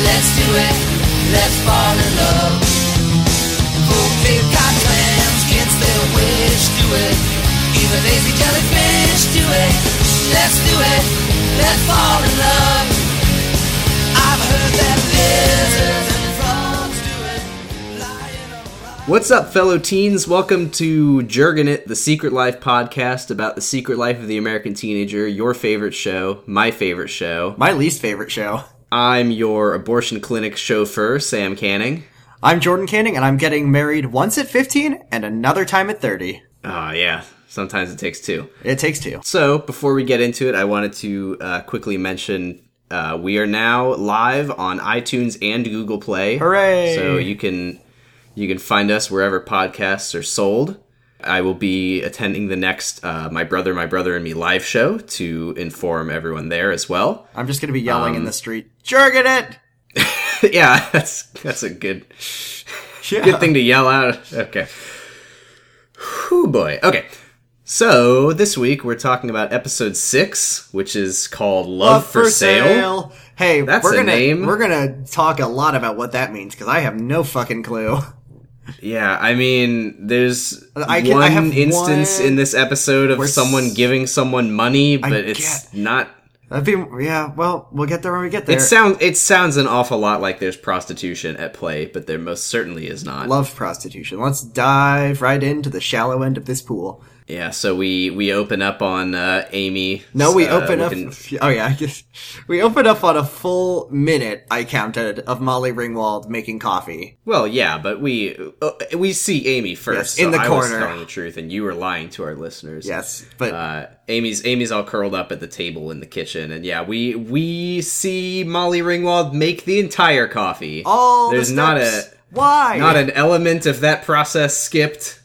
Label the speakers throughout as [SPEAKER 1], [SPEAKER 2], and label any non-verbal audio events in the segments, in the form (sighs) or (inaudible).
[SPEAKER 1] it, let's fall in love. Fulfill cod clams against their wish, do it. Even lazy jellyfish, do it. Let's do it, let's fall in love. I've heard that lizards and frogs do it. Lying around.
[SPEAKER 2] What's up, fellow teens? Welcome to Jergin It, the Secret Life podcast about the secret life of the American teenager, your favorite show, my favorite show.
[SPEAKER 3] My least favorite show.
[SPEAKER 2] I'm your abortion clinic chauffeur, Sam Canning.
[SPEAKER 3] I'm Jordan Canning, and I'm getting married once at 15 and another time at 30.
[SPEAKER 2] Ah, yeah, sometimes it takes two.
[SPEAKER 3] It takes two.
[SPEAKER 2] So, before we get into it, I wanted to uh, quickly mention uh, we are now live on iTunes and Google Play.
[SPEAKER 3] Hooray!
[SPEAKER 2] So you can you can find us wherever podcasts are sold. I will be attending the next uh, "My Brother, My Brother and Me" live show to inform everyone there as well. (laughs)
[SPEAKER 3] I'm just gonna be yelling
[SPEAKER 2] Um,
[SPEAKER 3] in the street, jerking it.
[SPEAKER 2] yeah, (laughs) that's that's a good
[SPEAKER 3] Yeah.
[SPEAKER 2] good thing to yell out. Okay. Whew, boy. Okay. So this week we're talking about episode six, which is called "Love, for, sale.
[SPEAKER 3] Hey,
[SPEAKER 2] That's
[SPEAKER 3] we're
[SPEAKER 2] a
[SPEAKER 3] gonna
[SPEAKER 2] name.
[SPEAKER 3] we're gonna talk a lot about what that means because I have no fucking clue.
[SPEAKER 2] Yeah, I mean, there's
[SPEAKER 3] I can- I
[SPEAKER 2] one
[SPEAKER 3] have
[SPEAKER 2] instance
[SPEAKER 3] one-
[SPEAKER 2] in this episode of
[SPEAKER 3] where
[SPEAKER 2] someone
[SPEAKER 3] s-
[SPEAKER 2] giving someone money, but it's
[SPEAKER 3] get-
[SPEAKER 2] not.
[SPEAKER 3] That'd be yeah. Well, we'll get there when we get there.
[SPEAKER 2] It sounds it sounds an awful lot like there's prostitution at play, but there most certainly is not.
[SPEAKER 3] Love prostitution. Let's dive right into the shallow end of this pool.
[SPEAKER 2] yeah, so we we open up on uh, Amy.
[SPEAKER 3] No, we
[SPEAKER 2] uh,
[SPEAKER 3] open up.
[SPEAKER 2] looking-
[SPEAKER 3] (laughs) Oh yeah, I guess- we open up on a full minute. I counted of Molly Ringwald making coffee.
[SPEAKER 2] well, yeah, but we uh, we see Amy first
[SPEAKER 3] Yes, in
[SPEAKER 2] so
[SPEAKER 3] the
[SPEAKER 2] I
[SPEAKER 3] corner.
[SPEAKER 2] Was telling the truth, and you were lying to our listeners.
[SPEAKER 3] Yes, but
[SPEAKER 2] Uh, Amy's Amy's all curled up at the table in the kitchen, and yeah, we we see Molly Ringwald make the entire coffee.
[SPEAKER 3] all the
[SPEAKER 2] there's not a
[SPEAKER 3] steps. why
[SPEAKER 2] not an element of that process skipped.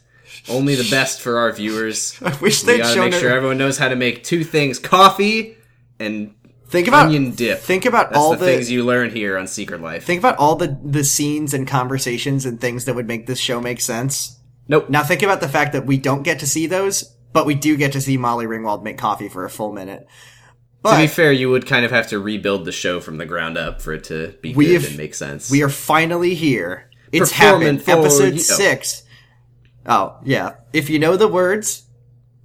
[SPEAKER 2] Only the best for our viewers.
[SPEAKER 3] (laughs) I wish
[SPEAKER 2] we
[SPEAKER 3] they'd
[SPEAKER 2] gotta
[SPEAKER 3] shown
[SPEAKER 2] make
[SPEAKER 3] her.
[SPEAKER 2] sure everyone knows how to make two things: coffee and
[SPEAKER 3] think about
[SPEAKER 2] onion dip.
[SPEAKER 3] Think about
[SPEAKER 2] That's
[SPEAKER 3] all
[SPEAKER 2] the,
[SPEAKER 3] the,
[SPEAKER 2] things you learn here on Secret Life.
[SPEAKER 3] think about all the the scenes and conversations and things that would make this show make sense.
[SPEAKER 2] nope.
[SPEAKER 3] Now think about the fact that we don't get to see those, but we do get to see Molly Ringwald make coffee for a full
[SPEAKER 2] to
[SPEAKER 3] minute.
[SPEAKER 2] be
[SPEAKER 3] But
[SPEAKER 2] fair, you would kind of have to rebuild the show from the ground up for it to be
[SPEAKER 3] We
[SPEAKER 2] good
[SPEAKER 3] have-
[SPEAKER 2] and make sense.
[SPEAKER 3] we are finally here. It's
[SPEAKER 2] Performing
[SPEAKER 3] happened.
[SPEAKER 2] for
[SPEAKER 3] Episode
[SPEAKER 2] you.
[SPEAKER 3] six. Oh yeah. If you know the words,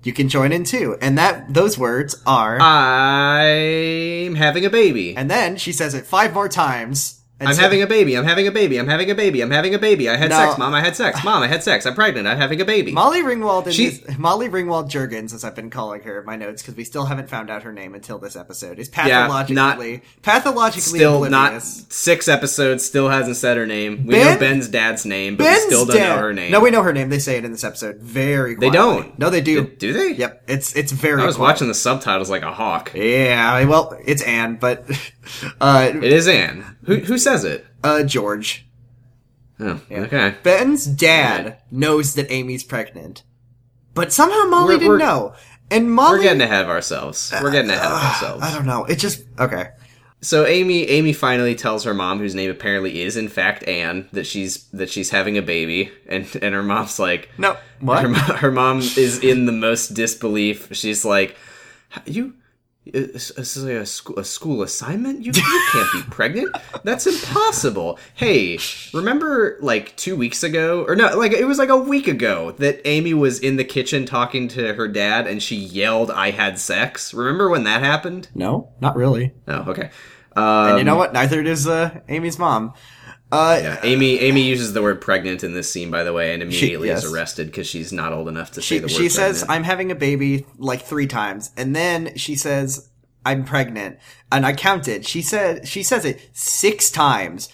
[SPEAKER 3] you can join in too. And that those words are.
[SPEAKER 2] Uh, I'm having a baby.
[SPEAKER 3] and then she says it five more times.
[SPEAKER 2] I'm having a baby. I'm having a baby. I'm having a baby. I'm having a baby. I had
[SPEAKER 3] No.
[SPEAKER 2] sex, mom. I had sex, mom. I had sex. I'm pregnant. I'm having a baby.
[SPEAKER 3] Molly Ringwald and
[SPEAKER 2] She-
[SPEAKER 3] this- (laughs) Molly Ringwald Jurgens, as I've been calling her in my notes, because we still haven't found out her name until this episode, is pathologically
[SPEAKER 2] not-
[SPEAKER 3] pathologically
[SPEAKER 2] still not
[SPEAKER 3] oblivious.
[SPEAKER 2] six episodes. Still hasn't said her name. We
[SPEAKER 3] Ben-
[SPEAKER 2] know Ben's dad's name, but
[SPEAKER 3] Ben's
[SPEAKER 2] we still don't
[SPEAKER 3] dead.
[SPEAKER 2] know her name.
[SPEAKER 3] No, we know her name. They say it in this episode. Very.
[SPEAKER 2] They
[SPEAKER 3] quietly.
[SPEAKER 2] don't.
[SPEAKER 3] No, they do.
[SPEAKER 2] D- do they?
[SPEAKER 3] Yep. It's it's very.
[SPEAKER 2] I was
[SPEAKER 3] quiet.
[SPEAKER 2] watching the subtitles like a hawk.
[SPEAKER 3] Yeah. Well, it's Anne, but (laughs) uh,
[SPEAKER 2] It is Anne. Who who says it?
[SPEAKER 3] uh, George.
[SPEAKER 2] Oh, okay.
[SPEAKER 3] Ben's dad knows that Amy's pregnant, but somehow Molly
[SPEAKER 2] We're-
[SPEAKER 3] didn't
[SPEAKER 2] we're-
[SPEAKER 3] know. And Molly, Uh,
[SPEAKER 2] We're getting ahead of ourselves. We're getting ahead of
[SPEAKER 3] I
[SPEAKER 2] ourselves.
[SPEAKER 3] don't know. It just okay.
[SPEAKER 2] So Amy, Amy finally tells her mom, whose name apparently is in fact Anne, that she's that she's having a baby, and and her mom's like,
[SPEAKER 3] No, what?
[SPEAKER 2] Her, mo- her mom is in the most disbelief. She's like, "You, uh, this is like a, sc- a school assignment. You, you can't be pregnant. That's impossible." Hey, remember like two weeks ago, or no, like it was like a week ago that Amy was in the kitchen talking to her dad, and she yelled, "I had sex." Remember when that happened?
[SPEAKER 3] No, not really.
[SPEAKER 2] Oh, okay. Um,
[SPEAKER 3] you know what? Neither does uh, Amy's mom. Uh,
[SPEAKER 2] yeah, Amy. Amy uses the word "pregnant" in this scene, by the way, and immediately
[SPEAKER 3] yes.
[SPEAKER 2] is arrested because she's not old enough to say
[SPEAKER 3] she
[SPEAKER 2] the word.
[SPEAKER 3] she says,
[SPEAKER 2] pregnant.
[SPEAKER 3] "I'm having a baby" like three times, and then she says, "I'm pregnant," and I counted. She said she says it six times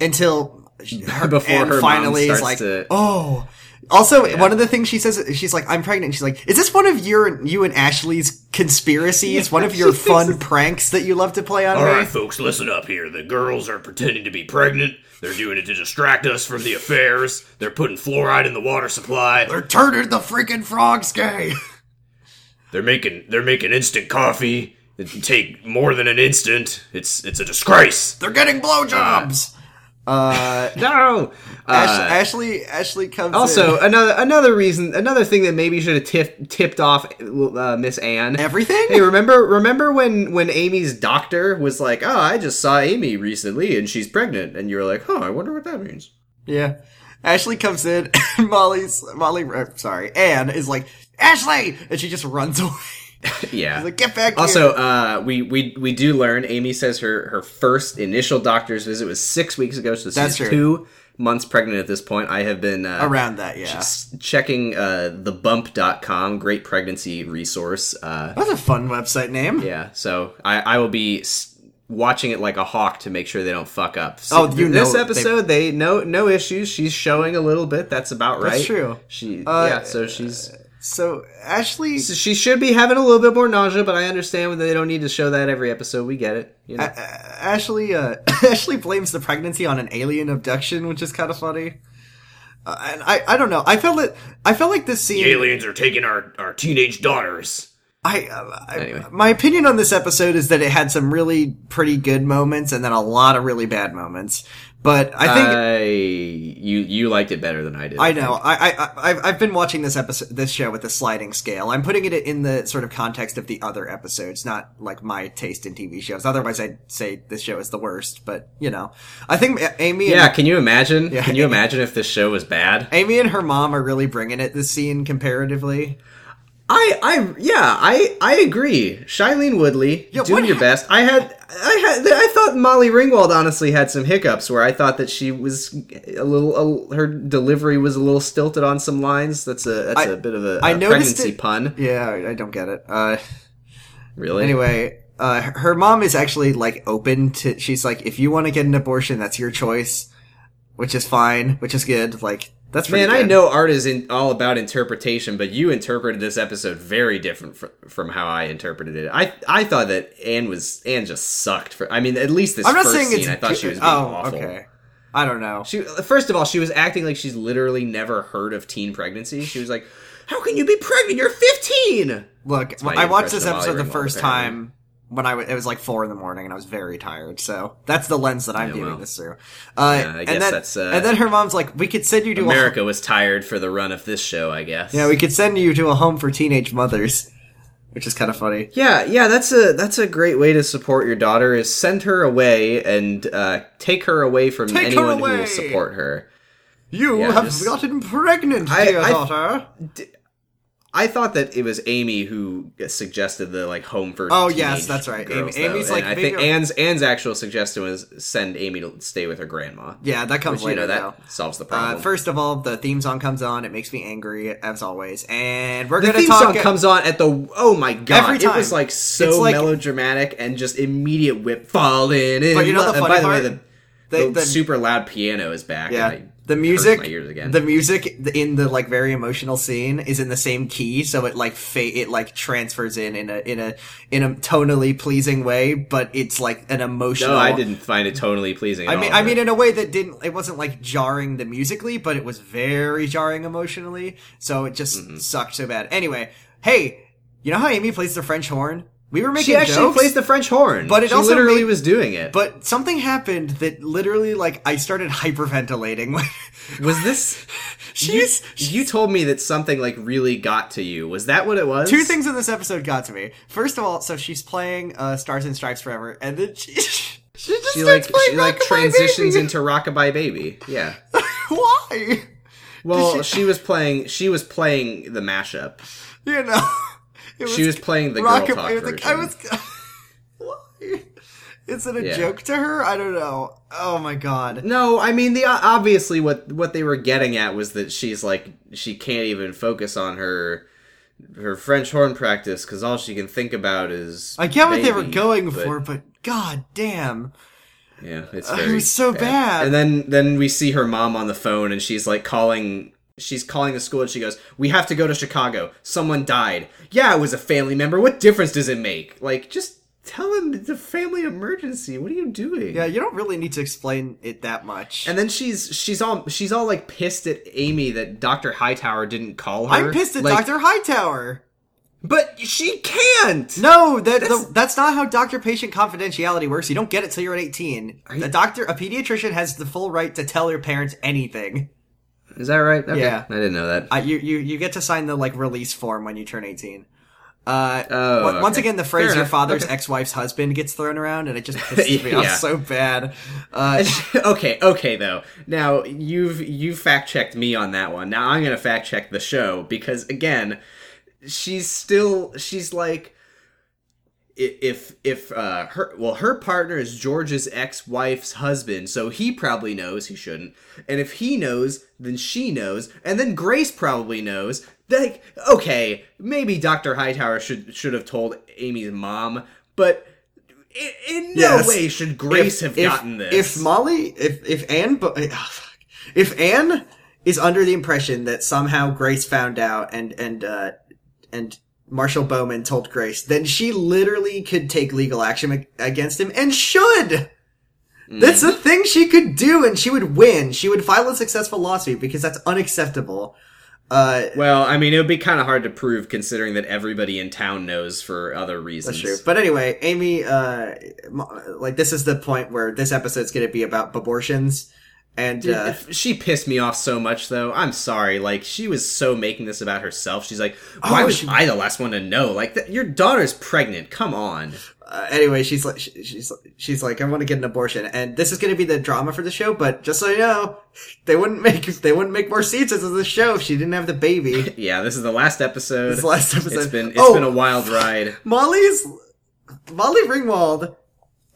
[SPEAKER 3] until she-
[SPEAKER 2] (laughs)
[SPEAKER 3] her,
[SPEAKER 2] Before
[SPEAKER 3] and
[SPEAKER 2] her mom
[SPEAKER 3] finally
[SPEAKER 2] starts
[SPEAKER 3] is like,
[SPEAKER 2] to-
[SPEAKER 3] "Oh." Also, one of the things she says, she's like, "I'm pregnant." She's like, "Is this one of your you and Ashley's conspiracies? one of your fun pranks that you love to play on
[SPEAKER 4] All
[SPEAKER 3] me?"
[SPEAKER 4] right, folks, listen up here. The girls are pretending to be pregnant. They're doing it to distract us from the affairs. They're putting fluoride in the water supply.
[SPEAKER 3] They're turning the freaking frogs gay. (laughs)
[SPEAKER 4] They're making they're making instant coffee. It can take more than an instant. It's it's a disgrace.
[SPEAKER 3] They're getting blowjobs. Uh,
[SPEAKER 2] (laughs) No. Uh,
[SPEAKER 3] Ash- Ashley Ashley comes
[SPEAKER 2] also,
[SPEAKER 3] in.
[SPEAKER 2] another another reason, another thing that maybe should have tipped tipped off uh, Miss Anne.
[SPEAKER 3] everything. (laughs)
[SPEAKER 2] Hey, remember remember when when Amy's doctor was like, "Oh, I just saw Amy recently and she's pregnant." And you were like, "Huh, I wonder what that means." (laughs)
[SPEAKER 3] Yeah. Ashley comes in, (laughs) and Molly's Molly. uh, Sorry, Anne is like Ashley, and she just runs (laughs) away.
[SPEAKER 2] Yeah.
[SPEAKER 3] She's like, get back.
[SPEAKER 2] also,
[SPEAKER 3] here."
[SPEAKER 2] uh, we, we we do learn Amy says her her first initial doctor's visit was six weeks ago, so she's
[SPEAKER 3] That's true.
[SPEAKER 2] two months pregnant at this point. I have been uh,
[SPEAKER 3] around that, yeah.
[SPEAKER 2] s- checking uh, thebump.com, great pregnancy resource. Uh,
[SPEAKER 3] That's a fun website name.
[SPEAKER 2] yeah, so I, I will be s- watching it like a hawk to make sure they don't fuck up. S-
[SPEAKER 3] Oh, you
[SPEAKER 2] this
[SPEAKER 3] know they-
[SPEAKER 2] episode they, no no issues. She's showing a little bit. That's about right.
[SPEAKER 3] That's true.
[SPEAKER 2] She
[SPEAKER 3] Uh,
[SPEAKER 2] yeah. So she's
[SPEAKER 3] So Ashley,
[SPEAKER 2] so she should be having a little bit more nausea, but I understand that they don't need to show that every episode. We get it. You know?
[SPEAKER 3] Ashley, uh, (laughs) Ashley blames the pregnancy on an alien abduction, which is kind of funny. Uh, and I, I don't know. I felt it. I felt like this
[SPEAKER 4] The
[SPEAKER 3] scene.
[SPEAKER 4] aliens are taking our, our teenage daughters.
[SPEAKER 3] I, uh, I
[SPEAKER 2] Anyway.
[SPEAKER 3] my opinion on this episode is that it had some really pretty good moments and then a lot of really bad moments. But I think
[SPEAKER 2] I you you liked it better than I did.
[SPEAKER 3] I know. I, I, I I've, I've been watching this episode, this show with a sliding scale. I'm putting it in the sort of context of the other episodes, not like my taste in TV shows. Otherwise, I'd say this show is the worst. But you know, I think A- Amy.
[SPEAKER 2] Yeah,
[SPEAKER 3] And,
[SPEAKER 2] can you imagine? Can you imagine if this show was bad?
[SPEAKER 3] Amy and her mom are really bringing it this scene comparatively.
[SPEAKER 2] I, I, yeah, I, I agree. Shailene Woodley,
[SPEAKER 3] Yeah,
[SPEAKER 2] doing
[SPEAKER 3] what
[SPEAKER 2] your
[SPEAKER 3] hap-
[SPEAKER 2] best. I had, I had, I thought Molly Ringwald honestly had some hiccups where I thought that she was a little, her delivery was a little stilted on some lines. That's a, that's
[SPEAKER 3] I-
[SPEAKER 2] a bit of a,
[SPEAKER 3] I
[SPEAKER 2] a
[SPEAKER 3] noticed
[SPEAKER 2] pregnancy
[SPEAKER 3] it-
[SPEAKER 2] pun,
[SPEAKER 3] Yeah, I, I don't get it. Uh,
[SPEAKER 2] really.
[SPEAKER 3] anyway. Uh, her mom is actually like open to, she's like, if you want to get an abortion, that's your choice, which is fine, which is good. Like, that's pretty
[SPEAKER 2] man, I
[SPEAKER 3] good.
[SPEAKER 2] know art is in, all about interpretation, but you interpreted this episode very different fr- from how I interpreted it. I, I thought that Anne was Anne just sucked. For I mean, at least this
[SPEAKER 3] I'm not
[SPEAKER 2] first
[SPEAKER 3] saying
[SPEAKER 2] scene,
[SPEAKER 3] it's.
[SPEAKER 2] I thought she
[SPEAKER 3] good-
[SPEAKER 2] was being
[SPEAKER 3] oh,
[SPEAKER 2] awful.
[SPEAKER 3] okay. I don't know.
[SPEAKER 2] She first of all, she was acting like she's literally never heard of teen pregnancy. She was like, "How can you be pregnant? You're 15."
[SPEAKER 3] Look,
[SPEAKER 2] my
[SPEAKER 3] I watched this
[SPEAKER 2] impression of Molly
[SPEAKER 3] episode the
[SPEAKER 2] Ringwald,
[SPEAKER 3] first
[SPEAKER 2] apparently.
[SPEAKER 3] time when I w- it was like four in the morning and I was very tired. So that's the lens that I'm viewing
[SPEAKER 2] well.
[SPEAKER 3] this through. Uh,
[SPEAKER 2] I
[SPEAKER 3] and
[SPEAKER 2] guess
[SPEAKER 3] then,
[SPEAKER 2] that's, uh,
[SPEAKER 3] and then her mom's like, "We could send you to
[SPEAKER 2] America was tired for the run of this show, I guess.
[SPEAKER 3] a yeah, we could send you to a home for teenage mothers," (laughs) which is kind of funny.
[SPEAKER 2] yeah, yeah, that's a that's a great way to support your daughter is send her away and uh, take her away from
[SPEAKER 3] Take her
[SPEAKER 2] anyone who
[SPEAKER 3] away!
[SPEAKER 2] will support her.
[SPEAKER 3] You
[SPEAKER 2] Yeah,
[SPEAKER 3] have
[SPEAKER 2] just-
[SPEAKER 3] gotten pregnant,
[SPEAKER 2] I-
[SPEAKER 3] dear
[SPEAKER 2] I-
[SPEAKER 3] daughter.
[SPEAKER 2] I thought that it was Amy who suggested the like home for.
[SPEAKER 3] Oh, yes,
[SPEAKER 2] teenage
[SPEAKER 3] that's right.
[SPEAKER 2] girls,
[SPEAKER 3] Amy- Amy's
[SPEAKER 2] though, and
[SPEAKER 3] like,
[SPEAKER 2] I think
[SPEAKER 3] maybe-
[SPEAKER 2] Anne's Anne's actual suggestion was send Amy to stay with her grandma.
[SPEAKER 3] yeah, that comes
[SPEAKER 2] Which, you
[SPEAKER 3] later
[SPEAKER 2] know that
[SPEAKER 3] though.
[SPEAKER 2] solves the
[SPEAKER 3] Uh,
[SPEAKER 2] problem.
[SPEAKER 3] first of all, the theme song comes on. It makes me angry as always, and we're
[SPEAKER 2] The
[SPEAKER 3] gonna
[SPEAKER 2] theme
[SPEAKER 3] talk.
[SPEAKER 2] song comes on at the oh my god!
[SPEAKER 3] Every time.
[SPEAKER 2] It was like
[SPEAKER 3] It's
[SPEAKER 2] so
[SPEAKER 3] like-
[SPEAKER 2] melodramatic and just immediate whip falling in.
[SPEAKER 3] But you know
[SPEAKER 2] love-
[SPEAKER 3] the
[SPEAKER 2] and
[SPEAKER 3] funny
[SPEAKER 2] by the way,
[SPEAKER 3] part?
[SPEAKER 2] the,
[SPEAKER 3] They-
[SPEAKER 2] the
[SPEAKER 3] the-
[SPEAKER 2] super loud piano is back. and
[SPEAKER 3] Yeah,
[SPEAKER 2] I
[SPEAKER 3] the
[SPEAKER 2] hurt
[SPEAKER 3] music,
[SPEAKER 2] my ears again.
[SPEAKER 3] the music in the like very emotional scene is in the same key, so it like fa- it like transfers in in a in a in a tonally pleasing way, but it's like an emotional.
[SPEAKER 2] no, I didn't find it totally pleasing. at
[SPEAKER 3] I mean,
[SPEAKER 2] all,
[SPEAKER 3] I mean,
[SPEAKER 2] but-
[SPEAKER 3] in a way that didn't. It wasn't like jarring the musically, but it was very jarring emotionally. So it just
[SPEAKER 2] Mm-hmm.
[SPEAKER 3] sucked so bad. Anyway, hey, you know how Amy plays the French horn? We were making
[SPEAKER 2] she actually
[SPEAKER 3] jokes,
[SPEAKER 2] plays the French horn,
[SPEAKER 3] But it
[SPEAKER 2] she
[SPEAKER 3] also
[SPEAKER 2] literally
[SPEAKER 3] made-
[SPEAKER 2] was doing it.
[SPEAKER 3] but something happened that literally like I started hyperventilating. (laughs) when-
[SPEAKER 2] was
[SPEAKER 3] (laughs)
[SPEAKER 2] this?
[SPEAKER 3] She's
[SPEAKER 2] You told me that something like really got to you. Was that what it was?
[SPEAKER 3] Two things in this episode got to me. First of all, so she's playing uh, Stars and Stripes Forever, and then she, (laughs) she just
[SPEAKER 2] She
[SPEAKER 3] starts
[SPEAKER 2] like
[SPEAKER 3] playing
[SPEAKER 2] she like
[SPEAKER 3] Rockabye
[SPEAKER 2] transitions
[SPEAKER 3] Baby.
[SPEAKER 2] into Rockabye Baby. Yeah.
[SPEAKER 3] (laughs) why? (laughs)
[SPEAKER 2] Well,
[SPEAKER 3] she-
[SPEAKER 2] she was playing. She was playing the mashup.
[SPEAKER 3] You know, it
[SPEAKER 2] She was playing the girl
[SPEAKER 3] Rockabye.
[SPEAKER 2] talk
[SPEAKER 3] I was like, I was
[SPEAKER 2] version.
[SPEAKER 3] (laughs) why? Is it a
[SPEAKER 2] Yeah.
[SPEAKER 3] joke to her? I don't know. Oh my god.
[SPEAKER 2] No, I mean the obviously what what they were getting at was that she's like she can't even focus on her her French horn practice because all she can think about is.
[SPEAKER 3] I get what they were
[SPEAKER 2] baby,
[SPEAKER 3] going
[SPEAKER 2] but,
[SPEAKER 3] for, but god damn.
[SPEAKER 2] Yeah, it's
[SPEAKER 3] It
[SPEAKER 2] very
[SPEAKER 3] was so bad.
[SPEAKER 2] And then then we see her mom on the phone and she's like calling. She's calling the school and she goes, "We have to go to Chicago. Someone died. Yeah, it was a family member. What difference does it make? Like, just tell him it's a family emergency. What are you doing?
[SPEAKER 3] Yeah, you don't really need to explain it that much.
[SPEAKER 2] And then she's she's all she's all like pissed at Amy that Doctor Hightower didn't call her.
[SPEAKER 3] I'm pissed at
[SPEAKER 2] Like,
[SPEAKER 3] Dr. Hightower.
[SPEAKER 2] But she can't.
[SPEAKER 3] No, that,
[SPEAKER 2] That's-
[SPEAKER 3] the, that's not how doctor-patient confidentiality works. You don't get it till you're 18.
[SPEAKER 2] you-
[SPEAKER 3] A doctor, a pediatrician, has the full right to tell your parents anything.
[SPEAKER 2] Is that right? Okay.
[SPEAKER 3] Yeah.
[SPEAKER 2] I didn't know that.
[SPEAKER 3] Uh, you, you you get to sign the like release form when you turn 18. Uh,
[SPEAKER 2] Oh,
[SPEAKER 3] on- once
[SPEAKER 2] okay.
[SPEAKER 3] again, the
[SPEAKER 2] Fair
[SPEAKER 3] phrase "your
[SPEAKER 2] enough.
[SPEAKER 3] father's
[SPEAKER 2] Okay.
[SPEAKER 3] ex-wife's husband" gets thrown around, and it
[SPEAKER 2] (laughs)
[SPEAKER 3] just pisses me off
[SPEAKER 2] Yeah.
[SPEAKER 3] so bad. Uh,
[SPEAKER 2] (laughs) okay, okay though. Now you've you fact checked me on that one. Now I'm gonna fact check the show because again, she's still she's like i- if if uh her well her partner is George's ex-wife's husband, so he probably knows he shouldn't. And if he knows, then she knows, and then Grace probably knows. Like, okay, maybe Dr. Hightower should should have told Amy's mom, but in, in no
[SPEAKER 3] Yes.
[SPEAKER 2] way should Grace
[SPEAKER 3] if-
[SPEAKER 2] have
[SPEAKER 3] if-
[SPEAKER 2] gotten this.
[SPEAKER 3] If Molly, if if Anne, bu- (sighs) ah, fuck. if Anne is under the impression that somehow Grace found out and and uh, and Marshall Bowman told Grace, then she literally could take legal action ag- against him and should.
[SPEAKER 2] Mm-hmm.
[SPEAKER 3] That's a thing she could do, and she would win. She would file a successful lawsuit because that's unacceptable. Uh,
[SPEAKER 2] Well, I mean, it would be kind of hard to prove considering that everybody in town knows for other reasons.
[SPEAKER 3] That's true. But anyway, Amy, uh, mo- like this is the point where this episode's going to be about abortions, and uh,
[SPEAKER 2] If- She pissed me off so much, though. I'm sorry. Like, she was so making this about herself. She's like, why
[SPEAKER 3] Oh,
[SPEAKER 2] was
[SPEAKER 3] she-
[SPEAKER 2] I the last one to know? Like, th- your daughter's pregnant. Come on.
[SPEAKER 3] uh, anyway, she's like, she- she's she's like, I want to get an abortion, and this is going to be the drama for the show. But just so you know, they wouldn't make they wouldn't make more seasons of the show if she didn't have the
[SPEAKER 2] (laughs)
[SPEAKER 3] baby.
[SPEAKER 2] Yeah, this is the last episode.
[SPEAKER 3] This last episode.
[SPEAKER 2] It's been, it's
[SPEAKER 3] Oh!
[SPEAKER 2] been a wild ride.
[SPEAKER 3] Molly's Molly Ringwald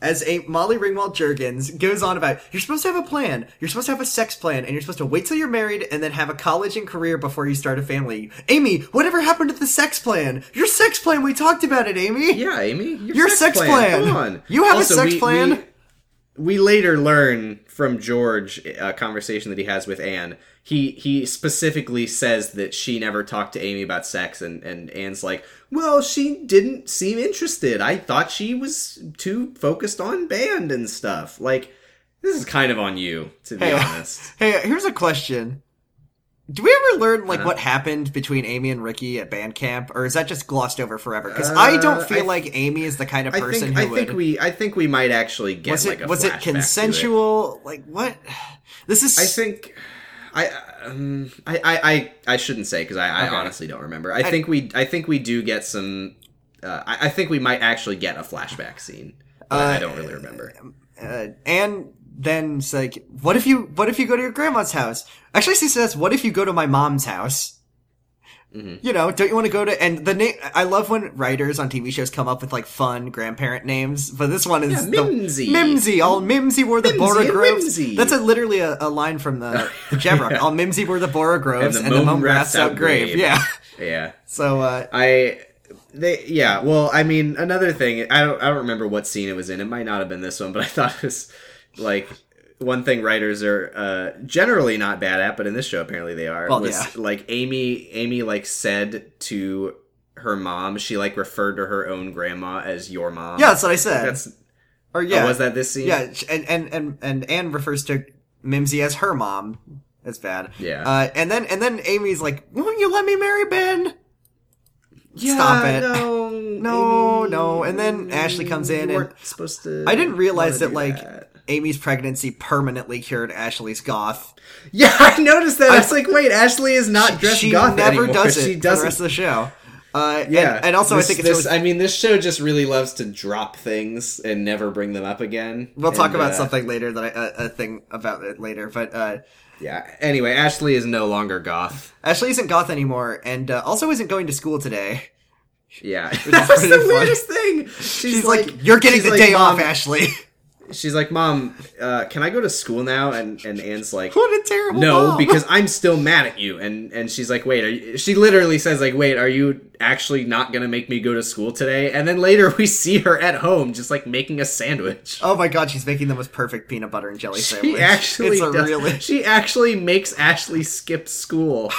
[SPEAKER 3] as a Molly Ringwald Jurgens goes on about you're supposed to have a plan, you're supposed to have a sex plan, and you're supposed to wait till you're married and then have a college and career before you start a family. Amy, whatever happened to the sex plan? Your sex plan, we talked about it, Amy.
[SPEAKER 2] Yeah, Amy. Your,
[SPEAKER 3] Your
[SPEAKER 2] sex,
[SPEAKER 3] sex
[SPEAKER 2] plan.
[SPEAKER 3] plan.
[SPEAKER 2] Come on.
[SPEAKER 3] You have a sex
[SPEAKER 2] we-
[SPEAKER 3] plan?
[SPEAKER 2] We, we later learn from George a conversation that he has with Anne. He he specifically says that she never talked to Amy about sex, and and Anne's like, well, she didn't seem interested. I thought she was too focused on band and stuff. Like, this is kind of on you, to be
[SPEAKER 3] Hey,
[SPEAKER 2] honest.
[SPEAKER 3] Hey, here's a question. Do we ever learn like what happened between Amy and Ricky at band camp, or is that just glossed over forever? Because I
[SPEAKER 2] Uh,
[SPEAKER 3] don't feel
[SPEAKER 2] I-
[SPEAKER 3] like Amy is the kind of
[SPEAKER 2] I
[SPEAKER 3] (laughs) person
[SPEAKER 2] think
[SPEAKER 3] who
[SPEAKER 2] I
[SPEAKER 3] would.
[SPEAKER 2] think we I think we might actually get
[SPEAKER 3] was
[SPEAKER 2] like
[SPEAKER 3] it
[SPEAKER 2] a
[SPEAKER 3] was
[SPEAKER 2] flashback
[SPEAKER 3] it
[SPEAKER 2] to
[SPEAKER 3] consensual? Like what? (sighs) This is
[SPEAKER 2] I think I um, I, I I I shouldn't say because I, I
[SPEAKER 3] Okay.
[SPEAKER 2] honestly don't remember. I, think we I think we do get some. Uh, I, I think we might actually get a flashback scene. but I don't really remember.
[SPEAKER 3] uh, and then it's like, what if you, what if you go to your grandma's house? Actually, she says, what if you go to my mom's house?
[SPEAKER 2] Mm-hmm.
[SPEAKER 3] You know, don't you want to go to, and the name, I love when writers on TV shows come up with like fun grandparent names, but this one is
[SPEAKER 2] Yeah,
[SPEAKER 3] the-
[SPEAKER 2] Mimsy.
[SPEAKER 3] Mimsy, all Mimsy wore the
[SPEAKER 2] Mimsy
[SPEAKER 3] Bora
[SPEAKER 2] and
[SPEAKER 3] Groves.
[SPEAKER 2] Whimsy.
[SPEAKER 3] That's a, literally a, a line
[SPEAKER 2] (laughs)
[SPEAKER 3] from the, the Jabrock. All Mimsy wore the Bora Groves and the, Mome Rats Out Grave. Yeah. (laughs)
[SPEAKER 2] Yeah.
[SPEAKER 3] So, uh,
[SPEAKER 2] I they yeah. Well, I mean, another thing. I don't I don't remember what scene it was in. It might not have been this one, but I (laughs) thought it was like. One thing writers are uh, generally not bad at, but in this show apparently they are.
[SPEAKER 3] Well,
[SPEAKER 2] was,
[SPEAKER 3] yeah.
[SPEAKER 2] Like Amy, Amy like said to her mom, she like referred to her own grandma as your mom.
[SPEAKER 3] yeah, that's what I said.
[SPEAKER 2] that's
[SPEAKER 3] or
[SPEAKER 2] yeah.
[SPEAKER 3] yeah.
[SPEAKER 2] was that this scene?
[SPEAKER 3] Yeah, sh- and and and and Anne refers to Mimsy as her mom. That's bad.
[SPEAKER 2] Yeah.
[SPEAKER 3] Uh, and then and then Amy's like, "Won't you let me marry Ben?"
[SPEAKER 2] Yeah,
[SPEAKER 3] Stop it.
[SPEAKER 2] No,
[SPEAKER 3] No,
[SPEAKER 2] Amy,
[SPEAKER 3] no. And then Ashley comes in
[SPEAKER 2] you
[SPEAKER 3] and-
[SPEAKER 2] weren't supposed to.
[SPEAKER 3] I didn't realize that
[SPEAKER 2] wanna do
[SPEAKER 3] like
[SPEAKER 2] that.
[SPEAKER 3] Amy's pregnancy permanently cured Ashley's goth.
[SPEAKER 2] Yeah, (laughs) I noticed that. I was like, wait, Ashley is not dressed
[SPEAKER 3] she
[SPEAKER 2] goth
[SPEAKER 3] never
[SPEAKER 2] anymore.
[SPEAKER 3] does it
[SPEAKER 2] She
[SPEAKER 3] for the
[SPEAKER 2] doesn't.
[SPEAKER 3] rest of the show. Uh,
[SPEAKER 2] yeah,
[SPEAKER 3] and, and also I
[SPEAKER 2] This-
[SPEAKER 3] think it's
[SPEAKER 2] this.
[SPEAKER 3] really,
[SPEAKER 2] I mean, this show just really loves to drop things and never bring them up again.
[SPEAKER 3] we'll talk
[SPEAKER 2] And,
[SPEAKER 3] about
[SPEAKER 2] uh,
[SPEAKER 3] something later that I, a, a thing about it later, but uh,
[SPEAKER 2] Yeah. Anyway, Ashley is no longer goth.
[SPEAKER 3] Ashley isn't goth anymore, and uh, also isn't going to school today.
[SPEAKER 2] (laughs) Yeah,
[SPEAKER 3] is
[SPEAKER 2] that was
[SPEAKER 3] pretty
[SPEAKER 2] the
[SPEAKER 3] funny.
[SPEAKER 2] weirdest thing. She's,
[SPEAKER 3] She's like, "You're getting
[SPEAKER 2] she's like,
[SPEAKER 3] the day off,
[SPEAKER 2] "Mom,"
[SPEAKER 3] Ashley." (laughs)
[SPEAKER 2] She's like, "Mom, uh, can I go to school now?" And and Anne's like,
[SPEAKER 3] what a terrible
[SPEAKER 2] no
[SPEAKER 3] mom.
[SPEAKER 2] because i'm still mad at you and and she's like wait are you, she literally says like wait are you actually not gonna make me go to school today and then later (laughs) we see her at home just like making a sandwich
[SPEAKER 3] Oh my god, she's making the most perfect peanut butter and jelly sandwich.
[SPEAKER 2] she actually
[SPEAKER 3] it's a
[SPEAKER 2] does-
[SPEAKER 3] really
[SPEAKER 2] she actually makes ashley skip school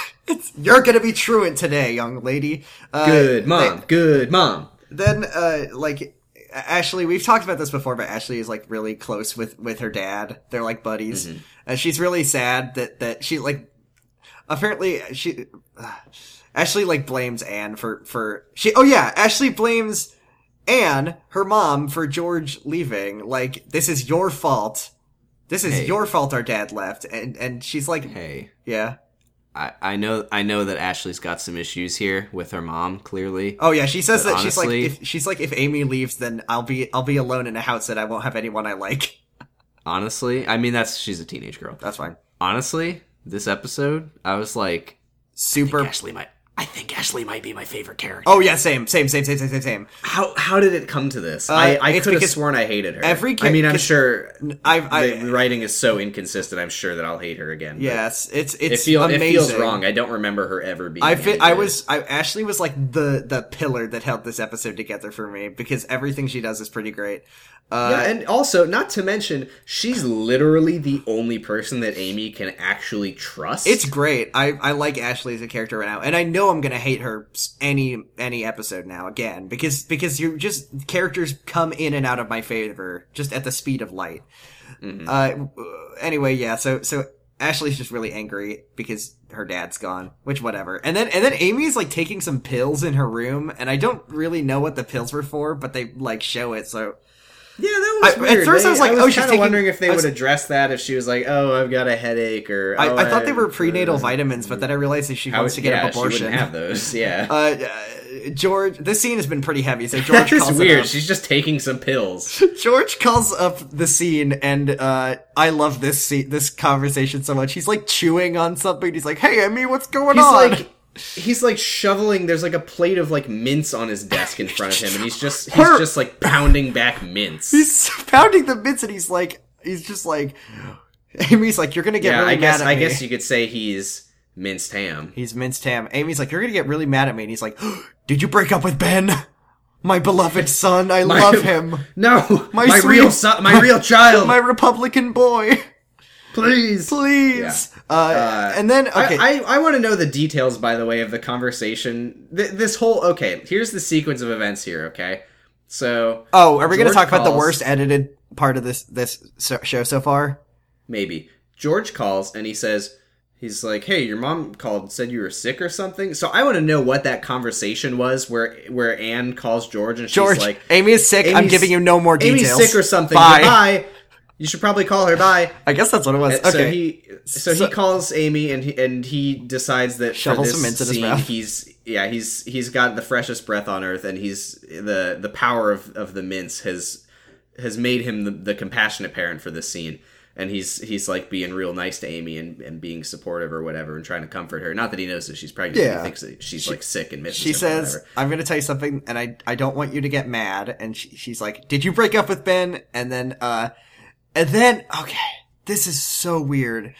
[SPEAKER 3] You're gonna be truant today, young lady. Uh,
[SPEAKER 2] good
[SPEAKER 3] they-
[SPEAKER 2] mom good mom
[SPEAKER 3] then uh like Ashley, we've talked about this before, but Ashley is like really close
[SPEAKER 2] Mm-hmm.
[SPEAKER 3] with with her dad. They're like buddies. And she's really sad that that she like apparently she uh, Ashley like blames Anne for for she oh yeah Ashley blames Anne her mom for George leaving like this is your fault this is
[SPEAKER 2] Hey.
[SPEAKER 3] your fault our dad left and and she's like
[SPEAKER 2] Hey,
[SPEAKER 3] yeah
[SPEAKER 2] I, I know I know that Ashley's got some issues here with her mom. Clearly,
[SPEAKER 3] oh yeah she says
[SPEAKER 2] But
[SPEAKER 3] that she's like
[SPEAKER 2] honestly-
[SPEAKER 3] if she's like if Amy leaves then I'll be I'll be alone in a house that I won't have anyone I like
[SPEAKER 2] honestly, I mean that's she's a teenage girl.
[SPEAKER 3] that's fine
[SPEAKER 2] Honestly, this episode, I was like,
[SPEAKER 3] super
[SPEAKER 4] Ashley might. I think Ashley might be my favorite character.
[SPEAKER 3] oh yeah same same same same same same same
[SPEAKER 2] how how did it come to this? I, I
[SPEAKER 3] Uh, it's
[SPEAKER 2] could have
[SPEAKER 3] because
[SPEAKER 2] sworn I hated her.
[SPEAKER 3] every
[SPEAKER 2] I mean, I'm
[SPEAKER 3] cause-
[SPEAKER 2] sure
[SPEAKER 3] I've I
[SPEAKER 2] the writing is so inconsistent. I'm sure that I'll hate her again. but
[SPEAKER 3] yes it's
[SPEAKER 2] it
[SPEAKER 3] it's
[SPEAKER 2] feels it
[SPEAKER 3] amazing.
[SPEAKER 2] feels wrong. I don't remember her ever being.
[SPEAKER 3] I fi-
[SPEAKER 2] any
[SPEAKER 3] I
[SPEAKER 2] good.
[SPEAKER 3] was I Ashley was like the the pillar that held this episode together for me because everything she does is pretty great.
[SPEAKER 2] Yeah,
[SPEAKER 3] Uh,
[SPEAKER 2] and also, not to mention, she's literally the only person that Amy can actually trust.
[SPEAKER 3] it's great. I I like Ashley as a character right now, and I know I'm gonna hate her s- any any episode now again because because you just characters come in and out of my favor just at the speed of light.
[SPEAKER 2] Mm-hmm.
[SPEAKER 3] Uh, w- anyway, yeah. So so Ashley's just really angry because her dad's gone, which whatever. And then and then Amy's like taking some pills in her room, and I don't really know what the pills were for, but they like show it. So
[SPEAKER 2] yeah, that was
[SPEAKER 3] I- at
[SPEAKER 2] weird.
[SPEAKER 3] first I was like, oh, she's
[SPEAKER 2] kind of
[SPEAKER 3] taking-
[SPEAKER 2] wondering if they
[SPEAKER 3] I was-
[SPEAKER 2] would address that if she was like, oh, I've got a headache, or
[SPEAKER 3] I,
[SPEAKER 2] "Oh,
[SPEAKER 3] I thought they were
[SPEAKER 2] uh,
[SPEAKER 3] prenatal vitamins, but then I realized that she
[SPEAKER 2] how-
[SPEAKER 3] wants to get
[SPEAKER 2] yeah,
[SPEAKER 3] an
[SPEAKER 2] She
[SPEAKER 3] abortion.
[SPEAKER 2] wouldn't have those. Yeah,
[SPEAKER 3] (laughs) uh, uh, George, this scene has been pretty
[SPEAKER 2] (laughs)
[SPEAKER 3] heavy, so
[SPEAKER 2] that
[SPEAKER 3] George calls
[SPEAKER 2] is
[SPEAKER 3] it
[SPEAKER 2] weird.
[SPEAKER 3] up.
[SPEAKER 2] She's just taking some pills.
[SPEAKER 3] George calls up the scene, and uh, I love this scene, this conversation so much. He's like chewing on something. He's like, "Hey, Emmy, what's going
[SPEAKER 2] He's
[SPEAKER 3] on?"
[SPEAKER 2] like. He's like shoveling. There's like a plate of like mints on his desk in front of him, and he's just he's
[SPEAKER 3] Her-
[SPEAKER 2] just like pounding back mints.
[SPEAKER 3] (laughs) he's pounding the mitts, and he's like, he's just like, (gasps) Amy's like, "You're gonna get
[SPEAKER 2] yeah,
[SPEAKER 3] really
[SPEAKER 2] I guess
[SPEAKER 3] mad at
[SPEAKER 2] I
[SPEAKER 3] me."
[SPEAKER 2] guess you could say he's minced ham. (laughs)
[SPEAKER 3] he's minced ham. Amy's like, "You're gonna get really mad at me," and he's like, (gasps) "Did you break up with Ben, (laughs) my beloved
[SPEAKER 2] (laughs)
[SPEAKER 3] son? I love him."
[SPEAKER 2] No,
[SPEAKER 3] My
[SPEAKER 2] my,
[SPEAKER 3] sweet-
[SPEAKER 2] real son, my,
[SPEAKER 3] (laughs)
[SPEAKER 2] real child.
[SPEAKER 3] my Republican boy. (laughs)
[SPEAKER 2] please,
[SPEAKER 3] Please. Uh,
[SPEAKER 2] Uh,
[SPEAKER 3] and then okay.
[SPEAKER 2] I, I, I want to know the details, by the way, of the conversation. Th- this whole okay. Here's the sequence of events here. Okay, so
[SPEAKER 3] oh, are we going
[SPEAKER 2] George
[SPEAKER 3] to talk about the
[SPEAKER 2] calls-
[SPEAKER 3] worst edited part of this this so- show so far?
[SPEAKER 2] maybe George calls and he says he's like, "Hey, your mom called, said you were sick or something." So I want to know what that conversation was where where Anne calls George and she's
[SPEAKER 3] George,
[SPEAKER 2] like,
[SPEAKER 3] Amy is sick. I'm
[SPEAKER 2] Amy's-
[SPEAKER 3] giving you no more details.
[SPEAKER 2] "Amy's sick or something.
[SPEAKER 3] Bye.
[SPEAKER 2] Goodbye. You should probably call her. Bye."
[SPEAKER 3] I guess that's what it was.
[SPEAKER 2] And So
[SPEAKER 3] okay.
[SPEAKER 2] he so,
[SPEAKER 3] So-
[SPEAKER 2] he calls Amy and he, and he decides that
[SPEAKER 3] Shovels
[SPEAKER 2] for
[SPEAKER 3] some
[SPEAKER 2] this
[SPEAKER 3] mints in his
[SPEAKER 2] scene
[SPEAKER 3] mouth.
[SPEAKER 2] he's yeah he's he's got the freshest breath on earth and he's the the power of, of the mints has has made him the, the compassionate parent for this scene and he's he's like being real nice to Amy and, and being supportive or whatever and trying to comfort her not that he knows that she's pregnant
[SPEAKER 3] Yeah.
[SPEAKER 2] he thinks that she's like sick and misses
[SPEAKER 3] she
[SPEAKER 2] him or
[SPEAKER 3] says,
[SPEAKER 2] whatever.
[SPEAKER 3] "I'm going to tell you something, and I I don't want you to get mad." And she, she's like, "Did you break up with Ben?" And then, uh, and then, okay, this is so weird.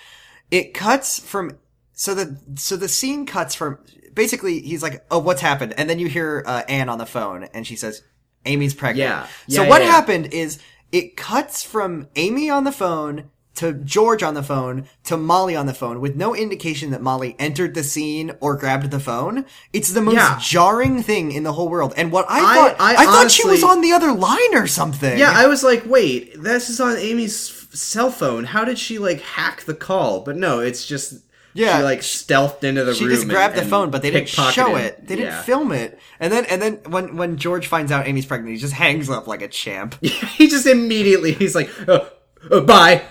[SPEAKER 3] It cuts from so the so the scene cuts from basically he's like, "Oh, what's happened?" And then you hear uh, Anne on the phone, and she says, "Amy's pregnant."
[SPEAKER 2] Yeah.
[SPEAKER 3] so
[SPEAKER 2] Yeah,
[SPEAKER 3] what
[SPEAKER 2] yeah, yeah.
[SPEAKER 3] happened is it cuts from Amy on the phone. To George on the phone, to Molly on the phone, with no indication that Molly entered the scene or grabbed the phone. It's the most
[SPEAKER 2] Yeah.
[SPEAKER 3] jarring thing in the whole world. And what I
[SPEAKER 2] I-
[SPEAKER 3] thought, I,
[SPEAKER 2] I
[SPEAKER 3] thought she was
[SPEAKER 2] honestly-
[SPEAKER 3] on the other line or something.
[SPEAKER 2] Yeah, I was like, wait, this is on Amy's f- cell phone. How did she like hack the call? But no, it's just
[SPEAKER 3] Yeah,
[SPEAKER 2] she like stealthed into the
[SPEAKER 3] she
[SPEAKER 2] room.
[SPEAKER 3] just
[SPEAKER 2] and-
[SPEAKER 3] grabbed the
[SPEAKER 2] and
[SPEAKER 3] phone, but they didn't show
[SPEAKER 2] pickpocketed.
[SPEAKER 3] it. They didn't
[SPEAKER 2] Yeah.
[SPEAKER 3] film it. And then, and then when when George finds out Amy's pregnant, he just hangs up like a champ.
[SPEAKER 2] (laughs) he just immediately he's like, oh, oh, bye.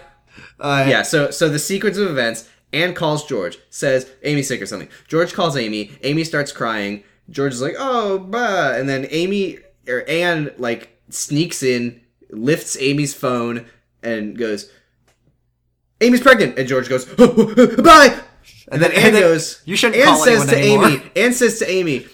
[SPEAKER 3] Uh,
[SPEAKER 2] Yeah. So so the sequence of events. Anne calls George, says Amy's sick or something. George calls Amy. Amy starts crying. George is like, oh, bah. And then Amy or Anne like sneaks in, lifts Amy's phone, and goes, Amy's pregnant. And George goes, "Oh, oh, oh, bye. And then
[SPEAKER 3] then-
[SPEAKER 2] Anne
[SPEAKER 3] and then
[SPEAKER 2] goes,
[SPEAKER 3] you shouldn't
[SPEAKER 2] Anne
[SPEAKER 3] call
[SPEAKER 2] says
[SPEAKER 3] anyone
[SPEAKER 2] to
[SPEAKER 3] anymore.
[SPEAKER 2] Amy, (laughs) Anne says to Amy,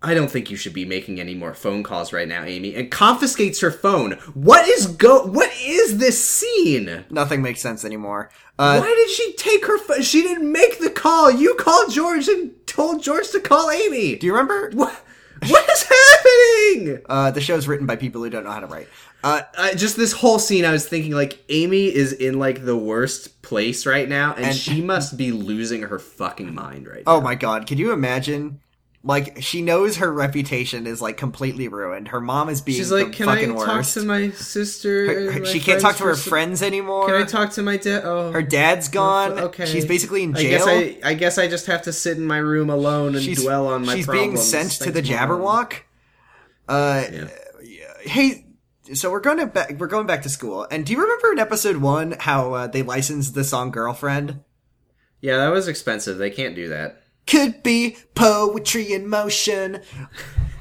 [SPEAKER 2] I don't think you should be making any more phone calls right now, Amy, and confiscates her phone. What is go? What is this scene?
[SPEAKER 3] nothing makes sense anymore. Uh,
[SPEAKER 2] Why did she take her phone? She didn't make the call. You called George and told George to call Amy.
[SPEAKER 3] do you remember?
[SPEAKER 2] what? What is happening?
[SPEAKER 3] Uh, the show's written by people who don't know how to write.
[SPEAKER 2] Uh, I, just this whole scene, I was thinking like Amy is in like the worst place right now, and,
[SPEAKER 3] And-
[SPEAKER 2] she must be losing her fucking mind right now.
[SPEAKER 3] Oh my god, can you imagine Like she knows her reputation is like completely ruined. Her mom is being
[SPEAKER 2] She's
[SPEAKER 3] the
[SPEAKER 2] like, can I
[SPEAKER 3] fucking
[SPEAKER 2] talk
[SPEAKER 3] worst.
[SPEAKER 2] to my sister?
[SPEAKER 3] Her-
[SPEAKER 2] and
[SPEAKER 3] her-
[SPEAKER 2] my
[SPEAKER 3] she can't talk to
[SPEAKER 2] for
[SPEAKER 3] her
[SPEAKER 2] some-
[SPEAKER 3] friends anymore.
[SPEAKER 2] Can I talk to my dad? Oh,
[SPEAKER 3] her dad's gone.
[SPEAKER 2] okay.
[SPEAKER 3] She's basically in
[SPEAKER 2] I guess
[SPEAKER 3] jail.
[SPEAKER 2] I, I guess I just have to sit in my room alone and
[SPEAKER 3] she's
[SPEAKER 2] dwell on my
[SPEAKER 3] she's
[SPEAKER 2] problems.
[SPEAKER 3] being sent to the
[SPEAKER 2] Thanks, Mom.
[SPEAKER 3] Jabberwock. Uh,
[SPEAKER 2] Yeah.
[SPEAKER 3] hey, so we're going to ba- we're going back to school. And do you remember in episode one how uh, they licensed the song "Girlfriend"?
[SPEAKER 2] Yeah, that was expensive. They can't do that.
[SPEAKER 3] Could be poetry in motion.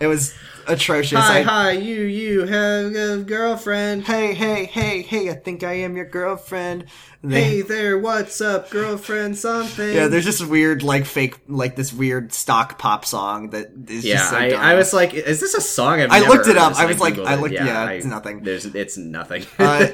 [SPEAKER 3] It was atrocious.
[SPEAKER 2] Hi,
[SPEAKER 3] I-
[SPEAKER 2] hi, you, you have a girlfriend.
[SPEAKER 3] Hey, hey, hey, hey! I think I am your girlfriend. And they-
[SPEAKER 2] Hey there, what's up, girlfriend? Something.
[SPEAKER 3] Yeah, there's just weird, like fake, like this weird stock pop song that is
[SPEAKER 2] Yeah,
[SPEAKER 3] just so
[SPEAKER 2] I,
[SPEAKER 3] dumb.
[SPEAKER 2] I was like, is this a song? I've
[SPEAKER 3] I
[SPEAKER 2] never
[SPEAKER 3] looked it
[SPEAKER 2] heard?
[SPEAKER 3] up.
[SPEAKER 2] So
[SPEAKER 3] I was like-
[SPEAKER 2] Googled
[SPEAKER 3] I
[SPEAKER 2] it.
[SPEAKER 3] looked- yeah, it's nothing.
[SPEAKER 2] There's, it's nothing.
[SPEAKER 3] uh,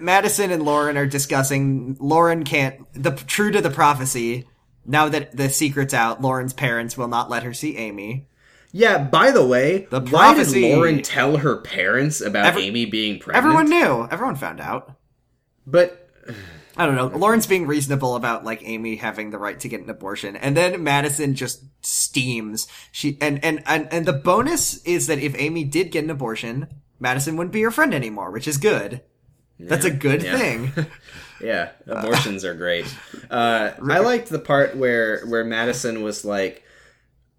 [SPEAKER 3] Madison and Lauren are discussing. Lauren can't. The true to the prophecy. Now that the secret's out, Lauren's parents will not let her see Amy.
[SPEAKER 2] (laughs) yeah. By the way, why
[SPEAKER 3] The
[SPEAKER 2] did
[SPEAKER 3] prophecy.
[SPEAKER 2] Lauren tell her parents about
[SPEAKER 3] Every-
[SPEAKER 2] Amy being pregnant?
[SPEAKER 3] Everyone knew. Everyone found out.
[SPEAKER 2] But
[SPEAKER 3] I don't know. Lauren's being reasonable about like Amy having the right to get an abortion, and then Madison just steams. She and and and, and the bonus is that if Amy did get an abortion, Madison wouldn't be your friend anymore, which is good. That's a good
[SPEAKER 2] yeah. (laughs)
[SPEAKER 3] thing.
[SPEAKER 2] Yeah, abortions are
[SPEAKER 3] (laughs)
[SPEAKER 2] great. Uh, I liked the part where where Madison was like,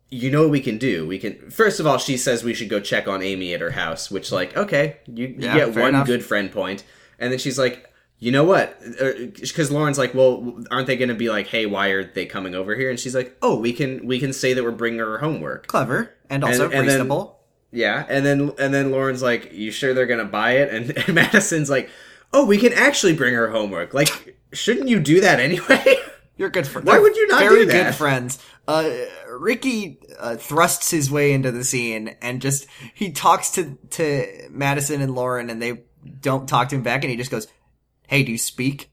[SPEAKER 2] "You know what we can do? We can." First of all, she says we should go check on Amy at her house, which like, okay, you, you
[SPEAKER 3] Yeah,
[SPEAKER 2] get
[SPEAKER 3] fair
[SPEAKER 2] one
[SPEAKER 3] enough.
[SPEAKER 2] good friend point, and then she's like. You know what? Because Lauren's like, well, aren't they going to be like, hey, why are they coming over here? And she's like, oh, we can we can say that we're bringing her homework.
[SPEAKER 3] Clever and also
[SPEAKER 2] and then-
[SPEAKER 3] reasonable.
[SPEAKER 2] Yeah, and then and then Lauren's like, "You sure they're gonna buy it?" And, (laughs) Madison's like, "Oh, we can actually bring her homework. Like, shouldn't you do that anyway?" (laughs)
[SPEAKER 3] You're good friends.
[SPEAKER 2] Why would you not do
[SPEAKER 3] Very
[SPEAKER 2] that?
[SPEAKER 3] good friends. Uh, Ricky uh, thrusts his way into the scene and just he talks to to Madison and Lauren, and they don't talk to him back, and he just goes, "Hey, do you speak?"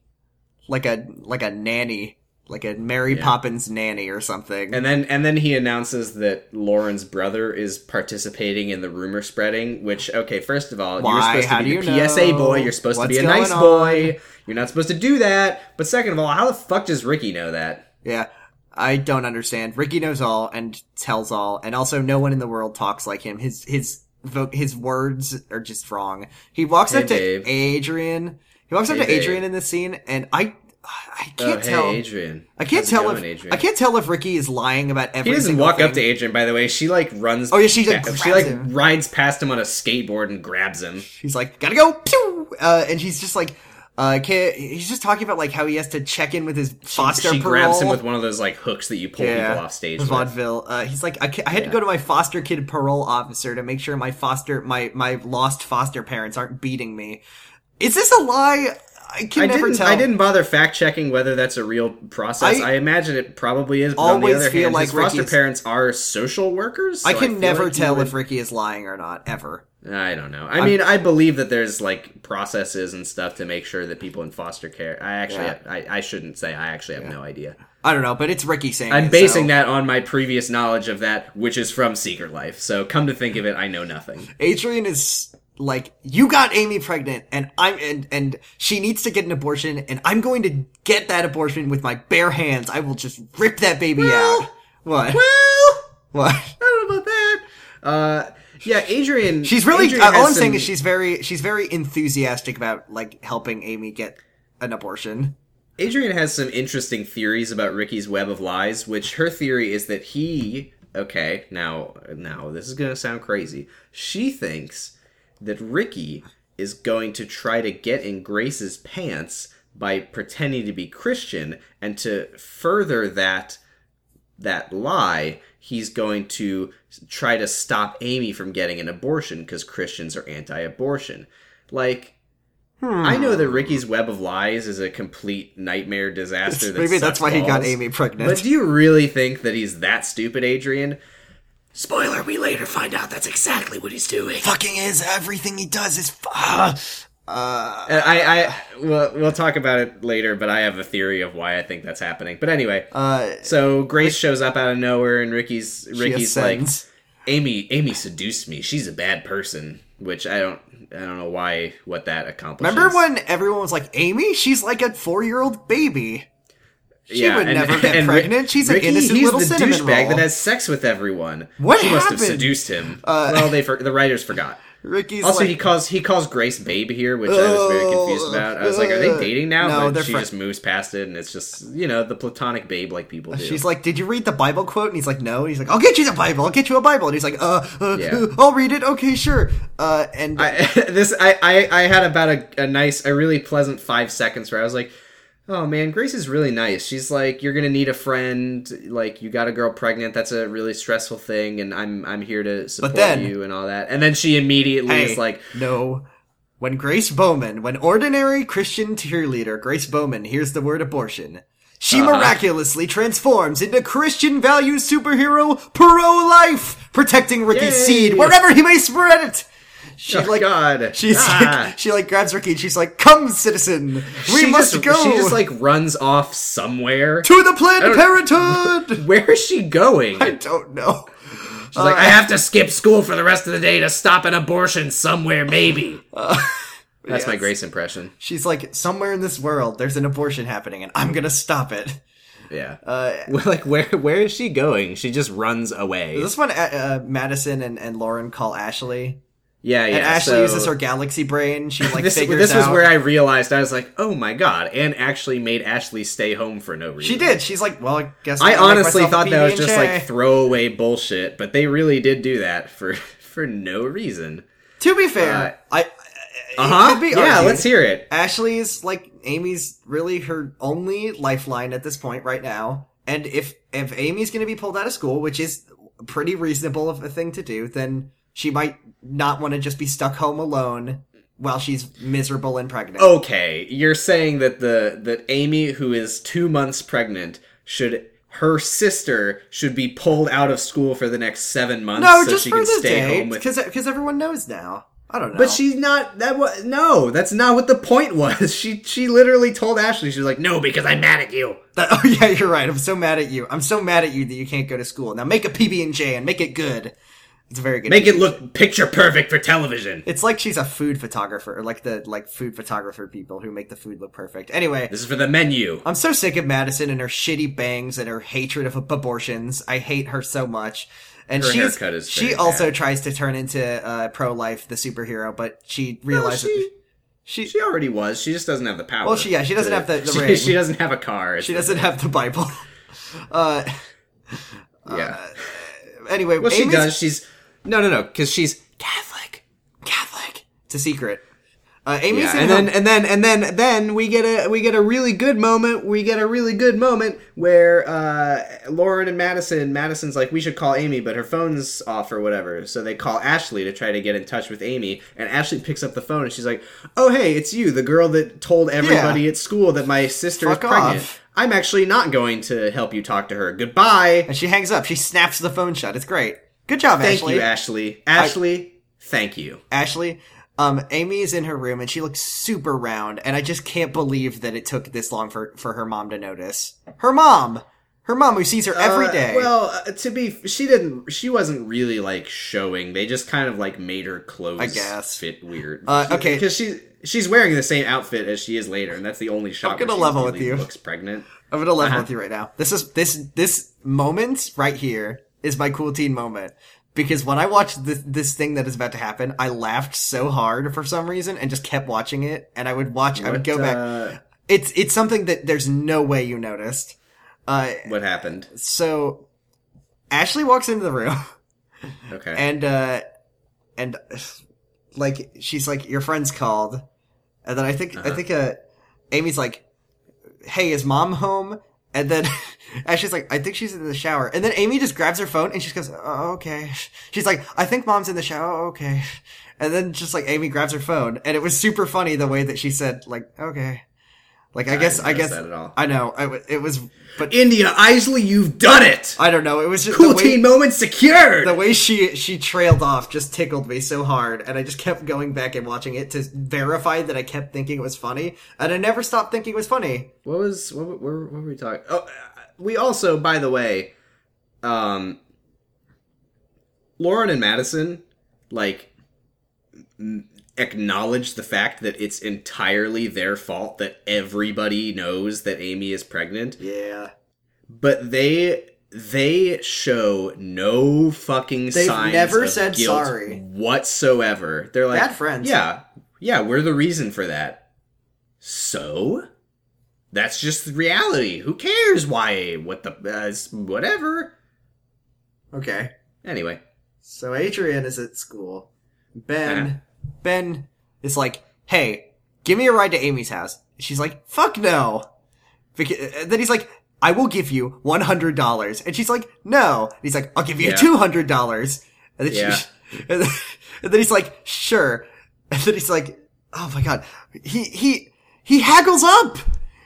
[SPEAKER 3] Like a like a nanny, like a Mary Poppins nanny or something.
[SPEAKER 2] and then and then he announces that Lauren's brother is participating in the rumor spreading. Which, okay, first of all,
[SPEAKER 3] Why?
[SPEAKER 2] you're supposed
[SPEAKER 3] How
[SPEAKER 2] to be
[SPEAKER 3] do
[SPEAKER 2] the
[SPEAKER 3] you
[SPEAKER 2] PSA
[SPEAKER 3] know?
[SPEAKER 2] boy. You're supposed
[SPEAKER 3] What's
[SPEAKER 2] to be a
[SPEAKER 3] going
[SPEAKER 2] nice
[SPEAKER 3] on?
[SPEAKER 2] boy. You're not supposed to do that. But second of all, how the fuck does Ricky know that?
[SPEAKER 3] yeah, I don't understand. Ricky knows all and tells all, and also no one in the world talks like him. His his vo- his words are just wrong. He walks
[SPEAKER 2] Hey,
[SPEAKER 3] up to
[SPEAKER 2] babe.
[SPEAKER 3] Adrian. He walks
[SPEAKER 2] Hey,
[SPEAKER 3] up to
[SPEAKER 2] babe.
[SPEAKER 3] Adrian in this scene, and I I
[SPEAKER 2] Oh,
[SPEAKER 3] can't
[SPEAKER 2] hey,
[SPEAKER 3] tell.
[SPEAKER 2] Adrian.
[SPEAKER 3] I can't
[SPEAKER 2] How's it
[SPEAKER 3] tell
[SPEAKER 2] going,
[SPEAKER 3] if
[SPEAKER 2] Adrian?
[SPEAKER 3] I can't tell if Ricky is lying about everything.
[SPEAKER 2] He doesn't walk up to Adrian, by the way. She like runs.
[SPEAKER 3] Oh, yeah, she, like,
[SPEAKER 2] pa-
[SPEAKER 3] grabs
[SPEAKER 2] she like
[SPEAKER 3] him.
[SPEAKER 2] rides past him on a skateboard and grabs him.
[SPEAKER 3] She's like, gotta go, pew! Uh, and he's just like, uh, can't, he's just talking about like how he has to check in with his foster
[SPEAKER 2] she
[SPEAKER 3] parole.
[SPEAKER 2] grabs him with one of those like hooks that you pull people off stage. With.
[SPEAKER 3] Vaudeville. Uh, he's like, I, ca- I had to go to my foster kid parole officer to make sure my foster, my my lost foster parents aren't beating me. Is this a lie? I can
[SPEAKER 2] I
[SPEAKER 3] never
[SPEAKER 2] didn't.
[SPEAKER 3] tell.
[SPEAKER 2] I didn't bother fact checking whether that's a real process.
[SPEAKER 3] I-
[SPEAKER 2] I, imagine it probably is. But on the
[SPEAKER 3] always
[SPEAKER 2] other
[SPEAKER 3] feel
[SPEAKER 2] hand,
[SPEAKER 3] like
[SPEAKER 2] his foster
[SPEAKER 3] Ricky's-
[SPEAKER 2] parents are social workers. so
[SPEAKER 3] I can
[SPEAKER 2] feel
[SPEAKER 3] never
[SPEAKER 2] like he
[SPEAKER 3] tell
[SPEAKER 2] would-
[SPEAKER 3] if Ricky is lying or not ever.
[SPEAKER 2] I don't know. I mean, I believe that there's like processes and stuff to make sure that people in foster care. I actually,
[SPEAKER 3] Yeah.
[SPEAKER 2] I, I shouldn't say. I actually have no idea.
[SPEAKER 3] I don't know, but it's Ricky saying.
[SPEAKER 2] I'm
[SPEAKER 3] it,
[SPEAKER 2] basing
[SPEAKER 3] so-
[SPEAKER 2] that on my previous knowledge of that, which is from Secret Life. So come to think of it, I know nothing.
[SPEAKER 3] Adrian is like, you got Amy pregnant, and I'm and and she needs to get an abortion, and I'm going to get that abortion with my bare hands. I will just rip that baby
[SPEAKER 2] Well-
[SPEAKER 3] out. What?
[SPEAKER 2] Well,
[SPEAKER 3] What?
[SPEAKER 2] I don't know about that. Uh, yeah, Adrian.
[SPEAKER 3] She's really.
[SPEAKER 2] Adrian
[SPEAKER 3] uh, all
[SPEAKER 2] has
[SPEAKER 3] I'm saying
[SPEAKER 2] some-
[SPEAKER 3] is she's very she's very enthusiastic about like helping Amy get an abortion.
[SPEAKER 2] Adrian has some interesting theories about Ricky's web of lies, which her theory is that he okay, now now this is going to sound crazy. She thinks that Ricky is going to try to get in Grace's pants by pretending to be Christian and to further that that lie, he's going to try to stop Amy from getting an abortion cuz Christians are anti-abortion. Like I know that Ricky's web of lies is a complete nightmare disaster. That
[SPEAKER 3] Maybe that's
[SPEAKER 2] sucks
[SPEAKER 3] why he got
[SPEAKER 2] balls.
[SPEAKER 3] Amy pregnant.
[SPEAKER 2] But do you really think that he's that stupid, Adrian?
[SPEAKER 4] Spoiler, we later find out that's exactly what he's doing.
[SPEAKER 3] fucking is everything he does is. ah, F-
[SPEAKER 2] Uh, I, I, I we'll, we'll talk about it later, but I have a theory of why I think that's happening. But anyway,
[SPEAKER 3] uh,
[SPEAKER 2] so Grace shows up out of nowhere, and Ricky's Ricky's like,
[SPEAKER 3] ascends.
[SPEAKER 2] Amy, Amy seduced me. She's a bad person, which I don't, I don't know why what that accomplishes.
[SPEAKER 3] remember when everyone was like, Amy? She's like a four year old baby. She
[SPEAKER 2] (laughs)
[SPEAKER 3] would never get
[SPEAKER 2] Ri-
[SPEAKER 3] pregnant. She's an innocent
[SPEAKER 2] he's
[SPEAKER 3] little
[SPEAKER 2] the
[SPEAKER 3] cinnamon
[SPEAKER 2] douchebag
[SPEAKER 3] roll.
[SPEAKER 2] that has sex with everyone.
[SPEAKER 3] What
[SPEAKER 2] she must have
[SPEAKER 3] happened? Uh,
[SPEAKER 2] seduced him. well,
[SPEAKER 3] (laughs)
[SPEAKER 2] they for, the writers forgot.
[SPEAKER 3] Ricky's
[SPEAKER 2] Also,
[SPEAKER 3] like, Oh,
[SPEAKER 2] he calls he calls Grace babe here, which I was very confused about. I was like, are they dating now?
[SPEAKER 3] No,
[SPEAKER 2] but
[SPEAKER 3] they're
[SPEAKER 2] she
[SPEAKER 3] fri-
[SPEAKER 2] just moves past it, and it's just you know the platonic babe like people do.
[SPEAKER 3] She's like, "Did you read the Bible quote?" And he's like, "No." And he's like, "I'll get you the Bible. I'll get you a Bible." And he's like, "Uh, uh
[SPEAKER 2] Yeah.
[SPEAKER 3] uh, I'll read it. Okay, sure." Uh, and
[SPEAKER 2] I, (laughs) this I, I I had about a, a nice a really pleasant five seconds where I was like, oh man, Grace is really nice. She's like, you're gonna need a friend. Like you got a girl pregnant. That's a really stressful thing, and I'm I'm here to support
[SPEAKER 3] then-
[SPEAKER 2] you and all that. And then she immediately
[SPEAKER 3] hey,
[SPEAKER 2] is like,
[SPEAKER 3] "No." When Grace Bowman, when ordinary Christian cheerleader Grace Bowman hears the word abortion, she
[SPEAKER 2] Uh-huh.
[SPEAKER 3] miraculously transforms into Christian value superhero pro life, protecting Ricky's
[SPEAKER 2] Yay!
[SPEAKER 3] seed wherever he may spread it. She
[SPEAKER 2] oh
[SPEAKER 3] like
[SPEAKER 2] God,
[SPEAKER 3] She's
[SPEAKER 2] Ah.
[SPEAKER 3] like, she like grabs Ricky and she's like, "Come, citizen, (laughs) we
[SPEAKER 2] She
[SPEAKER 3] must
[SPEAKER 2] just-
[SPEAKER 3] go."
[SPEAKER 2] She just like runs off somewhere.
[SPEAKER 3] to the Planned
[SPEAKER 2] don't-
[SPEAKER 3] Parenthood. (laughs)
[SPEAKER 2] Where is she going?
[SPEAKER 3] I don't know.
[SPEAKER 2] She's like, I have to skip school for the rest of the day to stop an abortion somewhere, maybe. That's my
[SPEAKER 3] yes.
[SPEAKER 2] Grace impression.
[SPEAKER 3] She's like, somewhere in this world, there's an abortion happening, and I'm gonna stop it.
[SPEAKER 2] Yeah. (laughs) Uh, like where where is she going? She just runs away.
[SPEAKER 3] This one, uh, uh, Madison and, and Lauren call Ashley,
[SPEAKER 2] Yeah, yeah.
[SPEAKER 3] and Ashley
[SPEAKER 2] so-
[SPEAKER 3] uses her galaxy brain. She
[SPEAKER 2] (laughs)
[SPEAKER 3] like
[SPEAKER 2] This,
[SPEAKER 3] figures
[SPEAKER 2] this was
[SPEAKER 3] out-
[SPEAKER 2] where I realized I was like, oh my god, and actually made Ashley stay home for no reason.
[SPEAKER 3] she did. She's like, well, I guess
[SPEAKER 2] I
[SPEAKER 3] I'll make
[SPEAKER 2] honestly
[SPEAKER 3] myself
[SPEAKER 2] thought
[SPEAKER 3] a
[SPEAKER 2] that was just
[SPEAKER 3] PB&J.
[SPEAKER 2] like throwaway bullshit, but they really did do that for (laughs) for no reason.
[SPEAKER 3] to be fair, I
[SPEAKER 2] Uh huh.
[SPEAKER 3] could be
[SPEAKER 2] Yeah,
[SPEAKER 3] argued.
[SPEAKER 2] let's hear it.
[SPEAKER 3] Ashley's like Amy's really her only lifeline at this point right now. And if if Amy's going to be pulled out of school, which is pretty reasonable of a thing to do, then she might not want to just be stuck home alone while she's miserable and pregnant.
[SPEAKER 2] okay, you're saying that the that Amy, who is two months pregnant, should her sister should be pulled out of school for the next seven months
[SPEAKER 3] no,
[SPEAKER 2] so
[SPEAKER 3] just
[SPEAKER 2] she
[SPEAKER 3] for
[SPEAKER 2] can
[SPEAKER 3] the
[SPEAKER 2] stay
[SPEAKER 3] day,
[SPEAKER 2] home with.
[SPEAKER 3] because everyone knows now. I don't know.
[SPEAKER 2] But she's not that was no, that's not what the point was. (laughs) She she literally told Ashley she was like, "No, because I'm mad at you."
[SPEAKER 3] That- (laughs) oh yeah, you're right. I'm so mad at you. I'm so mad at you that you can't go to school now. Make a PB and J and make it good. It's a very good.
[SPEAKER 2] Make it look picture perfect for television.
[SPEAKER 3] It's like she's a food photographer, or like the like food photographer people who make the food look perfect. Anyway,
[SPEAKER 2] This is for the menu.
[SPEAKER 3] I'm so sick of Madison and her shitty bangs and her hatred of abortions. I hate her so much. And
[SPEAKER 2] Her
[SPEAKER 3] she's
[SPEAKER 2] haircut is
[SPEAKER 3] she
[SPEAKER 2] very
[SPEAKER 3] also
[SPEAKER 2] bad.
[SPEAKER 3] tries to turn into uh, pro life, the superhero, but she realizes
[SPEAKER 2] she-
[SPEAKER 3] she,
[SPEAKER 2] She already was. She just doesn't have the power.
[SPEAKER 3] Well, she- yeah, she doesn't
[SPEAKER 2] to-
[SPEAKER 3] have the-
[SPEAKER 2] (laughs)
[SPEAKER 3] the
[SPEAKER 2] she,
[SPEAKER 3] ring.
[SPEAKER 2] she doesn't have a car.
[SPEAKER 3] she doesn't have the Bible. (laughs) Uh,
[SPEAKER 2] Yeah.
[SPEAKER 3] anyway,
[SPEAKER 2] well, she
[SPEAKER 3] uh, Amy's-
[SPEAKER 2] does. She's no, no, no, because she's Catholic.
[SPEAKER 3] Catholic. It's a secret. Uh, Amy's
[SPEAKER 2] Yeah,
[SPEAKER 3] in
[SPEAKER 2] and
[SPEAKER 3] her-
[SPEAKER 2] then and then and then then we get a we get a really good moment. We get a really good moment where uh, Lauren and Madison. Madison's like, we should call Amy, but her phone's off or whatever. So they call Ashley to try to get in touch with Amy, and Ashley picks up the phone and she's like, "Oh hey, it's you, the girl that told everybody at school that my sister
[SPEAKER 3] Fuck
[SPEAKER 2] is pregnant.
[SPEAKER 3] off.
[SPEAKER 2] I'm actually not going to help you talk to her. Goodbye.
[SPEAKER 3] and she hangs up. She snaps the phone shut. It's great. Good job,
[SPEAKER 2] Thank
[SPEAKER 3] Ashley.
[SPEAKER 2] you, Ashley. Ashley, thank you."
[SPEAKER 3] Ashley. Um, Amy is in her room and she looks super round, and I just can't believe that it took this long for, for her mom to notice. Her mom! Her mom who sees her every
[SPEAKER 2] Uh,
[SPEAKER 3] day.
[SPEAKER 2] well, uh, to be, she didn't. She wasn't really like showing. They just kind of like made her clothes.
[SPEAKER 3] I guess.
[SPEAKER 2] fit weird.
[SPEAKER 3] Uh, okay.
[SPEAKER 2] because she she's wearing the same outfit as she is later, and that's the only shot.
[SPEAKER 3] gonna
[SPEAKER 2] where she
[SPEAKER 3] level
[SPEAKER 2] really
[SPEAKER 3] with you.
[SPEAKER 2] Looks pregnant.
[SPEAKER 3] I'm gonna level
[SPEAKER 2] Uh-huh.
[SPEAKER 3] with you right now. This is this this moment right here is my cool teen moment. Because when I watched this, this thing that is about to happen, I laughed so hard for some reason and just kept watching it. And I would watch, I would
[SPEAKER 2] What,
[SPEAKER 3] go
[SPEAKER 2] uh,
[SPEAKER 3] back. It's it's something that there's no way you noticed. Uh,
[SPEAKER 2] What happened?
[SPEAKER 3] so Ashley walks into the room. (laughs)
[SPEAKER 2] Okay.
[SPEAKER 3] and uh and (sighs) like she's like your friend's called and then i think i think uh amy's like hey is mom home and then (laughs) Ashley's like, I think she's in the shower. And then Amy just grabs her phone and she goes, oh, okay. (laughs) She's like, I think mom's in the shower. Oh, okay. (laughs) And then just like Amy grabs her phone. And it was super funny the way that she said, like, okay. Like, I guess,
[SPEAKER 2] didn't
[SPEAKER 3] I
[SPEAKER 2] notice
[SPEAKER 3] guess,
[SPEAKER 2] that at all.
[SPEAKER 3] I know. I w- it was, but
[SPEAKER 2] India Isley, you've done it.
[SPEAKER 3] I don't know. It was just
[SPEAKER 2] cool
[SPEAKER 3] the way-
[SPEAKER 2] teen moment secured.
[SPEAKER 3] the way she she trailed off just tickled me so hard and i just kept going back and watching it to verify that i kept thinking it was funny and i never stopped thinking it was funny
[SPEAKER 2] what was what, what, were- what were we talking? Oh, uh, we also, by the way, um, Lauren and Madison, like m- acknowledge the fact that it's entirely their fault that everybody knows that Amy is pregnant,
[SPEAKER 3] Yeah.
[SPEAKER 2] but they they show no fucking
[SPEAKER 3] They've
[SPEAKER 2] signs
[SPEAKER 3] never
[SPEAKER 2] of
[SPEAKER 3] said
[SPEAKER 2] guilt
[SPEAKER 3] sorry.
[SPEAKER 2] whatsoever. They're like
[SPEAKER 3] Bad friends.
[SPEAKER 2] Yeah, yeah, we're the reason for that. So that's just reality. Who cares why? What the uh, it's whatever.
[SPEAKER 3] Okay.
[SPEAKER 2] Anyway,
[SPEAKER 3] So Adrian is at school. Ben,
[SPEAKER 2] Eh.
[SPEAKER 3] Ben is like, "Hey, give me a ride to Amy's house." She's like, "Fuck no." Beca- uh, then he's like, "I will give you one hundred dollars," and she's like, "No." And he's like, "I'll give you
[SPEAKER 2] Yeah.
[SPEAKER 3] two hundred dollars," and then she-
[SPEAKER 2] Yeah.
[SPEAKER 3] (laughs) and then- and then he's like, "Sure," and then he's like, "Oh my god," he he he haggles up.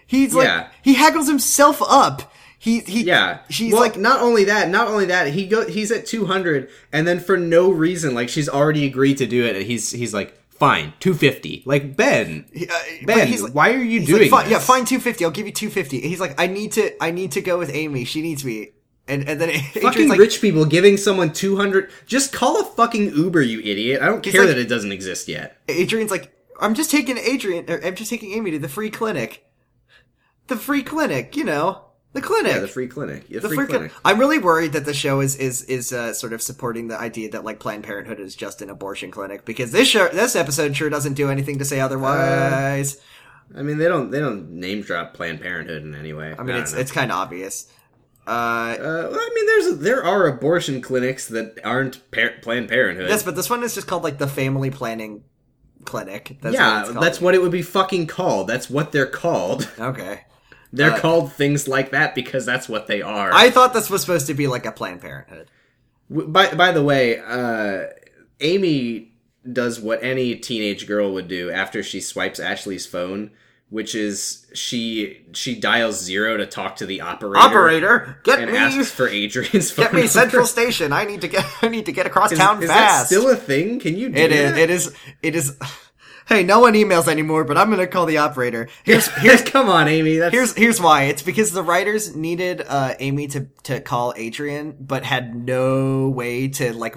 [SPEAKER 3] He's like,
[SPEAKER 2] Yeah.
[SPEAKER 3] he haggles himself up. He he
[SPEAKER 2] Yeah,
[SPEAKER 3] She's
[SPEAKER 2] Well,
[SPEAKER 3] like, uh,
[SPEAKER 2] not only that, not only that, he go he's at two hundred, and then for no reason, like she's already agreed to do it, and he's he's like, fine, two fifty. Like Ben,
[SPEAKER 3] he- uh, but
[SPEAKER 2] Ben,
[SPEAKER 3] he's like-
[SPEAKER 2] why are you
[SPEAKER 3] He's
[SPEAKER 2] doing
[SPEAKER 3] like, "Fine-
[SPEAKER 2] this?
[SPEAKER 3] yeah, fine, two fifty. I'll give you two fifty. He's like, I need to, I need to go with Amy. She needs me. And and then (laughs)
[SPEAKER 2] Fucking
[SPEAKER 3] Adrian's like,
[SPEAKER 2] rich people giving someone two hundred. Just call a fucking Uber, you idiot. I don't
[SPEAKER 3] He's
[SPEAKER 2] care
[SPEAKER 3] like-
[SPEAKER 2] that it doesn't exist yet.
[SPEAKER 3] Adrian's like, I'm just taking Adrian, or I'm just taking Amy to the free clinic, the free clinic. You know, the clinic.
[SPEAKER 2] Yeah, the free clinic. Yeah,
[SPEAKER 3] The
[SPEAKER 2] free
[SPEAKER 3] free
[SPEAKER 2] clinic.
[SPEAKER 3] clinic. I'm really worried that the show is is is uh, sort of supporting the idea that like Planned Parenthood is just an abortion clinic because this show this episode sure doesn't do anything to say
[SPEAKER 2] Uh,
[SPEAKER 3] otherwise.
[SPEAKER 2] I mean, they don't they don't name drop Planned Parenthood in any way.
[SPEAKER 3] I mean, it's
[SPEAKER 2] don't know.
[SPEAKER 3] it's kind of obvious. Uh,
[SPEAKER 2] Uh, well, I mean, there's there are abortion clinics that aren't par- Planned Parenthood.
[SPEAKER 3] Yes, but this one is just called like the family planning clinic. That's
[SPEAKER 2] yeah,
[SPEAKER 3] what it's
[SPEAKER 2] that's
[SPEAKER 3] called.
[SPEAKER 2] what it would be fucking called. That's what they're called. (laughs)
[SPEAKER 3] Okay,
[SPEAKER 2] They're
[SPEAKER 3] Uh,
[SPEAKER 2] called things like that because that's what they are.
[SPEAKER 3] I thought this was supposed to be like a Planned Parenthood.
[SPEAKER 2] W- by by the way, uh, Amy does what any teenage girl would do after she swipes Ashley's phone, which is she she dials zero to talk to the operator,
[SPEAKER 3] Operator, get
[SPEAKER 2] and
[SPEAKER 3] me,
[SPEAKER 2] asks for Adrian's phone.
[SPEAKER 3] (laughs) get me
[SPEAKER 2] number.
[SPEAKER 3] Central Station. I need to get, I need to get across
[SPEAKER 2] Is,
[SPEAKER 3] town
[SPEAKER 2] is that
[SPEAKER 3] fast.
[SPEAKER 2] still a thing? Can you do
[SPEAKER 3] It is.
[SPEAKER 2] that?
[SPEAKER 3] It is. It is. (sighs) Hey, no one emails anymore, but I'm gonna call the operator.
[SPEAKER 2] (laughs)
[SPEAKER 3] Here's here's
[SPEAKER 2] Come on, Amy. That's
[SPEAKER 3] here's here's why. It's because the writers needed uh, Amy to to call Adrian, but had no way to like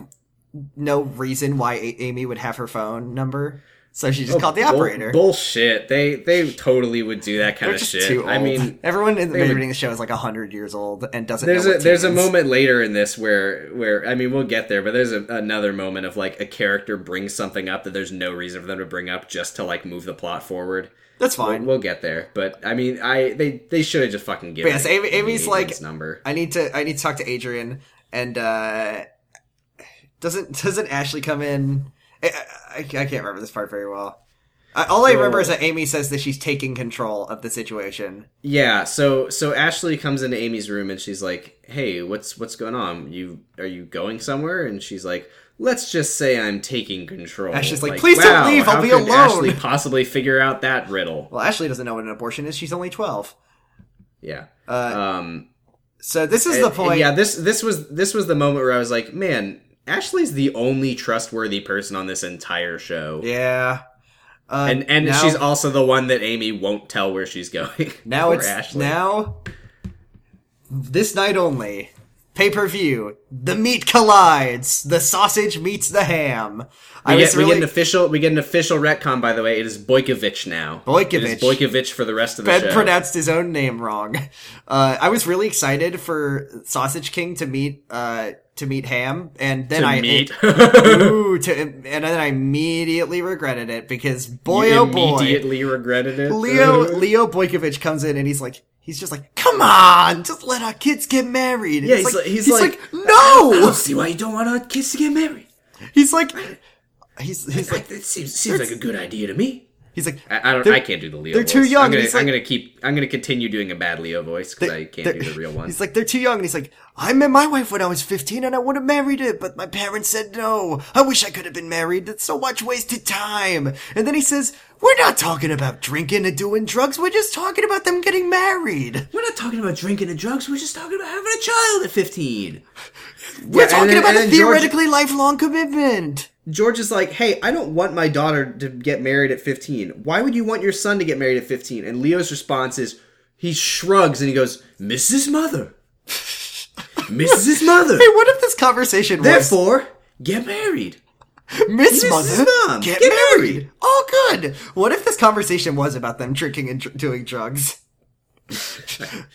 [SPEAKER 3] no reason why A- Amy would have her phone number. So she just called the
[SPEAKER 2] oh, bull-
[SPEAKER 3] operator.
[SPEAKER 2] bullshit. They they totally would do that kind
[SPEAKER 3] They're
[SPEAKER 2] of
[SPEAKER 3] just
[SPEAKER 2] shit.
[SPEAKER 3] too old.
[SPEAKER 2] I mean,
[SPEAKER 3] everyone in the
[SPEAKER 2] would-
[SPEAKER 3] reading the show is like hundred years old and doesn't.
[SPEAKER 2] there's
[SPEAKER 3] know
[SPEAKER 2] a
[SPEAKER 3] what
[SPEAKER 2] there's a
[SPEAKER 3] teen is.
[SPEAKER 2] moment later in this where where I mean we'll get there, but there's a, another moment of like a character brings something up that there's no reason for them to bring up just to like move the plot forward.
[SPEAKER 3] That's
[SPEAKER 2] We'll,
[SPEAKER 3] fine.
[SPEAKER 2] we'll get there, but I mean I they they should have just fucking given.
[SPEAKER 3] But yes, Amy- Amy's
[SPEAKER 2] Adrian's
[SPEAKER 3] like-
[SPEAKER 2] number.
[SPEAKER 3] I need to I need to talk to Adrian and uh doesn't doesn't Ashley come in? I, I, I can't remember this part very well. I, all I remember is that Amy says that she's taking control of the situation.
[SPEAKER 2] Yeah, so so Ashley comes into Amy's room and she's like, "Hey, what's what's going on? You are you going somewhere?" And she's like, "Let's just say I'm taking control."
[SPEAKER 3] Ashley's like, "Please don't leave, I'll
[SPEAKER 2] how
[SPEAKER 3] be
[SPEAKER 2] could
[SPEAKER 3] alone."
[SPEAKER 2] Ashley possibly figure out that riddle.
[SPEAKER 3] Well, Ashley doesn't know what an abortion is. She's only twelve.
[SPEAKER 2] Yeah.
[SPEAKER 3] Uh,
[SPEAKER 2] Um
[SPEAKER 3] so this is the
[SPEAKER 2] And-
[SPEAKER 3] point.
[SPEAKER 2] and yeah, this this was this was the moment where I was like, man, Ashley's the only trustworthy person on this entire show.
[SPEAKER 3] Yeah. Uh,
[SPEAKER 2] And and
[SPEAKER 3] now-
[SPEAKER 2] she's also the one that Amy won't tell where she's going. (laughs)
[SPEAKER 3] Now
[SPEAKER 2] Poor
[SPEAKER 3] it's now this night only. Pay per view. The meat collides. The sausage meets the ham. I
[SPEAKER 2] we
[SPEAKER 3] was
[SPEAKER 2] get, we get
[SPEAKER 3] really
[SPEAKER 2] an official we get an official retcon by the way. It is Boykovich now. It is
[SPEAKER 3] Boykovich.
[SPEAKER 2] Boykovich for the rest of the
[SPEAKER 3] Ben
[SPEAKER 2] show.
[SPEAKER 3] pronounced his own name wrong. Uh, I was really excited for Sausage King to meet uh, to meet Ham, and then
[SPEAKER 2] to
[SPEAKER 3] I
[SPEAKER 2] meet.
[SPEAKER 3] (laughs) Ooh, to, and then I immediately regretted it because boy oh boy,
[SPEAKER 2] immediately regretted it. Uh,
[SPEAKER 3] Leo Leo Boykovich comes in and he's like he's just like come on, just let our kids get married. And
[SPEAKER 2] Yeah,
[SPEAKER 3] it's
[SPEAKER 2] he's like- he's like, I
[SPEAKER 3] no,
[SPEAKER 4] don't see why you don't want our kids to get married.
[SPEAKER 3] (laughs) he's like he's he's like
[SPEAKER 2] (laughs)
[SPEAKER 4] Like that seems seems like a good idea to me.
[SPEAKER 3] he's like
[SPEAKER 2] I, I don't.
[SPEAKER 3] They're-
[SPEAKER 2] I can't do the Leo.
[SPEAKER 3] they're
[SPEAKER 2] voice.
[SPEAKER 3] too young,
[SPEAKER 2] I'm gonna,
[SPEAKER 3] and he's like-
[SPEAKER 2] I'm gonna keep. I'm gonna continue doing a bad Leo voice because I can't
[SPEAKER 3] they're-
[SPEAKER 2] do the real one.
[SPEAKER 3] (laughs) He's like, they're too young. And he's like, I met my wife when I was 15 and I would have married her, but my parents said no. I wish I could have been married. That's so much wasted time. And then he says, we're not talking about drinking and doing drugs. We're just talking about them getting married.
[SPEAKER 4] We're not talking about drinking and drugs. We're just talking about having a child at fifteen.
[SPEAKER 3] We're
[SPEAKER 2] and
[SPEAKER 3] talking
[SPEAKER 2] then-
[SPEAKER 3] about
[SPEAKER 2] and
[SPEAKER 3] a
[SPEAKER 2] then George-
[SPEAKER 3] theoretically lifelong commitment.
[SPEAKER 2] George is like, hey, I don't want my daughter to get married at 15. Why would you want your son to get married at 15? And Leo's response is, he shrugs and he goes, (laughs)
[SPEAKER 4] Mrs. Mother. Mrs. Mother.
[SPEAKER 3] Hey, what if this conversation was,
[SPEAKER 2] therefore,
[SPEAKER 4] Get married.
[SPEAKER 3] Miss
[SPEAKER 2] Mrs.
[SPEAKER 3] Mother,
[SPEAKER 2] Mom,
[SPEAKER 3] get,
[SPEAKER 2] get
[SPEAKER 3] married.
[SPEAKER 2] married.
[SPEAKER 3] All good. What if this conversation was about them drinking and dr-
[SPEAKER 2] (laughs)
[SPEAKER 3] doing drugs?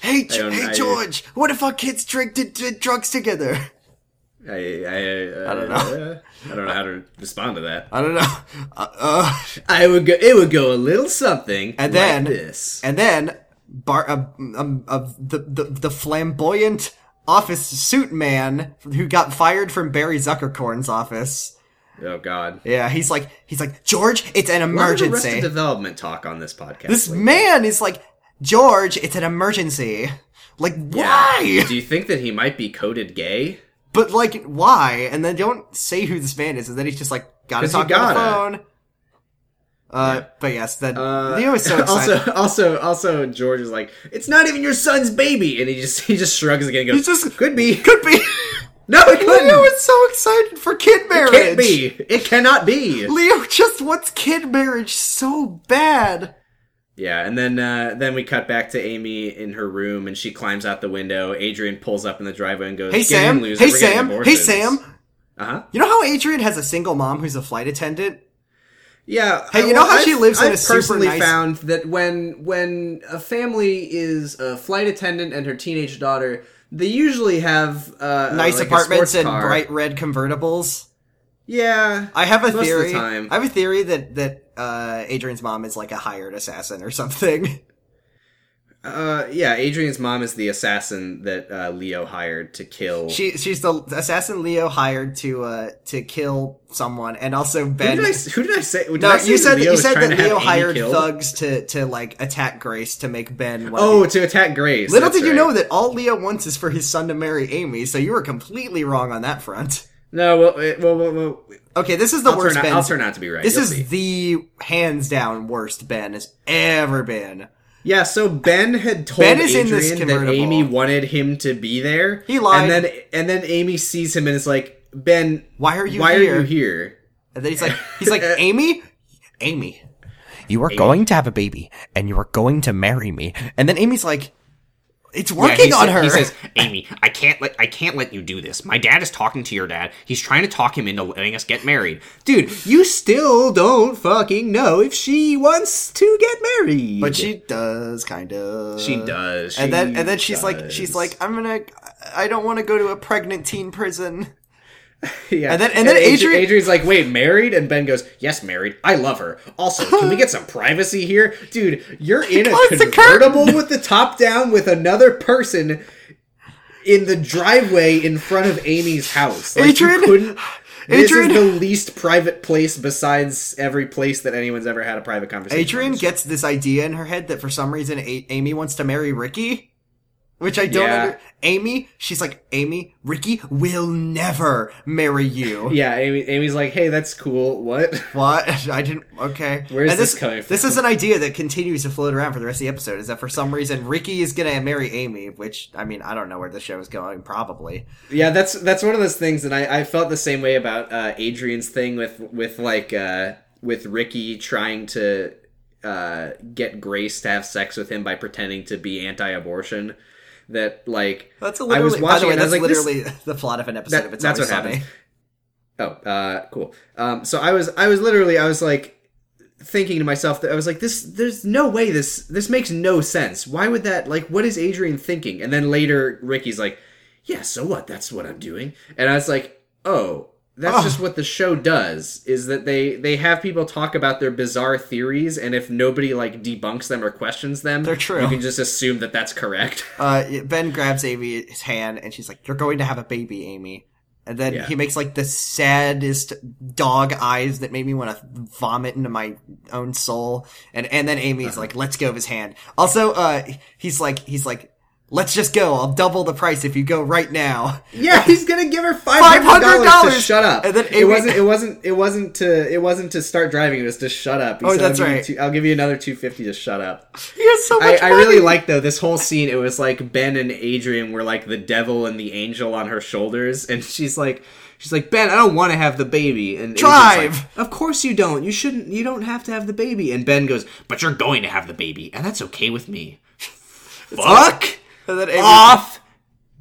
[SPEAKER 3] hey, Jo-
[SPEAKER 2] don't-
[SPEAKER 3] hey,
[SPEAKER 2] I-
[SPEAKER 3] George. What if our kids drink did did drugs together? (laughs)
[SPEAKER 2] I, I, I,
[SPEAKER 3] don't know.
[SPEAKER 2] uh, I don't know how to respond to that.
[SPEAKER 3] I don't know. Uh, uh,
[SPEAKER 2] I would go. It would go a little something like
[SPEAKER 3] and then
[SPEAKER 2] this.
[SPEAKER 3] and then bar uh, um, uh, the, the the flamboyant office suit man who got fired from Barry Zuckercorn's office.
[SPEAKER 2] oh God.
[SPEAKER 3] Yeah, he's like he's like George. It's an
[SPEAKER 2] Emergency.
[SPEAKER 3] emergency.
[SPEAKER 2] Arrested development talk on this podcast.
[SPEAKER 3] This
[SPEAKER 2] lately?
[SPEAKER 3] man is like, George, it's an emergency. Like,
[SPEAKER 2] Yeah.
[SPEAKER 3] why?
[SPEAKER 2] Do you think that he might be coded gay?
[SPEAKER 3] But like, why? And then don't say who this man is, and then he's just like, gotta
[SPEAKER 2] 'Cause
[SPEAKER 3] talk
[SPEAKER 2] you
[SPEAKER 3] on the
[SPEAKER 2] gotta.
[SPEAKER 3] phone. Uh, but yes, then
[SPEAKER 2] Uh, (laughs)
[SPEAKER 3] he was so excited.
[SPEAKER 2] also, also, also, George is like, "It's not even your son's baby," and he just (laughs) he just shrugs again. And goes,
[SPEAKER 3] He's just-
[SPEAKER 2] "Could be,
[SPEAKER 3] (laughs) (laughs) could be.
[SPEAKER 2] no, it couldn't.
[SPEAKER 3] (laughs) Leo is so excited for kid marriage.
[SPEAKER 2] Can't be. It cannot be."
[SPEAKER 3] Leo just wants kid marriage so bad.
[SPEAKER 2] Yeah, and then uh, then we cut back to Amy in her room, and she climbs out the window. Adrian pulls up in the driveway and goes,
[SPEAKER 3] Hey
[SPEAKER 2] "Get
[SPEAKER 3] Sam.
[SPEAKER 2] in, loser.
[SPEAKER 3] Hey
[SPEAKER 2] We're getting
[SPEAKER 3] Sam. Hey
[SPEAKER 2] abortions."
[SPEAKER 3] Sam.
[SPEAKER 2] Uh-huh.
[SPEAKER 3] You know how Adrian has a single mom who's a flight attendant?
[SPEAKER 2] Yeah.
[SPEAKER 3] Hey,
[SPEAKER 2] I-
[SPEAKER 3] you know how
[SPEAKER 2] I've-
[SPEAKER 3] she lives in
[SPEAKER 2] I've
[SPEAKER 3] a super
[SPEAKER 2] personally
[SPEAKER 3] nice-
[SPEAKER 2] found that when when a family is a flight attendant and her teenage daughter, they usually have uh,
[SPEAKER 3] Nice
[SPEAKER 2] like a
[SPEAKER 3] apartments
[SPEAKER 2] sports
[SPEAKER 3] and
[SPEAKER 2] car.
[SPEAKER 3] bright red convertibles.
[SPEAKER 2] Yeah.
[SPEAKER 3] I have
[SPEAKER 2] Most
[SPEAKER 3] a
[SPEAKER 2] of the
[SPEAKER 3] theory.
[SPEAKER 2] time.
[SPEAKER 3] I have a theory that that uh, Adrian's mom is like a hired assassin or (laughs) something.
[SPEAKER 2] Uh, yeah. Adrian's mom is the assassin that uh, Leo hired to kill.
[SPEAKER 3] she she's the assassin Leo hired to uh, to kill someone, and also
[SPEAKER 2] who
[SPEAKER 3] Ben.
[SPEAKER 2] did I s- who did I say? Did
[SPEAKER 3] no,
[SPEAKER 2] I say
[SPEAKER 3] you
[SPEAKER 2] that
[SPEAKER 3] said
[SPEAKER 2] Leo
[SPEAKER 3] you
[SPEAKER 2] was
[SPEAKER 3] said
[SPEAKER 2] trying
[SPEAKER 3] that
[SPEAKER 2] to have
[SPEAKER 3] Leo
[SPEAKER 2] Amy
[SPEAKER 3] hired
[SPEAKER 2] killed?
[SPEAKER 3] thugs to to like attack Grace to make Ben. one of
[SPEAKER 2] Oh,
[SPEAKER 3] the-
[SPEAKER 2] to attack Grace.
[SPEAKER 3] little
[SPEAKER 2] that's
[SPEAKER 3] did you
[SPEAKER 2] right.
[SPEAKER 3] know that all Leo wants is for his son to marry Amy. So you were completely wrong on that front.
[SPEAKER 2] No, well, it- well, well, well
[SPEAKER 3] Okay, this is the
[SPEAKER 2] I'll,
[SPEAKER 3] worst
[SPEAKER 2] turn out,
[SPEAKER 3] Ben.
[SPEAKER 2] I'll turn out to be right.
[SPEAKER 3] this
[SPEAKER 2] You'll
[SPEAKER 3] is
[SPEAKER 2] see.
[SPEAKER 3] the hands down worst Ben has ever been.
[SPEAKER 2] yeah. So Ben had told
[SPEAKER 3] Ben is in this
[SPEAKER 2] Adrian that
[SPEAKER 3] convertible.
[SPEAKER 2] Amy wanted him to be there.
[SPEAKER 3] He lied.
[SPEAKER 2] and then and then Amy sees him and is like, "Ben,
[SPEAKER 3] Why are you
[SPEAKER 2] why
[SPEAKER 3] here?"
[SPEAKER 2] are you here?"
[SPEAKER 3] And then he's like, he's like, Amy, Amy, you are going to have a baby, and you are going to marry me. And then Amy's like, it's working
[SPEAKER 4] he
[SPEAKER 3] on
[SPEAKER 4] sa-
[SPEAKER 3] her. (laughs)
[SPEAKER 4] He says, "Amy, I can't let I can't let you do this. My dad is talking to your dad. He's trying to talk him into letting us get married, dude.
[SPEAKER 2] You still don't fucking know if she wants to get married,
[SPEAKER 3] but she does kind of.
[SPEAKER 2] she does.
[SPEAKER 3] And then
[SPEAKER 2] She
[SPEAKER 3] and then she's like, she's
[SPEAKER 2] does.
[SPEAKER 3] like, I'm gonna, I don't want to go to a pregnant teen prison.
[SPEAKER 2] yeah.
[SPEAKER 3] and then- and then
[SPEAKER 2] Adri-
[SPEAKER 3] Adrian-
[SPEAKER 2] Adrian's like, "Wait, married?" And Ben goes, "Yes, married. I love her. Also, can we get some privacy here, dude? You're in a
[SPEAKER 3] closed the
[SPEAKER 2] convertible with the top down with another person." In the driveway in front of Amy's house. Like, you
[SPEAKER 3] Adrian-
[SPEAKER 2] couldn't- this is
[SPEAKER 3] Adrian-
[SPEAKER 2] the least private place besides every place that anyone's ever had a private conversation.
[SPEAKER 3] Adrian
[SPEAKER 2] on.
[SPEAKER 3] gets this idea in her head that for some reason a- Amy wants to marry Ricky, which I don't.
[SPEAKER 2] Yeah.
[SPEAKER 3] Under- Amy, she's like, Amy, Ricky will never marry you.
[SPEAKER 2] Yeah, Amy, Amy's like, hey, that's cool. What? (laughs)
[SPEAKER 3] What? (laughs) I didn't. Okay.
[SPEAKER 2] Where is
[SPEAKER 3] And
[SPEAKER 2] this coming from?
[SPEAKER 3] This is an idea that continues to float around for the rest of the episode. Is that for some reason Ricky is gonna marry Amy? Which I mean, I don't know where the show is going. Probably.
[SPEAKER 2] Yeah, that's that's one of those things, and I, I felt the same way about uh, Adrian's thing with with like uh, with Ricky trying to uh, get Grace to have sex with him by pretending to be anti-abortion. That like
[SPEAKER 3] That's
[SPEAKER 2] I
[SPEAKER 3] a literally.
[SPEAKER 2] was
[SPEAKER 3] by the
[SPEAKER 2] watching
[SPEAKER 3] way,
[SPEAKER 2] and I
[SPEAKER 3] that's
[SPEAKER 2] was like, this-
[SPEAKER 3] literally (laughs) the plot of an episode
[SPEAKER 2] That-
[SPEAKER 3] of It's
[SPEAKER 2] that's
[SPEAKER 3] Always
[SPEAKER 2] what
[SPEAKER 3] Sunny.
[SPEAKER 2] happens. Oh, uh, cool. Um, so I was, I was literally, I was like thinking to myself that I was like, this, there's no way this, this makes no sense. Why would that, like, what is Adrian thinking? And then later, Ricky's like, yeah, so what? That's what I'm doing. And I was like, oh, that's
[SPEAKER 3] Oh.
[SPEAKER 2] just what the show does is that they, they have people talk about their bizarre theories. And if nobody like debunks them or questions them,
[SPEAKER 3] They're true.
[SPEAKER 2] You can just assume that that's correct. (laughs)
[SPEAKER 3] Uh, ben grabs Amy's hand and she's like, "You're going to have a baby, Amy." And then
[SPEAKER 2] Yeah.
[SPEAKER 3] he makes like the saddest dog eyes that made me want to vomit into my own soul. And and then Amy's
[SPEAKER 2] Uh-huh.
[SPEAKER 3] like, "Let's go of his hand." Also, uh, he's like, he's like, "Let's just go. I'll double the price if you go right now." (laughs)
[SPEAKER 2] Yeah, (laughs) he's gonna give her five hundred dollars to
[SPEAKER 3] $500.
[SPEAKER 2] shut up.
[SPEAKER 3] And then Amy-
[SPEAKER 2] it wasn't. It wasn't. It wasn't to. It wasn't to start driving. It was to shut up. He
[SPEAKER 3] Oh,
[SPEAKER 2] said,
[SPEAKER 3] that's
[SPEAKER 2] I'll give you
[SPEAKER 3] right.
[SPEAKER 2] two- I'll give you another two fifty to shut
[SPEAKER 3] (laughs)
[SPEAKER 2] up.
[SPEAKER 3] He has so
[SPEAKER 2] I,
[SPEAKER 3] much
[SPEAKER 2] I
[SPEAKER 3] money.
[SPEAKER 2] really like though this whole scene. It was like Ben and Adrian were like the devil and the angel on her shoulders, and (laughs) she's like, she's like Ben, I don't want to have the baby. And Adrian's like,
[SPEAKER 3] Drive.
[SPEAKER 2] of course you don't. You shouldn't. You don't have to have the baby. And Ben goes,
[SPEAKER 4] But you're going to have the baby, and that's okay with me."
[SPEAKER 2] fuck
[SPEAKER 3] And then Amy,
[SPEAKER 2] off,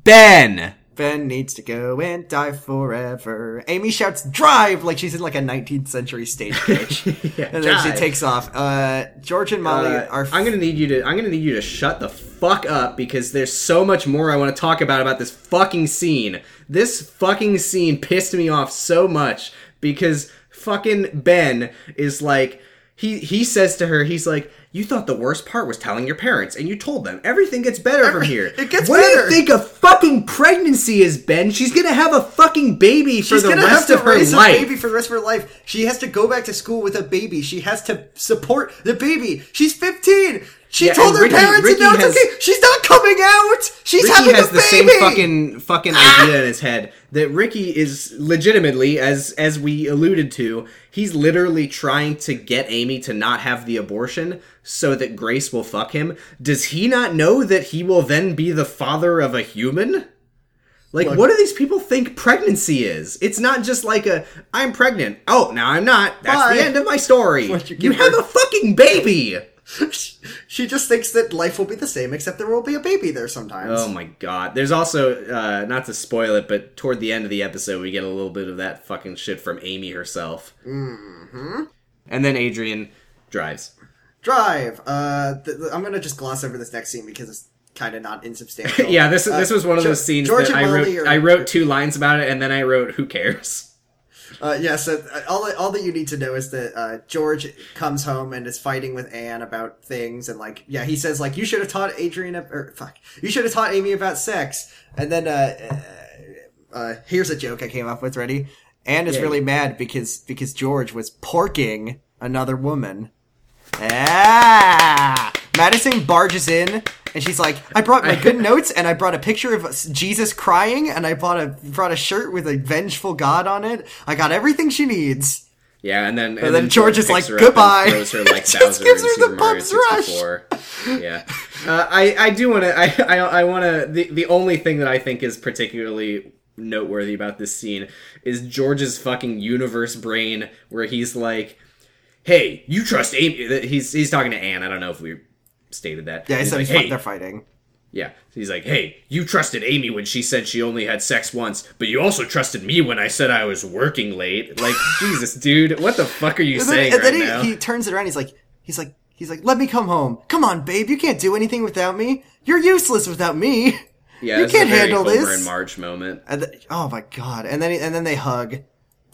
[SPEAKER 2] Ben.
[SPEAKER 3] Ben needs to go and die forever. Amy shouts "Drive!" like she's in like a 19th
[SPEAKER 2] (laughs)
[SPEAKER 3] century stagecoach, and then she
[SPEAKER 2] drive.
[SPEAKER 3] takes off. Uh, George and Molly
[SPEAKER 2] Uh,
[SPEAKER 3] are.
[SPEAKER 2] I'm gonna need you to. I'm gonna need you to shut the fuck up because there's so much more I want to talk about about this fucking scene. This fucking scene pissed me off so much because fucking Ben is like. He, he says to her, he's like, "You thought the worst part was telling your parents, and you told them everything gets better from here.
[SPEAKER 3] it gets
[SPEAKER 2] what do
[SPEAKER 3] better."
[SPEAKER 2] you think a fucking pregnancy is, Ben? She's gonna have a fucking baby for
[SPEAKER 3] She's
[SPEAKER 2] the
[SPEAKER 3] gonna
[SPEAKER 2] rest
[SPEAKER 3] have
[SPEAKER 2] of
[SPEAKER 3] to
[SPEAKER 2] her
[SPEAKER 3] raise
[SPEAKER 2] life.
[SPEAKER 3] a baby for the rest of her life. She has to go back to school with a baby. She has to support the baby. She's 15. She
[SPEAKER 2] Yeah,
[SPEAKER 3] told
[SPEAKER 2] and
[SPEAKER 3] her
[SPEAKER 2] Ricky-
[SPEAKER 3] parents,
[SPEAKER 2] Ricky
[SPEAKER 3] and now
[SPEAKER 2] has-
[SPEAKER 3] it's okay. She's not coming out. She's
[SPEAKER 2] Ricky
[SPEAKER 3] having
[SPEAKER 2] has
[SPEAKER 3] a
[SPEAKER 2] the same
[SPEAKER 3] baby. Ah!
[SPEAKER 2] fucking fucking idea in his head that Ricky is legitimately, as as we alluded to, he's literally trying to get Amy to not have the abortion so that Grace will fuck him. Does he not know that he will then be the father of a human? Like, what do these people think pregnancy is? It's not just like a I'm pregnant. Oh, now I'm not. That's
[SPEAKER 3] Bye.
[SPEAKER 2] the end of my story.
[SPEAKER 3] What you
[SPEAKER 2] You
[SPEAKER 3] give
[SPEAKER 2] have
[SPEAKER 3] her.
[SPEAKER 2] a fucking baby.
[SPEAKER 3] (laughs) she just thinks that life will be the same, except there will be a baby there sometimes.
[SPEAKER 2] Oh my god. There's also, uh, not to spoil it, but toward the end of the episode, we get a little bit of that fucking shit from Amy herself. Mm hmm.
[SPEAKER 3] Mm-hmm.
[SPEAKER 2] And then Adrian drives.
[SPEAKER 3] Drive. Uh, th- th- I'm gonna just gloss over this next scene because it's kind
[SPEAKER 2] (laughs)
[SPEAKER 3] of not insubstantial.
[SPEAKER 2] Yeah, this
[SPEAKER 3] Uh,
[SPEAKER 2] this was one of
[SPEAKER 3] Jo-
[SPEAKER 2] those scenes
[SPEAKER 3] George
[SPEAKER 2] that
[SPEAKER 3] and
[SPEAKER 2] I wrote.
[SPEAKER 3] Molly are-
[SPEAKER 2] I wrote two lines about it, and then I wrote, "Who cares?"
[SPEAKER 3] Uh, yeah, so uh, all, all that you need to know is that uh, George comes home and is fighting with Anne about things, and like, yeah, he says like, you should have taught Adrian, ab- or fuck, you should have taught Amy about sex. And then uh, uh, uh, here's a joke I came up with. Ready? Anne is really mad because because George was porking another woman. Ah! Madison barges in, and she's like, "I brought my
[SPEAKER 2] (laughs)
[SPEAKER 3] good notes, and I brought a picture of Jesus crying, and I brought a brought a shirt with a vengeful God on it. I got everything she needs."
[SPEAKER 2] Yeah, and then and,
[SPEAKER 3] then George is
[SPEAKER 2] picks
[SPEAKER 3] like,
[SPEAKER 2] her up
[SPEAKER 3] "Goodbye."
[SPEAKER 2] and throws her (laughs) like
[SPEAKER 3] Just
[SPEAKER 2] Bowser
[SPEAKER 3] gives
[SPEAKER 2] in
[SPEAKER 3] her the
[SPEAKER 2] Super Mario
[SPEAKER 3] bumps rush.
[SPEAKER 2] 64. Yeah, (laughs) uh, I I do want to I I, I want to the the only thing that I think is particularly noteworthy about this scene is George's fucking universe brain where he's like, "Hey, you trust Amy?" that- He's he's talking to Anne. I don't know if we stated that.
[SPEAKER 3] Yeah, he
[SPEAKER 2] he's
[SPEAKER 3] said
[SPEAKER 2] like,
[SPEAKER 3] he's fi-
[SPEAKER 2] "Hey,
[SPEAKER 3] they're fighting.
[SPEAKER 2] yeah. He's like, hey, you trusted Amy when she said she only had sex once, but you also trusted me when I said I was working late. Like, (laughs) Jesus, dude, what the fuck are you
[SPEAKER 3] And then,
[SPEAKER 2] saying
[SPEAKER 3] and then
[SPEAKER 2] right
[SPEAKER 3] he,
[SPEAKER 2] now?
[SPEAKER 3] he turns it around. He's like, he's like, he's like, "Let me come home. Come on, babe. You can't do anything without me. You're useless
[SPEAKER 2] (laughs)
[SPEAKER 3] without me.
[SPEAKER 2] yeah,
[SPEAKER 3] you
[SPEAKER 2] this is a
[SPEAKER 3] can't
[SPEAKER 2] very
[SPEAKER 3] handle
[SPEAKER 2] Homer
[SPEAKER 3] this."
[SPEAKER 2] and Marge moment.
[SPEAKER 3] And th- oh my god! And then and then they hug.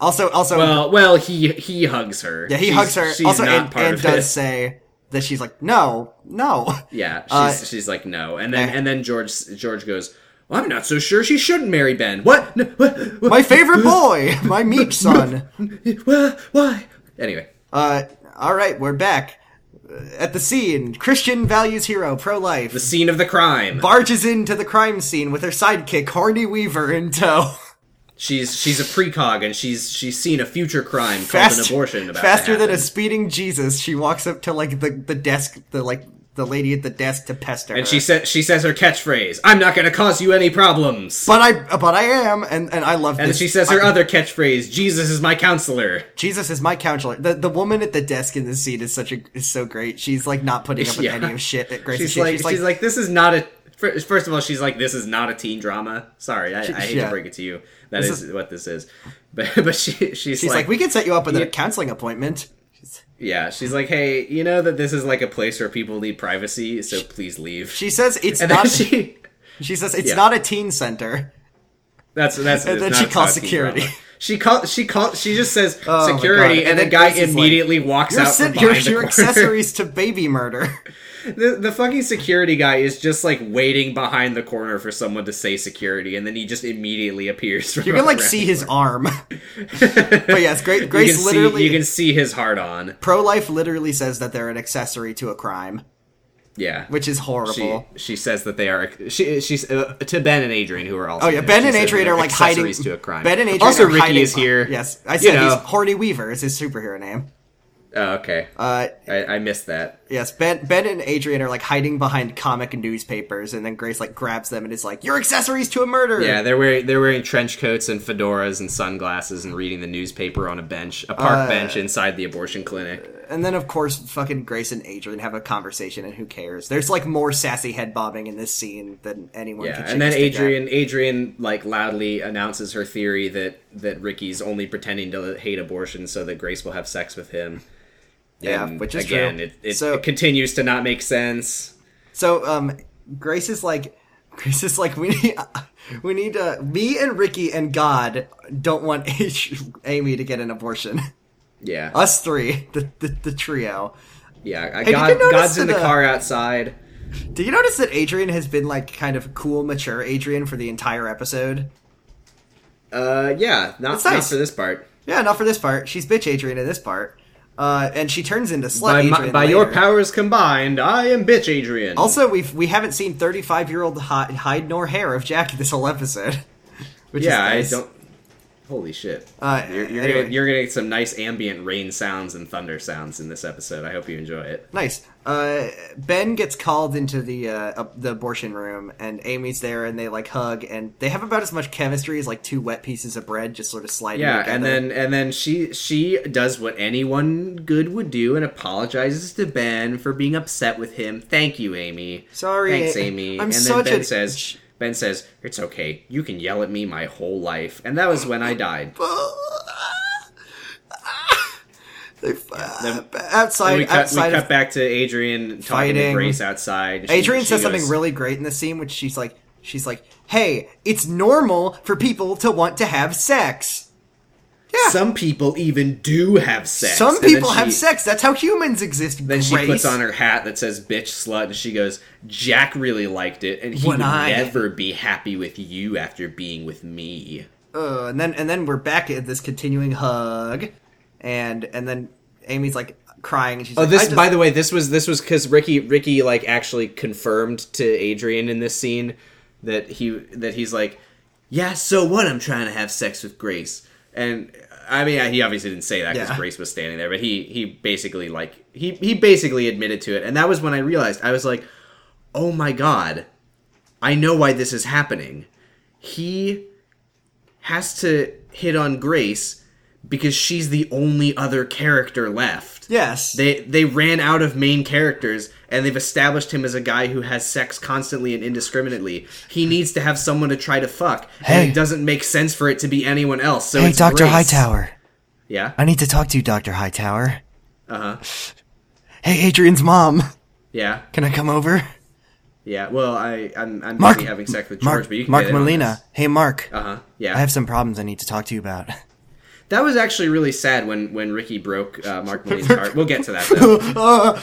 [SPEAKER 3] Also, also,
[SPEAKER 2] Well, well, he he hugs her.
[SPEAKER 3] Yeah, he
[SPEAKER 2] She's-
[SPEAKER 3] hugs her.
[SPEAKER 2] She's
[SPEAKER 3] also,
[SPEAKER 2] not
[SPEAKER 3] and,
[SPEAKER 2] part
[SPEAKER 3] and
[SPEAKER 2] of
[SPEAKER 3] does
[SPEAKER 2] it.
[SPEAKER 3] say that she's like, no, no.
[SPEAKER 2] Yeah, she's,
[SPEAKER 3] Uh,
[SPEAKER 2] she's like no, and then
[SPEAKER 3] eh.
[SPEAKER 2] and then George George goes, well, I'm not so sure she shouldn't marry Ben. What? No, what?
[SPEAKER 3] My favorite boy, (laughs) my meek son.
[SPEAKER 2] Why? Why? Anyway,
[SPEAKER 3] Uh, all right, we're back Uh, at the scene. Christian values hero, pro life,
[SPEAKER 2] the scene of the crime.
[SPEAKER 3] barges into the crime scene with her sidekick, Horny Weaver, in tow.
[SPEAKER 2] She's she's a precog and she's she's seen a future crime called an abortion about
[SPEAKER 3] faster
[SPEAKER 2] to
[SPEAKER 3] than a
[SPEAKER 2] happen.
[SPEAKER 3] speeding Jesus. She walks up to like the the desk, the like the lady at the desk to pester her.
[SPEAKER 2] and she said she says her catchphrase, "I'm not going to cause you any problems."
[SPEAKER 3] but I, but I am, and and I love.
[SPEAKER 2] and
[SPEAKER 3] this.
[SPEAKER 2] she says
[SPEAKER 3] I-
[SPEAKER 2] her other catchphrase, "Jesus is my counselor."
[SPEAKER 3] Jesus is my counselor. The the woman at the desk in this scene is such a is so great. She's like not putting up with
[SPEAKER 2] Yeah.
[SPEAKER 3] any of shit that
[SPEAKER 2] (laughs)
[SPEAKER 3] Grace
[SPEAKER 2] She's
[SPEAKER 3] is shit.
[SPEAKER 2] like,
[SPEAKER 3] she's like,
[SPEAKER 2] she's like, "This is not a." fir- First of all, she's like, "This is not a teen drama." Sorry, I, I hate
[SPEAKER 3] yeah.
[SPEAKER 2] to break it to you, that is, what this is. (laughs) But but she she's,
[SPEAKER 3] she's like, we can set you up with a
[SPEAKER 2] Yeah.
[SPEAKER 3] counseling appointment.
[SPEAKER 2] yeah, she's like, "Hey, you know that this is like a place where people need privacy, so please leave."
[SPEAKER 3] She says it's
[SPEAKER 2] and then
[SPEAKER 3] not. She,
[SPEAKER 2] she
[SPEAKER 3] says it's
[SPEAKER 2] yeah.
[SPEAKER 3] not a teen center.
[SPEAKER 2] That's that's.
[SPEAKER 3] And
[SPEAKER 2] it's
[SPEAKER 3] then
[SPEAKER 2] not
[SPEAKER 3] she
[SPEAKER 2] a
[SPEAKER 3] calls
[SPEAKER 2] Scotsy
[SPEAKER 3] security. Oh
[SPEAKER 2] drama. She call she call she just says
[SPEAKER 3] my
[SPEAKER 2] security,
[SPEAKER 3] God.
[SPEAKER 2] and,
[SPEAKER 3] And
[SPEAKER 2] the
[SPEAKER 3] then
[SPEAKER 2] guy
[SPEAKER 3] Grace is like,
[SPEAKER 2] immediately walks
[SPEAKER 3] You're,
[SPEAKER 2] out
[SPEAKER 3] sen-
[SPEAKER 2] from
[SPEAKER 3] you're,
[SPEAKER 2] behind the
[SPEAKER 3] you're
[SPEAKER 2] corner.
[SPEAKER 3] accessories to baby murder.
[SPEAKER 2] (laughs) The, the fucking security guy is just like waiting behind the corner for someone to say security, and then he just immediately appears.
[SPEAKER 3] You can like see his
[SPEAKER 2] (laughs)
[SPEAKER 3] arm. but yes,
[SPEAKER 2] Grace
[SPEAKER 3] Grace,
[SPEAKER 2] you
[SPEAKER 3] Grace
[SPEAKER 2] can
[SPEAKER 3] literally
[SPEAKER 2] See, you can see his heart on.
[SPEAKER 3] pro life literally says that they're an accessory to a crime,
[SPEAKER 2] Yeah,
[SPEAKER 3] which is horrible.
[SPEAKER 2] she she says that they are. She she's uh, to Ben and Adrian who are also.
[SPEAKER 3] Oh yeah,
[SPEAKER 2] there,
[SPEAKER 3] Ben
[SPEAKER 2] she
[SPEAKER 3] and
[SPEAKER 2] says
[SPEAKER 3] Adrian
[SPEAKER 2] they're
[SPEAKER 3] are like hiding.
[SPEAKER 2] accessories to a crime.
[SPEAKER 3] Ben and Adrian
[SPEAKER 2] also
[SPEAKER 3] are
[SPEAKER 2] Ricky
[SPEAKER 3] hiding-
[SPEAKER 2] is here.
[SPEAKER 3] Yes, I
[SPEAKER 2] You
[SPEAKER 3] said
[SPEAKER 2] know.
[SPEAKER 3] he's Horny Weaver is his superhero name.
[SPEAKER 2] Oh, okay,
[SPEAKER 3] Uh,
[SPEAKER 2] I, I missed that.
[SPEAKER 3] Yes, Ben, Ben and Adrian are like hiding behind comic newspapers, and then Grace like grabs them and is like, "You're accessories to a murder."
[SPEAKER 2] Yeah, they're wearing they're wearing trench coats and fedoras and sunglasses and reading the newspaper on a bench, a
[SPEAKER 3] Uh,
[SPEAKER 2] park bench inside the abortion clinic.
[SPEAKER 3] And then, of course, fucking Grace and Adrian have a conversation, and who cares? There's like more sassy head bobbing in this scene than anyone.
[SPEAKER 2] Yeah,
[SPEAKER 3] can shake
[SPEAKER 2] and then
[SPEAKER 3] a stick at.
[SPEAKER 2] Adrian Adrian like loudly announces her theory that that Ricky's only pretending to hate abortion so that Grace will have sex with him.
[SPEAKER 3] Yeah,
[SPEAKER 2] And
[SPEAKER 3] which is
[SPEAKER 2] again,
[SPEAKER 3] true.
[SPEAKER 2] It, it,
[SPEAKER 3] So-
[SPEAKER 2] it continues to not make sense.
[SPEAKER 3] So, um, Grace is like, (laughs) Grace is like, we need, (laughs) we need, uh, me and Ricky and God don't want (laughs) H- Amy to get an abortion. (laughs)
[SPEAKER 2] Yeah,
[SPEAKER 3] Us three, the the, the trio.
[SPEAKER 2] yeah.
[SPEAKER 3] you
[SPEAKER 2] God,
[SPEAKER 3] can notice
[SPEAKER 2] God's in the
[SPEAKER 3] that, uh,
[SPEAKER 2] car outside.
[SPEAKER 3] Did you notice that Adrian has been like kind of cool, mature Adrian for the entire episode?
[SPEAKER 2] Uh, yeah, not,
[SPEAKER 3] That's
[SPEAKER 2] not
[SPEAKER 3] nice.
[SPEAKER 2] for this part.
[SPEAKER 3] Yeah, not for this part. She's bitch Adrian in this part, uh, and she turns into slut
[SPEAKER 2] By, my,
[SPEAKER 3] Adrian.
[SPEAKER 2] by your
[SPEAKER 3] later.
[SPEAKER 2] powers combined, I am bitch Adrian.
[SPEAKER 3] Also, we've we haven't seen thirty five year old hide nor hair of Jackie this whole episode. (laughs) Which
[SPEAKER 2] yeah, I
[SPEAKER 3] is nice.
[SPEAKER 2] don't. Holy shit!
[SPEAKER 3] Uh,
[SPEAKER 2] you're you're,
[SPEAKER 3] anyway.
[SPEAKER 2] gonna, you're gonna get some nice ambient rain sounds and thunder sounds in this episode. I hope you enjoy it.
[SPEAKER 3] Nice. Uh, ben gets called into the uh, ab- the abortion room, and Amy's there, and they like hug, and they have about as much chemistry as like two wet pieces of bread just sort of sliding.
[SPEAKER 2] Yeah,
[SPEAKER 3] together.
[SPEAKER 2] and then and then she she does what anyone good would do and apologizes to Ben for being upset with him. Thank you, Amy.
[SPEAKER 3] Sorry,
[SPEAKER 2] thanks,
[SPEAKER 3] A-
[SPEAKER 2] Amy.
[SPEAKER 3] I'm
[SPEAKER 2] and then
[SPEAKER 3] such
[SPEAKER 2] Ben
[SPEAKER 3] a- Sh-
[SPEAKER 2] says Ben says it's okay. You can yell at me my whole life, and that was when I died.
[SPEAKER 3] (laughs) They f- uh,
[SPEAKER 2] then-
[SPEAKER 3] outside,
[SPEAKER 2] we cut, we
[SPEAKER 3] outside
[SPEAKER 2] cut
[SPEAKER 3] of
[SPEAKER 2] back to Adrian talking to
[SPEAKER 3] Fighting.
[SPEAKER 2] Grace outside. She-
[SPEAKER 3] Adrian
[SPEAKER 2] she
[SPEAKER 3] says something
[SPEAKER 2] goes-
[SPEAKER 3] really great in this scene, which she's like, she's like, "Hey, it's normal for people to want to have sex. Yeah.
[SPEAKER 2] Some people even do have sex.
[SPEAKER 3] Some
[SPEAKER 2] And then
[SPEAKER 3] people have
[SPEAKER 2] she-
[SPEAKER 3] sex. That's how humans exist."
[SPEAKER 2] Then she
[SPEAKER 3] Grace.
[SPEAKER 2] puts on her hat that says "bitch slut" and she goes, "Jack really liked it, and he
[SPEAKER 3] When
[SPEAKER 2] would
[SPEAKER 3] I-
[SPEAKER 2] never be happy with you after being with me."
[SPEAKER 3] Uh, and then and then we're back at this continuing hug, and and then Amy's like crying, and she's
[SPEAKER 2] Oh,
[SPEAKER 3] like,
[SPEAKER 2] this
[SPEAKER 3] I just-
[SPEAKER 2] by the way, this was this was because Ricky Ricky like actually confirmed to Adrian in this scene that he that he's like, yeah, so what? I'm trying to have sex with Grace, and I mean he obviously didn't say that because
[SPEAKER 3] Yeah.
[SPEAKER 2] Grace was standing there, but he he basically like he he basically admitted to it, and that was when I realized I was like, oh my god, I know why this is happening. He has to hit on Grace because she's the only other character left.
[SPEAKER 3] yes,
[SPEAKER 2] They they ran out of main characters and they've established him as a guy who has sex constantly and indiscriminately. He needs to have someone to try to fuck. And
[SPEAKER 3] Hey.
[SPEAKER 2] it doesn't make sense for it to be anyone else. So
[SPEAKER 3] hey,
[SPEAKER 2] it's
[SPEAKER 3] Doctor
[SPEAKER 2] Grace.
[SPEAKER 3] Hightower,
[SPEAKER 2] Yeah.
[SPEAKER 3] I need to talk to you, Doctor Hightower.
[SPEAKER 2] Uh-huh.
[SPEAKER 3] Hey, Adrian's mom,
[SPEAKER 2] Yeah.
[SPEAKER 3] can I come over?
[SPEAKER 2] Yeah. Well, I I'm I'm
[SPEAKER 3] Mark,
[SPEAKER 2] busy having sex with George,
[SPEAKER 3] Mark,
[SPEAKER 2] but you can
[SPEAKER 3] Mark Molina. Hey, Mark,
[SPEAKER 2] Uh huh. Yeah.
[SPEAKER 3] I have some problems I need to talk to you about.
[SPEAKER 2] That was actually really sad when when Ricky broke uh,
[SPEAKER 3] (laughs)
[SPEAKER 2] Mark Molina's heart. We'll get to that though.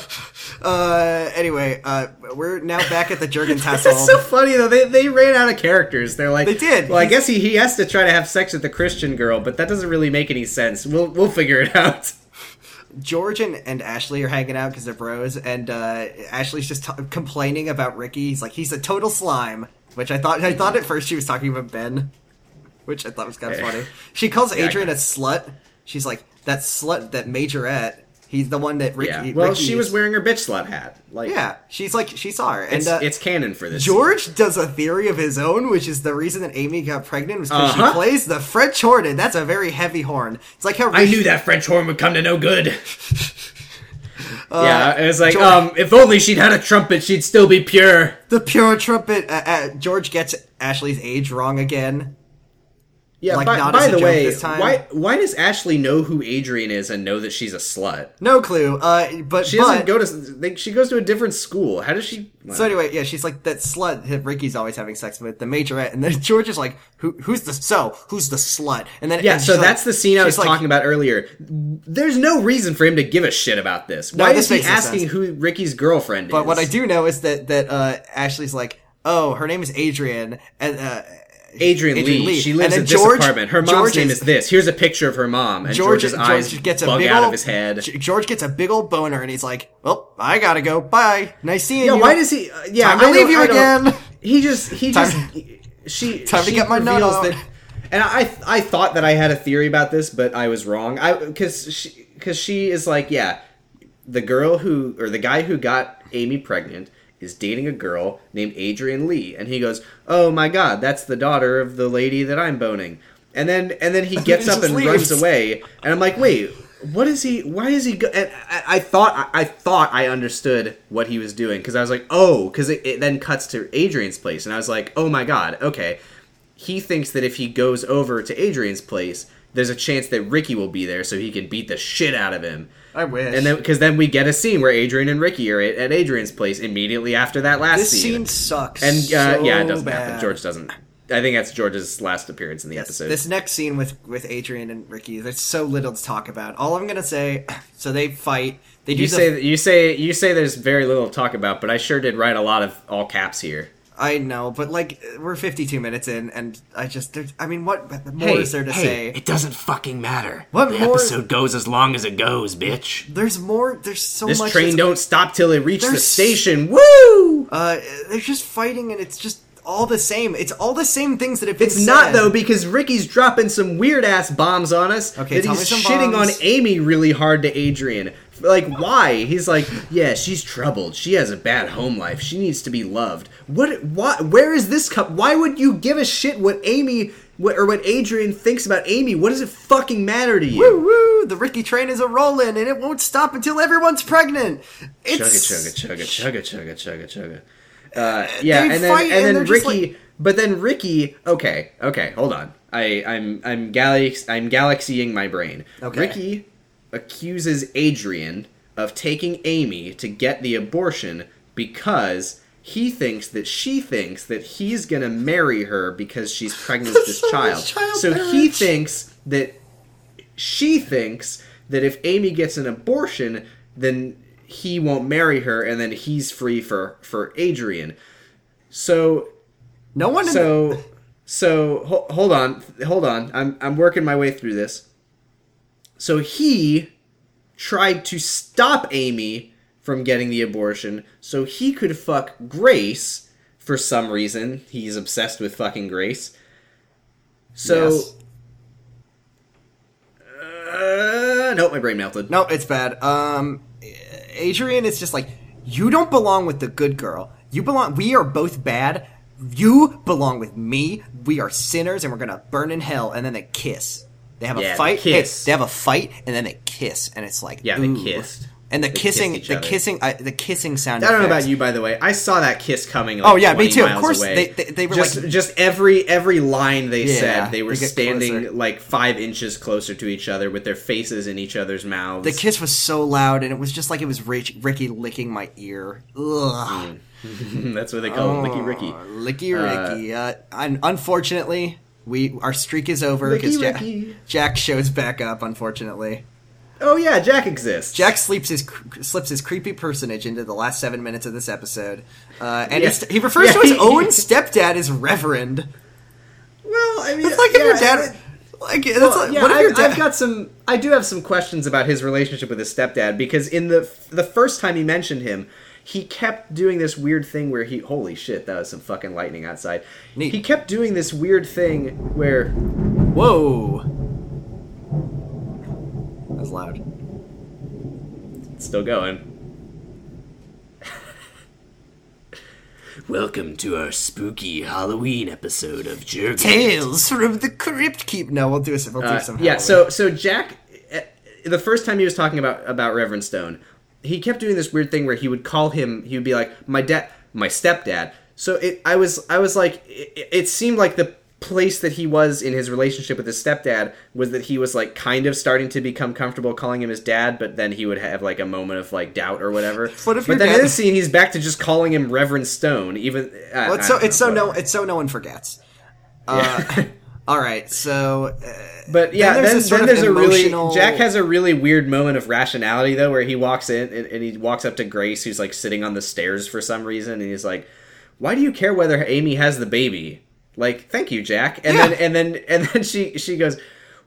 [SPEAKER 3] Uh, anyway, uh, we're now back at the (laughs) Jurgen Tassel.
[SPEAKER 2] That's so funny though. They, they ran out of characters. They're like
[SPEAKER 3] They did.
[SPEAKER 2] Well, I guess he, he has to try to have sex with the Christian girl, but that doesn't really make any sense. We'll we'll figure it (laughs) out.
[SPEAKER 3] George and, and Ashley are hanging out because they're bros, and uh, Ashley's just t- complaining about Ricky. He's like, he's a total slime, which I thought I thought at first she was talking about Ben, which I thought was kind of funny. She calls
[SPEAKER 2] Eh. I
[SPEAKER 3] Adrian a slut. She's like, that slut, that majorette. He's the one that Ricky.
[SPEAKER 2] Yeah. Well,
[SPEAKER 3] Ricky
[SPEAKER 2] she was
[SPEAKER 3] is-"
[SPEAKER 2] wearing her bitch slut hat. Like,
[SPEAKER 3] Yeah, she's like, she saw her, and
[SPEAKER 2] it's,
[SPEAKER 3] uh,
[SPEAKER 2] it's canon for this.
[SPEAKER 3] George does a theory of his own, which is the reason that Amy got pregnant was because
[SPEAKER 2] Uh-huh.
[SPEAKER 3] she plays the French horn, and that's a very heavy horn. It's like how
[SPEAKER 2] I
[SPEAKER 3] Ricky-
[SPEAKER 2] knew that French horn would come to no
[SPEAKER 3] (laughs)
[SPEAKER 2] good.
[SPEAKER 3] Uh,
[SPEAKER 2] yeah, it was like,
[SPEAKER 3] George-
[SPEAKER 2] um, if only she'd had a trumpet, she'd still be pure.
[SPEAKER 3] The pure trumpet. Uh, uh, George gets Ashley's age wrong again.
[SPEAKER 2] Yeah.
[SPEAKER 3] Like,
[SPEAKER 2] by
[SPEAKER 3] not
[SPEAKER 2] by
[SPEAKER 3] as a
[SPEAKER 2] the
[SPEAKER 3] joke
[SPEAKER 2] way,
[SPEAKER 3] this time.
[SPEAKER 2] why why does Ashley know who Adrian is and know that she's a slut?
[SPEAKER 3] No clue. Uh, but
[SPEAKER 2] She doesn't
[SPEAKER 3] but,
[SPEAKER 2] go to. They, she goes to a different school. How does she?
[SPEAKER 3] So anyway, yeah, she's like that slut that Ricky's always having sex with, the majorette, and then (laughs) George is like, "Who? Who's the so? Who's the slut?" And then
[SPEAKER 2] Yeah,
[SPEAKER 3] and
[SPEAKER 2] so
[SPEAKER 3] she's like-
[SPEAKER 2] that's the scene I was
[SPEAKER 3] she's like,
[SPEAKER 2] talking about earlier. There's no reason for him to give a shit about this. Why
[SPEAKER 3] this
[SPEAKER 2] is he
[SPEAKER 3] makes no
[SPEAKER 2] asking
[SPEAKER 3] sense.
[SPEAKER 2] who Ricky's girlfriend is?
[SPEAKER 3] But what I do know is that that uh, Ashley's like, "Oh, her name is Adrian," and uh,
[SPEAKER 2] Adrian,
[SPEAKER 3] Adrian
[SPEAKER 2] Lee.
[SPEAKER 3] Lee.
[SPEAKER 2] She lives
[SPEAKER 3] And then
[SPEAKER 2] in this
[SPEAKER 3] George-
[SPEAKER 2] apartment. Her mom's
[SPEAKER 3] George
[SPEAKER 2] name is,
[SPEAKER 3] is-
[SPEAKER 2] this. Here's a picture of her mom. And
[SPEAKER 3] George
[SPEAKER 2] George's
[SPEAKER 3] George
[SPEAKER 2] eyes
[SPEAKER 3] gets a
[SPEAKER 2] bug
[SPEAKER 3] big
[SPEAKER 2] out
[SPEAKER 3] old,
[SPEAKER 2] of his head.
[SPEAKER 3] G- George gets a big old boner, and he's like, "Well, I gotta go. Bye. Nice seeing
[SPEAKER 2] yeah,
[SPEAKER 3] you."
[SPEAKER 2] why does he? Uh, yeah,
[SPEAKER 3] Time to
[SPEAKER 2] I don't-
[SPEAKER 3] leave you
[SPEAKER 2] I don't-
[SPEAKER 3] again.
[SPEAKER 2] He just he
[SPEAKER 3] Time-
[SPEAKER 2] just she
[SPEAKER 3] Time to
[SPEAKER 2] she
[SPEAKER 3] get my nut
[SPEAKER 2] reveals
[SPEAKER 3] out.
[SPEAKER 2] that- and I I thought that I had a theory about this, but I was wrong. I because she because she is like yeah. the girl who or the guy who got Amy pregnant is dating a girl named Adrian Lee, and he goes, "Oh my God, that's the daughter of the lady that I'm boning." And then and then
[SPEAKER 3] (laughs)
[SPEAKER 2] he gets
[SPEAKER 3] he
[SPEAKER 2] up
[SPEAKER 3] just
[SPEAKER 2] and
[SPEAKER 3] leaves.
[SPEAKER 2] runs away, and I'm like, "Wait, what is he? Why is he?" Go-? And I, I thought I, I thought I understood what he was doing because I was like, "Oh," because it, it then cuts to Adrian's place, and I was like, "Oh my God, okay." he thinks that if he goes over to Adrian's place, there's a chance that Ricky will be there, so he can beat the shit out of him.
[SPEAKER 3] I wish.
[SPEAKER 2] And then, because then we get a scene where Adrian and Ricky are at, at Adrian's place immediately after that last
[SPEAKER 3] this
[SPEAKER 2] scene.
[SPEAKER 3] scene sucks.
[SPEAKER 2] and uh,
[SPEAKER 3] so
[SPEAKER 2] yeah, it doesn't
[SPEAKER 3] bad.
[SPEAKER 2] happen. George doesn't. I think that's George's last appearance in the episode.
[SPEAKER 3] This next scene with with Adrian and Ricky, there's so little to talk about. All I'm gonna say, (clears throat) so they fight. They do
[SPEAKER 2] you
[SPEAKER 3] the-
[SPEAKER 2] say that you say you say there's very little to talk about, but I sure did write a lot of all caps here.
[SPEAKER 3] I know, but like we're 52 minutes in, and I just, there's- I mean, what more
[SPEAKER 2] Hey,
[SPEAKER 3] is there to
[SPEAKER 4] Hey,
[SPEAKER 3] say?
[SPEAKER 4] it doesn't fucking matter.
[SPEAKER 3] What
[SPEAKER 4] the
[SPEAKER 3] more-
[SPEAKER 4] episode goes as long as it goes, bitch.
[SPEAKER 3] There's more. There's so
[SPEAKER 2] This
[SPEAKER 3] much.
[SPEAKER 2] train
[SPEAKER 3] that's-
[SPEAKER 2] don't stop till it reaches the
[SPEAKER 3] There's-
[SPEAKER 2] station. Woo!
[SPEAKER 3] Uh, they're just fighting, and it's just all the same. It's all the same things that have been.
[SPEAKER 2] It's not
[SPEAKER 3] said.
[SPEAKER 2] though because Ricky's dropping some weird ass bombs on us.
[SPEAKER 3] Okay,
[SPEAKER 2] that
[SPEAKER 3] tell me
[SPEAKER 2] he's
[SPEAKER 3] some
[SPEAKER 2] shitting
[SPEAKER 3] bombs.
[SPEAKER 2] on Amy really hard to Adrian. Like why? He's like, yeah, she's troubled. She has a bad home life. She needs to be loved. What? Why? Where is this cup? Why would you give a shit what Amy what, or what Adrian thinks about Amy? What does it fucking matter to you?
[SPEAKER 3] Woo, woo, the Ricky train is a rolling, and it won't stop until everyone's pregnant. It's
[SPEAKER 2] chugga chugga chugga chugga chugga chugga chugga. Uh, yeah,
[SPEAKER 3] They
[SPEAKER 2] and then
[SPEAKER 3] fight and
[SPEAKER 2] and
[SPEAKER 3] they're
[SPEAKER 2] then
[SPEAKER 3] just
[SPEAKER 2] Ricky, but then Ricky. Okay, okay, hold on. I I'm I'm galax I'm galaxying my brain.
[SPEAKER 3] Okay.
[SPEAKER 2] Ricky accuses Adrian of taking Amy to get the abortion because he thinks that she thinks that he's gonna marry her because she's pregnant with this
[SPEAKER 3] So
[SPEAKER 2] child.
[SPEAKER 3] much child
[SPEAKER 2] So he
[SPEAKER 3] marriage.
[SPEAKER 2] thinks that she thinks that if Amy gets an abortion, then he won't marry her, and then he's free for for Adrian. So
[SPEAKER 3] No one. in-
[SPEAKER 2] so so ho- hold on, hold on. I'm I'm working my way through this. So he tried to stop Amy from getting the abortion so he could fuck Grace for some reason. He's obsessed with fucking Grace. So
[SPEAKER 3] Yes.
[SPEAKER 2] uh, nope, my brain melted.
[SPEAKER 3] No, it's bad. Um, Adrian is just like, you don't belong with the good girl. You belong. We are both bad. You belong with me. We are sinners, and we're gonna burn in hell. And then they kiss. They have
[SPEAKER 2] Yeah,
[SPEAKER 3] a
[SPEAKER 2] they
[SPEAKER 3] fight. hey,
[SPEAKER 2] kiss.
[SPEAKER 3] they have a fight, and then they kiss, and it's like,
[SPEAKER 2] Yeah, they
[SPEAKER 3] ooh.
[SPEAKER 2] kissed.
[SPEAKER 3] And the
[SPEAKER 2] They kissed
[SPEAKER 3] kissing,
[SPEAKER 2] each
[SPEAKER 3] the
[SPEAKER 2] other.
[SPEAKER 3] kissing, uh, the kissing sound.
[SPEAKER 2] I don't know
[SPEAKER 3] effects.
[SPEAKER 2] about you, by the way. I saw that kiss coming. Like
[SPEAKER 3] Oh, yeah,
[SPEAKER 2] 20
[SPEAKER 3] me too. Of
[SPEAKER 2] miles
[SPEAKER 3] course,
[SPEAKER 2] away.
[SPEAKER 3] they- they- they were,
[SPEAKER 2] just
[SPEAKER 3] like-
[SPEAKER 2] just every every line they
[SPEAKER 3] Yeah,
[SPEAKER 2] said. They were
[SPEAKER 3] they get
[SPEAKER 2] standing
[SPEAKER 3] closer.
[SPEAKER 2] like five inches closer to each other with their faces in each other's mouths.
[SPEAKER 3] The kiss was so loud, and it was just like it was Rich, Ricky licking my ear.
[SPEAKER 2] Mm.
[SPEAKER 3] Ugh.
[SPEAKER 2] (laughs) That's what they
[SPEAKER 3] Oh.
[SPEAKER 2] call it, Licky Ricky.
[SPEAKER 3] Licky Ricky. Uh, un- unfortunately, we our streak is over because
[SPEAKER 2] Licky
[SPEAKER 3] Jack,
[SPEAKER 2] Ricky.
[SPEAKER 3] Jack shows back up. Unfortunately,
[SPEAKER 2] Oh yeah, Jack exists.
[SPEAKER 3] Jack sleeps his cr- slips his creepy personage into the last seven minutes of this episode, uh, and he
[SPEAKER 2] Yeah.
[SPEAKER 3] st- he refers to
[SPEAKER 2] Yeah, (laughs)
[SPEAKER 3] his
[SPEAKER 2] he-
[SPEAKER 3] own stepdad as Reverend.
[SPEAKER 2] Well, I mean,
[SPEAKER 3] It's like if
[SPEAKER 2] yeah,
[SPEAKER 3] your dad.
[SPEAKER 2] I-
[SPEAKER 3] Like, that's
[SPEAKER 2] Well,
[SPEAKER 3] like,
[SPEAKER 2] yeah,
[SPEAKER 3] what if
[SPEAKER 2] I've,
[SPEAKER 3] your dad?
[SPEAKER 2] I've got some. I do have some questions about his relationship with his stepdad because in the the first time he mentioned him, he kept doing this weird thing where he holy shit that was some fucking lightning outside.
[SPEAKER 3] Neat.
[SPEAKER 2] He kept doing this weird thing where
[SPEAKER 3] Whoa. That was loud.
[SPEAKER 2] it's still going.
[SPEAKER 4] Welcome to our spooky Halloween episode of Jerk.
[SPEAKER 3] Tales from the Crypt Keep. No, we'll do a we'll do
[SPEAKER 2] Uh,
[SPEAKER 3] some.
[SPEAKER 2] yeah,
[SPEAKER 3] Halloween.
[SPEAKER 2] so so Jack, eh, the first time he was talking about about Reverend Stone, he kept doing this weird thing where he would call him. He would be like, "My dad, my stepdad." So it, I was I was like, it, it seemed like the place that he was in his relationship with his stepdad was that he was like kind of starting to become comfortable calling him his dad, but then he would have like a moment of like doubt or whatever.
[SPEAKER 3] What if your
[SPEAKER 2] but then
[SPEAKER 3] dad-
[SPEAKER 2] in this scene, he's back to just calling him Reverend Stone. Even I-
[SPEAKER 3] Well, it's
[SPEAKER 2] I
[SPEAKER 3] so
[SPEAKER 2] don't
[SPEAKER 3] it's
[SPEAKER 2] know,
[SPEAKER 3] so no
[SPEAKER 2] whatever.
[SPEAKER 3] it's so no one forgets. Uh,
[SPEAKER 2] (laughs)
[SPEAKER 3] all right, so uh,
[SPEAKER 2] But yeah, then then
[SPEAKER 3] there's
[SPEAKER 2] there's,
[SPEAKER 3] this sort of
[SPEAKER 2] a
[SPEAKER 3] emotional-
[SPEAKER 2] really Jack has a really weird moment of rationality though, where he walks in and, and he walks up to Grace, who's like sitting on the stairs for some reason, and he's like, "Why do you care whether Amy has the baby?" Like, thank you, Jack. And
[SPEAKER 3] Yeah.
[SPEAKER 2] then and then (laughs) and then she she goes,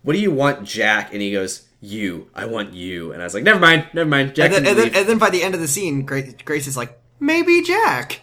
[SPEAKER 2] "What do you want, Jack?" And he goes, "You. I want you." And I was like, "Never mind, never mind." Jack
[SPEAKER 3] and then,
[SPEAKER 2] can
[SPEAKER 3] and, then,
[SPEAKER 2] leave."
[SPEAKER 3] and then by the end of the scene, Grace, Grace is like, maybe Jack.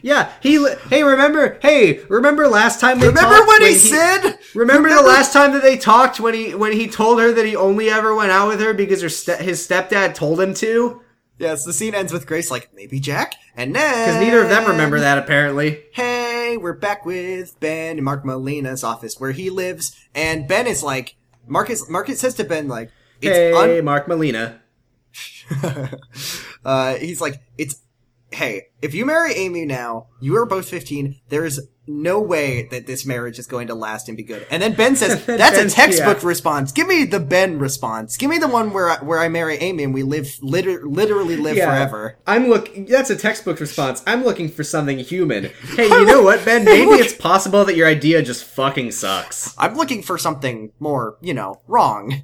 [SPEAKER 2] Yeah, he. Li- hey, remember? Hey, remember last time they
[SPEAKER 3] Remember
[SPEAKER 2] talked
[SPEAKER 3] when he said?
[SPEAKER 2] Remember, the
[SPEAKER 3] Remember-
[SPEAKER 2] last time that they talked when he when he told her that he only ever went out with her because her ste- his stepdad told him to.
[SPEAKER 3] Yes, the scene ends with Grace like, maybe Jack? And then.
[SPEAKER 2] Because neither of them remember that apparently.
[SPEAKER 3] Hey, we're back with Ben in Mark Molina's office where he lives. And Ben is like, Marcus, Marcus says to Ben, like, it's
[SPEAKER 2] hey,
[SPEAKER 3] un-
[SPEAKER 2] Mark Molina.
[SPEAKER 3] (laughs) uh, he's like, it's, hey, if you marry Amy now, you are both 15. There is no way that this marriage is going to last and be good. And then
[SPEAKER 2] (laughs)
[SPEAKER 3] Ben says,
[SPEAKER 2] Then
[SPEAKER 3] that's a
[SPEAKER 2] Ben's-
[SPEAKER 3] textbook
[SPEAKER 2] yeah.
[SPEAKER 3] response. Give me the Ben response. Give me the one where I, where I marry Amy and we live, liter- literally live
[SPEAKER 2] Yeah.
[SPEAKER 3] forever.
[SPEAKER 2] I'm look. That's a textbook response. I'm looking for something human. (laughs) Hey, you know what, (laughs) Ben? Maybe it's possible that your idea just fucking sucks.
[SPEAKER 3] I'm looking for something more, you know, wrong.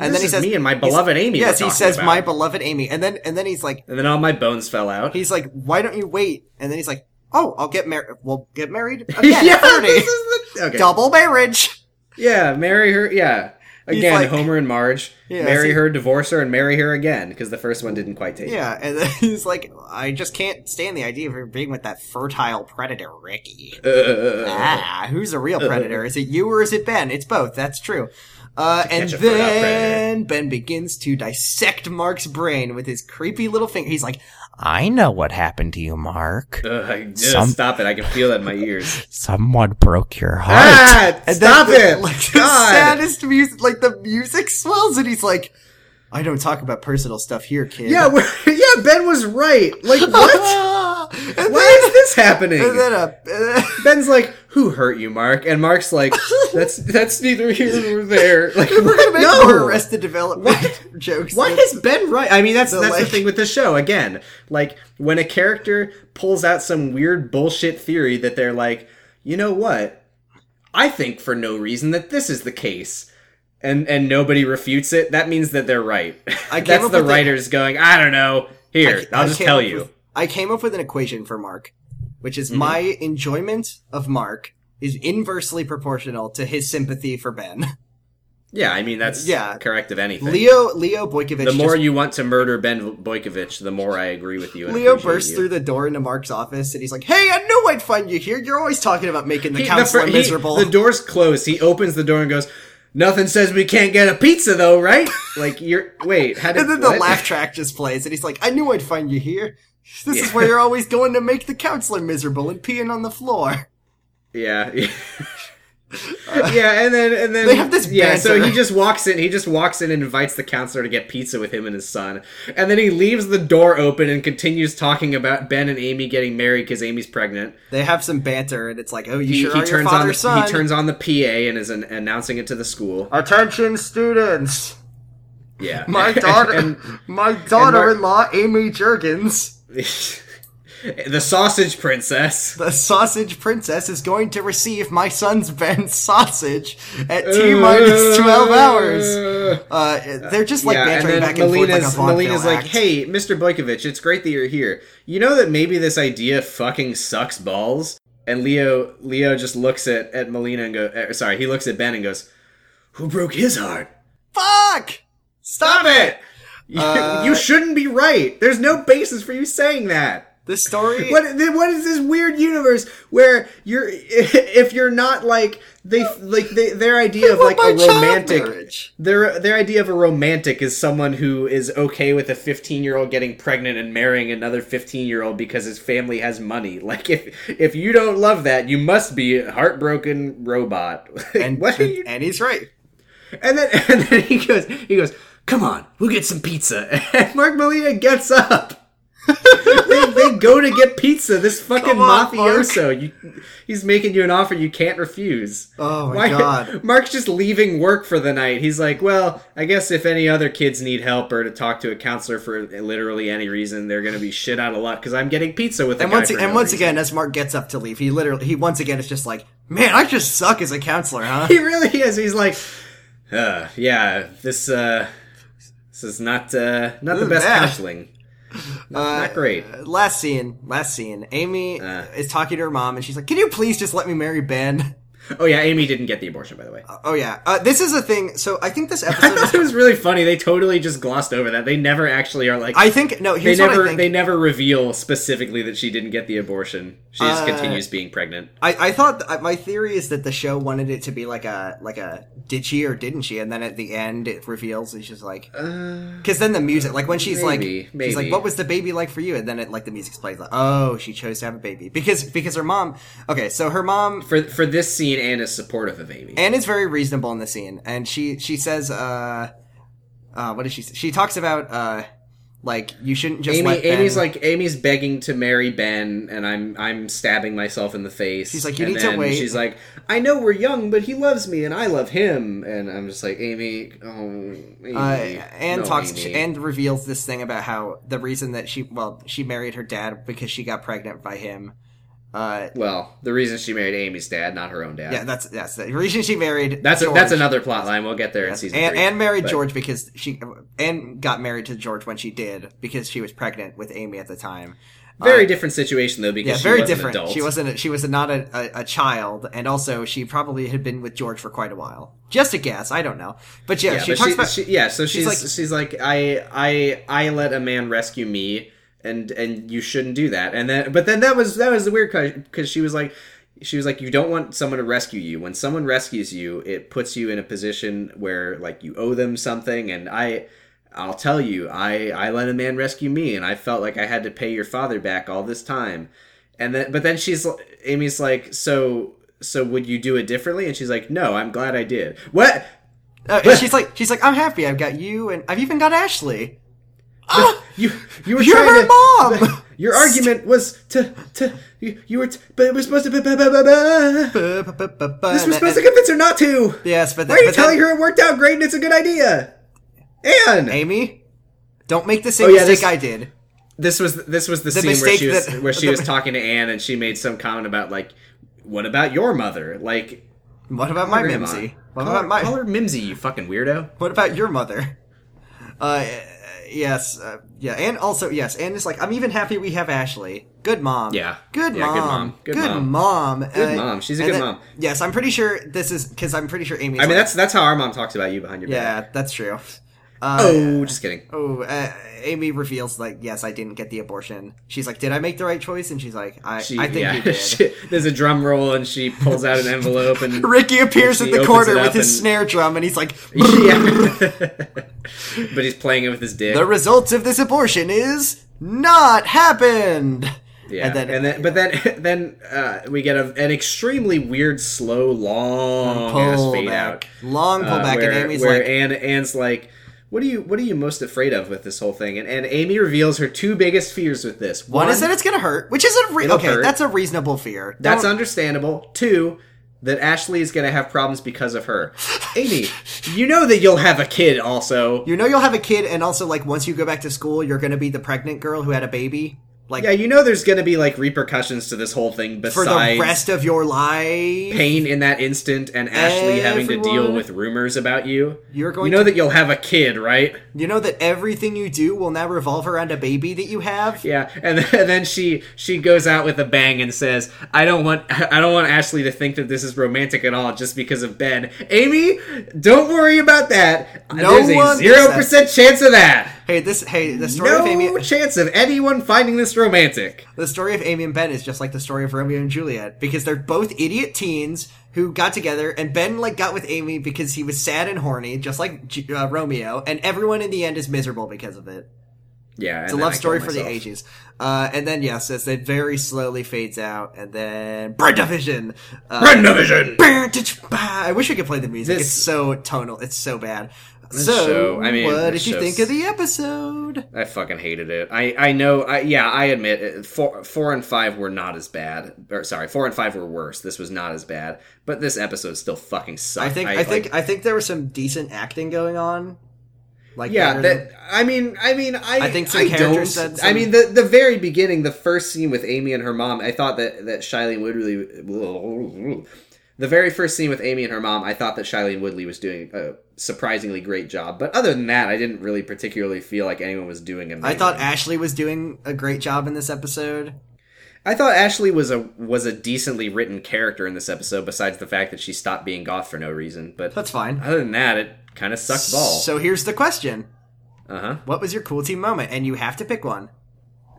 [SPEAKER 3] And
[SPEAKER 2] This
[SPEAKER 3] then he
[SPEAKER 2] is
[SPEAKER 3] says,
[SPEAKER 2] me and my
[SPEAKER 3] he's-
[SPEAKER 2] beloved Amy.
[SPEAKER 3] Yes,
[SPEAKER 2] we're
[SPEAKER 3] he
[SPEAKER 2] talking
[SPEAKER 3] says,
[SPEAKER 2] about.
[SPEAKER 3] my beloved Amy. And then, and then he's like,
[SPEAKER 2] And then all my bones fell out.
[SPEAKER 3] he's like, why don't you wait? And then he's like, oh, I'll get married. We'll
[SPEAKER 2] (laughs)
[SPEAKER 3] get married again.
[SPEAKER 2] (laughs) yeah,
[SPEAKER 3] at 30.
[SPEAKER 2] this is the, okay.
[SPEAKER 3] Double marriage.
[SPEAKER 2] Yeah, marry her. Yeah. Again,
[SPEAKER 3] like-
[SPEAKER 2] Homer and Marge.
[SPEAKER 3] Yeah,
[SPEAKER 2] marry
[SPEAKER 3] see-
[SPEAKER 2] her, divorce her, and marry her again because the first one didn't quite take. it.
[SPEAKER 3] Yeah, and then (laughs) he's like, I just can't stand the idea of her being with that fertile predator, Ricky.
[SPEAKER 2] (laughs)
[SPEAKER 3] ah, who's a real predator? Is it you or is it Ben? It's both. That's true. Uh, and
[SPEAKER 2] catch a fertile
[SPEAKER 3] then Ben begins to dissect Mark's brain with his creepy little finger. He's like, I know what happened to you, Mark.
[SPEAKER 2] Ugh, I- ugh,
[SPEAKER 3] Some-
[SPEAKER 2] Stop it! I can feel that in my
[SPEAKER 3] (laughs)
[SPEAKER 2] ears.
[SPEAKER 3] Someone broke your heart.
[SPEAKER 2] ah,
[SPEAKER 3] And
[SPEAKER 2] stop it!
[SPEAKER 3] then The, (laughs) like the
[SPEAKER 2] God.
[SPEAKER 3] saddest music, like the music swells, and he's like, "I don't talk about personal stuff here, kid."
[SPEAKER 2] Yeah, we're- (laughs) yeah. Ben was right.
[SPEAKER 3] (laughs)
[SPEAKER 2] Like what?
[SPEAKER 3] what? and
[SPEAKER 2] Why
[SPEAKER 3] then,
[SPEAKER 2] is this happening?
[SPEAKER 3] and then a, (laughs) and
[SPEAKER 2] Ben's like, "Who hurt you, Mark?" And Mark's
[SPEAKER 3] (laughs)
[SPEAKER 2] like, "That's that's neither here nor there." Like,
[SPEAKER 3] then- we're gonna
[SPEAKER 2] (laughs)
[SPEAKER 3] make
[SPEAKER 2] no.
[SPEAKER 3] more Arrested Development (laughs) jokes.
[SPEAKER 2] Why
[SPEAKER 3] than-
[SPEAKER 2] is Ben right? I mean, that's
[SPEAKER 3] The,
[SPEAKER 2] that's the
[SPEAKER 3] like-
[SPEAKER 2] thing with the show. Again, like when a character pulls out some weird bullshit theory that they're like, you know what? I think for no reason that this is the case, and and nobody refutes it. That means that they're right. (laughs)
[SPEAKER 3] I came
[SPEAKER 2] that's
[SPEAKER 3] up
[SPEAKER 2] the
[SPEAKER 3] with a-
[SPEAKER 2] writers going. I don't know. Here,
[SPEAKER 3] I
[SPEAKER 2] I'll just
[SPEAKER 3] came
[SPEAKER 2] tell
[SPEAKER 3] up
[SPEAKER 2] you. Mm-hmm.
[SPEAKER 3] with- I came up with an equation for Mark, which is my enjoyment of Mark is inversely proportional to his sympathy for Ben.
[SPEAKER 2] yeah, I mean that's
[SPEAKER 3] Yeah.
[SPEAKER 2] correct of anything.
[SPEAKER 3] Leo Leo Boykovich.
[SPEAKER 2] the
[SPEAKER 3] just
[SPEAKER 2] more you want to murder Ben Boykovich, the more I agree with you. and
[SPEAKER 3] Leo
[SPEAKER 2] appreciate
[SPEAKER 3] bursts
[SPEAKER 2] you.
[SPEAKER 3] through the door into Mark's office and he's like, "Hey, I knew I'd find you here. You're always talking about making the
[SPEAKER 2] He-
[SPEAKER 3] counselor
[SPEAKER 2] fir- he-
[SPEAKER 3] miserable."
[SPEAKER 2] the door's closed. He opens the door and goes, "Nothing says we can't get a pizza, though,
[SPEAKER 3] (laughs)
[SPEAKER 2] right?" Like you're wait, how did
[SPEAKER 3] and then the
[SPEAKER 2] what?
[SPEAKER 3] laugh track just plays and he's like, "I knew I'd find you here. This is where you're always going to make the counselor miserable and peeing on the floor."
[SPEAKER 2] (laughs) Yeah. (laughs) yeah, and then and then
[SPEAKER 3] They have this
[SPEAKER 2] Yeah, so
[SPEAKER 3] banter.
[SPEAKER 2] he just walks in. He just walks in and invites the counselor to get pizza with him and his son, and then he leaves the door open and continues talking about Ben and Amy getting married because Amy's pregnant.
[SPEAKER 3] They have some banter and it's like, "Oh, you
[SPEAKER 2] He,
[SPEAKER 3] sure
[SPEAKER 2] he
[SPEAKER 3] are your
[SPEAKER 2] turns on the,
[SPEAKER 3] father's son."
[SPEAKER 2] he turns on the PA and is an, announcing it to the school.
[SPEAKER 3] Attention, students.
[SPEAKER 2] Yeah,
[SPEAKER 3] My
[SPEAKER 2] (laughs)
[SPEAKER 3] daughter,
[SPEAKER 2] And-
[SPEAKER 3] my daughter-in-law, Amy Jurgens,
[SPEAKER 2] the sausage princess.
[SPEAKER 3] the sausage princess, is going to receive my son's Ben sausage at
[SPEAKER 2] Uh,
[SPEAKER 3] t minus twelve hours. Uh, they're just like bantering
[SPEAKER 2] and then
[SPEAKER 3] back and
[SPEAKER 2] Melina's,
[SPEAKER 3] forth like a vaudeville
[SPEAKER 2] Melina's like,
[SPEAKER 3] act.
[SPEAKER 2] "Hey, Mr. Boykovich, it's great that you're here. You know that maybe this idea fucking sucks balls." And Leo, Leo just looks at at Melina and go, er, "Sorry," he looks at Ben and goes, "Who broke his heart?
[SPEAKER 3] fuck! Stop it!"
[SPEAKER 2] (laughs) You-
[SPEAKER 3] Uh,
[SPEAKER 2] you shouldn't be right. There's no basis for you saying that."
[SPEAKER 3] This story.
[SPEAKER 2] (laughs) What then what is this weird universe where you're (laughs) if you're not like they like they, their idea of
[SPEAKER 3] want
[SPEAKER 2] like a
[SPEAKER 3] my child
[SPEAKER 2] romantic
[SPEAKER 3] marriage.
[SPEAKER 2] their their idea of a romantic is someone who is okay with a 15 year old getting pregnant and marrying another 15 year old because his family has money (laughs) like if if you don't love that you must be a heartbroken robot (laughs) Like,
[SPEAKER 3] And,
[SPEAKER 2] what are you
[SPEAKER 3] and he's right.
[SPEAKER 2] and then (laughs) and then he goes he goes come on we'll get some pizza (laughs) and Mark Molina gets up (laughs) they, they go to get pizza. This fucking
[SPEAKER 3] Come on,
[SPEAKER 2] mafioso, you, he's making you an offer you can't refuse.
[SPEAKER 3] Oh my
[SPEAKER 2] (laughs)
[SPEAKER 3] God.
[SPEAKER 2] Mark's just leaving work for the night. He's like, well, I guess if any other kids need help or to talk to a counselor for literally any reason, they're gonna be shit out of luck because I'm getting pizza with. a
[SPEAKER 3] And
[SPEAKER 2] guy
[SPEAKER 3] once
[SPEAKER 2] for
[SPEAKER 3] and
[SPEAKER 2] no
[SPEAKER 3] once
[SPEAKER 2] reason."
[SPEAKER 3] again, as Mark gets up to leave, he literally he once again is just like, "Man, I just suck as a counselor, huh?"
[SPEAKER 2] (laughs) he really is. He's like, uh, yeah, this uh, this is not uh, not the
[SPEAKER 3] is
[SPEAKER 2] best
[SPEAKER 3] bad.
[SPEAKER 2] counseling. Not,
[SPEAKER 3] Uh,
[SPEAKER 2] not great. Uh.
[SPEAKER 3] last scene, last scene. Amy is talking to her mom, and she's like, "Can you please just let me marry Ben?"
[SPEAKER 2] Oh yeah, Amy didn't get the abortion, by the way.
[SPEAKER 3] Oh yeah, uh, this is a thing. So I think this
[SPEAKER 2] I
[SPEAKER 3] episode.
[SPEAKER 2] thought (laughs)
[SPEAKER 3] is-
[SPEAKER 2] it was really funny. They totally just glossed over that. They never actually are like.
[SPEAKER 3] I think no.
[SPEAKER 2] they
[SPEAKER 3] Here's what I
[SPEAKER 2] never
[SPEAKER 3] think.
[SPEAKER 2] they never reveal specifically that she didn't get the abortion. She
[SPEAKER 3] Uh,
[SPEAKER 2] just continues being pregnant.
[SPEAKER 3] I, I thought I- my theory is that the show wanted it to be like a like a did she or didn't she, and then at the end it reveals and she's like, because then the music like when she's
[SPEAKER 2] Uh, maybe,
[SPEAKER 3] like she's like
[SPEAKER 2] maybe.
[SPEAKER 3] what was the baby like for you, and then it like the music's played like oh she chose to have a baby because because her mom okay so her mom
[SPEAKER 2] For for this scene, Anne is supportive of Amy.
[SPEAKER 3] Anne is very reasonable in the scene, and she she says uh uh what does she say? she talks about uh like you shouldn't just
[SPEAKER 2] Amy
[SPEAKER 3] let Ben-
[SPEAKER 2] Amy's like Amy's begging to marry Ben, and I'm I'm stabbing myself in the face.
[SPEAKER 3] She's like, "You
[SPEAKER 2] And
[SPEAKER 3] need to
[SPEAKER 2] then
[SPEAKER 3] wait."
[SPEAKER 2] She's like, I know we're young, but he loves me, and I love him, and I'm just like, Amy, oh, Amy,
[SPEAKER 3] Uh, Anne
[SPEAKER 2] no,
[SPEAKER 3] talks
[SPEAKER 2] Amy.
[SPEAKER 3] and reveals this thing about how the reason that she well she married her dad because she got pregnant by him. Uh,
[SPEAKER 2] well, the reason she married Amy's dad, not her own dad.
[SPEAKER 3] yeah, that's that's the reason she married.
[SPEAKER 2] that's a,
[SPEAKER 3] George.
[SPEAKER 2] that's another plot line. We'll get there in season
[SPEAKER 3] Anne,
[SPEAKER 2] three.
[SPEAKER 3] Anne married
[SPEAKER 2] but-
[SPEAKER 3] George because she Anne got married to George when she did because she was pregnant with Amy at the time.
[SPEAKER 2] Very different situation though, because
[SPEAKER 3] Uh, Yeah,
[SPEAKER 2] she
[SPEAKER 3] very
[SPEAKER 2] was an
[SPEAKER 3] different.
[SPEAKER 2] adult.
[SPEAKER 3] She wasn't. A, she was not a, a, a child, and also she probably had been with George for quite a while. Just a guess. I don't know. But yeah,
[SPEAKER 2] Yeah,
[SPEAKER 3] she
[SPEAKER 2] but
[SPEAKER 3] talks
[SPEAKER 2] she-
[SPEAKER 3] about.
[SPEAKER 2] she- yeah. So she's
[SPEAKER 3] like-
[SPEAKER 2] she's like, I I I let a man rescue me, and and you shouldn't do that. And then but then that was that was the weird because she was like. She was like, "You don't want someone to rescue you. When someone rescues you, it puts you in a position where like you owe them something." And I, I'll tell you, I I let a man rescue me, and I felt like I had to pay your father back all this time. And then, but then she's Amy's like, "So, so would you do it differently?" And she's like, "No, I'm glad I did." What?
[SPEAKER 3] uh, and she's like. She's like. I'm happy. I've got you, and I've even got Ashley. Ah!
[SPEAKER 2] You you were
[SPEAKER 3] You're
[SPEAKER 2] trying
[SPEAKER 3] her
[SPEAKER 2] to,
[SPEAKER 3] mom!
[SPEAKER 2] (laughs) Your argument was to to you, you were t- but it was supposed to be, ba- ba- ba- ba.
[SPEAKER 3] This
[SPEAKER 2] this was supposed to convince her not to.
[SPEAKER 3] Yes, but
[SPEAKER 2] Why are you
[SPEAKER 3] but
[SPEAKER 2] telling
[SPEAKER 3] then-
[SPEAKER 2] her it worked out great and it's a good idea? And
[SPEAKER 3] Amy? Don't make the same
[SPEAKER 2] Oh, yeah,
[SPEAKER 3] mistake
[SPEAKER 2] this-
[SPEAKER 3] I did.
[SPEAKER 2] this was this was the, scene where
[SPEAKER 3] mistake
[SPEAKER 2] she was
[SPEAKER 3] that- (laughs)
[SPEAKER 2] where she
[SPEAKER 3] the-
[SPEAKER 2] was talking to Anne and she made some comment about like, what about your mother? Like,
[SPEAKER 3] What about my
[SPEAKER 2] grandma.
[SPEAKER 3] Mimsy? What
[SPEAKER 2] Call, her-
[SPEAKER 3] about my?
[SPEAKER 2] call her Mimsy, you fucking weirdo.
[SPEAKER 3] What about your mother? Uh, yes, uh, yeah, and also yes, and it's like I'm even happy we have Ashley. Good mom.
[SPEAKER 2] Yeah.
[SPEAKER 3] Good
[SPEAKER 2] Yeah,
[SPEAKER 3] mom.
[SPEAKER 2] good mom. Good mom.
[SPEAKER 3] mom.
[SPEAKER 2] Good mom. She's a
[SPEAKER 3] and
[SPEAKER 2] good
[SPEAKER 3] then-
[SPEAKER 2] mom.
[SPEAKER 3] Yes, I'm pretty sure this is because I'm pretty sure Amy's.
[SPEAKER 2] I mean,
[SPEAKER 3] like-
[SPEAKER 2] that's that's how our mom talks about you behind your back.
[SPEAKER 3] yeah, that's true. Uh,
[SPEAKER 2] Oh, just kidding.
[SPEAKER 3] Oh, uh, Amy reveals like, yes, I didn't get the abortion. She's like, did I make the right choice? And she's like, I,
[SPEAKER 2] She,
[SPEAKER 3] I think
[SPEAKER 2] yeah, (laughs)
[SPEAKER 3] you did.
[SPEAKER 2] she- there's a drum roll and she pulls out an
[SPEAKER 3] (laughs)
[SPEAKER 2] envelope and
[SPEAKER 3] Ricky appears
[SPEAKER 2] She
[SPEAKER 3] at the
[SPEAKER 2] opens
[SPEAKER 3] corner
[SPEAKER 2] it up
[SPEAKER 3] with his
[SPEAKER 2] and-
[SPEAKER 3] snare drum, and he's like,
[SPEAKER 2] yeah. (laughs) but he's playing it with his dick.
[SPEAKER 3] "The results of this abortion is not happened."
[SPEAKER 2] yeah. And then, but then, (laughs) then uh, we get a, an extremely weird, slow, long ass
[SPEAKER 3] pull
[SPEAKER 2] fade out.
[SPEAKER 3] back, long pull
[SPEAKER 2] uh,
[SPEAKER 3] back,
[SPEAKER 2] where,
[SPEAKER 3] and Amy's
[SPEAKER 2] where
[SPEAKER 3] like,
[SPEAKER 2] Anne, Anne's like, "What are you? What are you most afraid of with this whole thing?" And, and Amy reveals her two biggest fears with this.
[SPEAKER 3] "One is that it's gonna hurt," which is a re-
[SPEAKER 2] It'll
[SPEAKER 3] okay.
[SPEAKER 2] hurt.
[SPEAKER 3] That's a reasonable fear.
[SPEAKER 2] That's
[SPEAKER 3] Don't-
[SPEAKER 2] understandable. Two, that Ashley is going to have problems because of
[SPEAKER 3] (laughs)
[SPEAKER 2] her. Amy, you know that you'll have a kid also.
[SPEAKER 3] you know you'll have a kid, and also like once you go back to school, you're gonna be the pregnant girl who had a baby, like
[SPEAKER 2] yeah, you know there's going to be like repercussions to this whole thing
[SPEAKER 3] for
[SPEAKER 2] besides
[SPEAKER 3] the rest of your life.
[SPEAKER 2] pain in that instant and Ashley having to deal
[SPEAKER 3] Everyone-
[SPEAKER 2] with rumors about you.
[SPEAKER 3] You're going
[SPEAKER 2] You know
[SPEAKER 3] to-
[SPEAKER 2] that you'll have a kid, right?
[SPEAKER 3] You know that everything you do will now revolve around a baby that you have.
[SPEAKER 2] Yeah, and then, and then she she goes out with a bang and says, "I don't want (laughs) I don't want Ashley to think that this is romantic at all just because of Ben." Amy, don't worry about that.
[SPEAKER 3] No
[SPEAKER 2] There's a
[SPEAKER 3] one
[SPEAKER 2] zero percent chance of that.
[SPEAKER 3] Hey, this hey the story
[SPEAKER 2] No
[SPEAKER 3] of Amy.
[SPEAKER 2] chance of anyone finding this romantic.
[SPEAKER 3] The story of Amy and Ben is just like the story of Romeo and Juliet because they're both idiot teens who got together and Ben like got with Amy because he was sad and horny just like Ju- uh, Romeo and everyone in the end is miserable because of it.
[SPEAKER 2] Yeah,
[SPEAKER 3] It's a love story for the ages. Uh, and then yes, as it very slowly fades out and then Brent Division. Uh,
[SPEAKER 4] Brendavision!
[SPEAKER 3] I wish I could play the music.
[SPEAKER 2] This-
[SPEAKER 3] it's so tonal. It's so bad. So,
[SPEAKER 2] show- I mean,
[SPEAKER 3] what
[SPEAKER 2] this
[SPEAKER 3] did you
[SPEAKER 2] show's-
[SPEAKER 3] think of the episode?
[SPEAKER 2] I fucking hated it. I I know. I yeah. I admit it, four four and five were not as bad. Or sorry, four and five were worse. This was not as bad. But this episode still fucking sucked.
[SPEAKER 3] I think I,
[SPEAKER 2] like,
[SPEAKER 3] think I think there was some decent acting going on. Like
[SPEAKER 2] yeah.
[SPEAKER 3] better than-
[SPEAKER 2] That I mean. I mean. I
[SPEAKER 3] I think some
[SPEAKER 2] don't-
[SPEAKER 3] characters said
[SPEAKER 2] I
[SPEAKER 3] some-
[SPEAKER 2] mean the the very beginning, the first scene with Amy and her mom. I thought that that Shailene Woodley. (laughs) The very first scene with Amy and her mom, I thought that Shailene Woodley was doing a surprisingly great job. But other than that, I didn't really particularly feel like anyone was doing amazing.
[SPEAKER 3] I thought Ashley was doing a great job in this episode.
[SPEAKER 2] I thought Ashley was a was a decently written character in this episode, besides the fact that she stopped being goth for no reason. But
[SPEAKER 3] That's fine.
[SPEAKER 2] other than that, it kind of sucked ball.
[SPEAKER 3] So here's the question.
[SPEAKER 2] uh huh.
[SPEAKER 3] What was your cool team moment? And you have to pick one.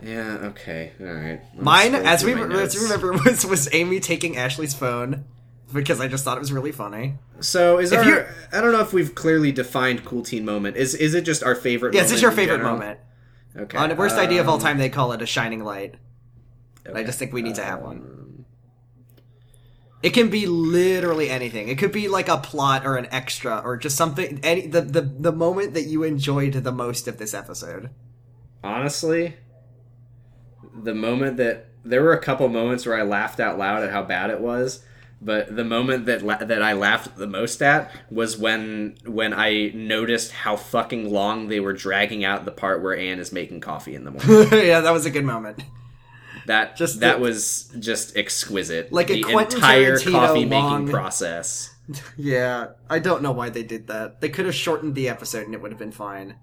[SPEAKER 2] Yeah. Okay. All right. Let me
[SPEAKER 3] Mine,
[SPEAKER 2] scroll
[SPEAKER 3] as we
[SPEAKER 2] through my
[SPEAKER 3] as we
[SPEAKER 2] notes.
[SPEAKER 3] remember, (laughs) was was Amy taking Ashley's phone because I just thought it was really funny.
[SPEAKER 2] So is
[SPEAKER 3] If
[SPEAKER 2] our,
[SPEAKER 3] you're-
[SPEAKER 2] I don't know if we've clearly defined cool teen moment. Is is it just our favorite?
[SPEAKER 3] Yes,
[SPEAKER 2] moment
[SPEAKER 3] it's your
[SPEAKER 2] in
[SPEAKER 3] favorite
[SPEAKER 2] general?
[SPEAKER 3] moment.
[SPEAKER 2] Okay.
[SPEAKER 3] On worst idea of all
[SPEAKER 2] um,
[SPEAKER 3] time, they call it a shining light. And I
[SPEAKER 2] okay.
[SPEAKER 3] just think we need to have one. It can be literally anything. It could be like a plot or an extra or just something. Any the the, the moment that you enjoyed the most of this episode. (laughs)
[SPEAKER 2] honestly, the moment that there were a couple moments where I laughed out loud at how bad it was, but the moment that la- that I laughed the most at was when when I noticed how fucking long they were dragging out the part where Anne is making coffee in the
[SPEAKER 3] (laughs)
[SPEAKER 2] morning.
[SPEAKER 3] yeah, that was a good moment.
[SPEAKER 2] That
[SPEAKER 3] Just
[SPEAKER 2] just that
[SPEAKER 3] the-
[SPEAKER 2] was just exquisite.
[SPEAKER 3] Like a
[SPEAKER 2] the
[SPEAKER 3] Quentin
[SPEAKER 2] entire
[SPEAKER 3] Tarantino
[SPEAKER 2] coffee
[SPEAKER 3] long-
[SPEAKER 2] making process.
[SPEAKER 3] Yeah, I don't know why they did that. They could have shortened the episode and it would have been fine.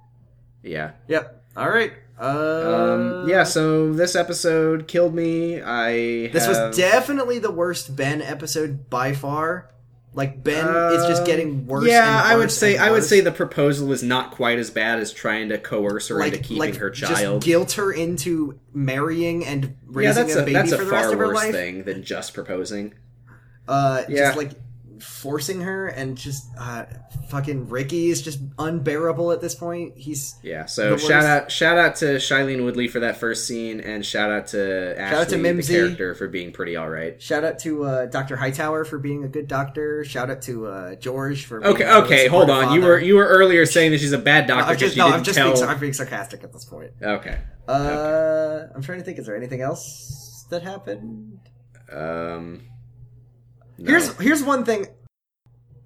[SPEAKER 2] Yeah.
[SPEAKER 3] Yep. All right. Uh,
[SPEAKER 2] Um, yeah, so this episode killed me. I
[SPEAKER 3] This
[SPEAKER 2] have-
[SPEAKER 3] was definitely the worst Ben episode by far. Like Ben is just getting worse.
[SPEAKER 2] Uh, Yeah,
[SPEAKER 3] and
[SPEAKER 2] I would
[SPEAKER 3] worse
[SPEAKER 2] say
[SPEAKER 3] and
[SPEAKER 2] I would
[SPEAKER 3] worse.
[SPEAKER 2] say the proposal is not quite as bad as trying to coerce her into keeping her child.
[SPEAKER 3] Just guilt her into marrying and
[SPEAKER 2] yeah,
[SPEAKER 3] raising
[SPEAKER 2] that's a,
[SPEAKER 3] a, baby
[SPEAKER 2] that's a
[SPEAKER 3] for the
[SPEAKER 2] far
[SPEAKER 3] rest of her
[SPEAKER 2] worse
[SPEAKER 3] life.
[SPEAKER 2] thing than just proposing.
[SPEAKER 3] Uh,
[SPEAKER 2] Yeah.
[SPEAKER 3] just like forcing her and just uh, fucking Ricky is just unbearable at this point. He's
[SPEAKER 2] Yeah,
[SPEAKER 3] The
[SPEAKER 2] so
[SPEAKER 3] worst.
[SPEAKER 2] shout out shout out to Shailene Woodley for that first scene, and shout out to Ashley,
[SPEAKER 3] out to
[SPEAKER 2] the
[SPEAKER 3] Mimsy.
[SPEAKER 2] character, for being pretty all right.
[SPEAKER 3] shout out to uh, Doctor Hightower for being a good doctor. Shout out to uh, George for being
[SPEAKER 2] Okay,
[SPEAKER 3] a really
[SPEAKER 2] okay, hold on.
[SPEAKER 3] supportive
[SPEAKER 2] You were
[SPEAKER 3] father.
[SPEAKER 2] you were earlier saying that she's a bad doctor
[SPEAKER 3] I'm
[SPEAKER 2] because
[SPEAKER 3] just,
[SPEAKER 2] she
[SPEAKER 3] no,
[SPEAKER 2] didn't
[SPEAKER 3] I'm just
[SPEAKER 2] tell.
[SPEAKER 3] being, I'm being sarcastic at this point.
[SPEAKER 2] Okay.
[SPEAKER 3] Uh, I'm trying to think. Is there anything else that happened?
[SPEAKER 2] Um, no.
[SPEAKER 3] Here's here's one thing.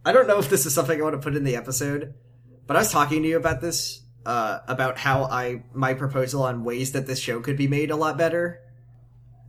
[SPEAKER 3] I don't know if this is something I want to put in the episode, but I was talking to you about this uh, about how I my proposal on ways that this show could be made a lot better.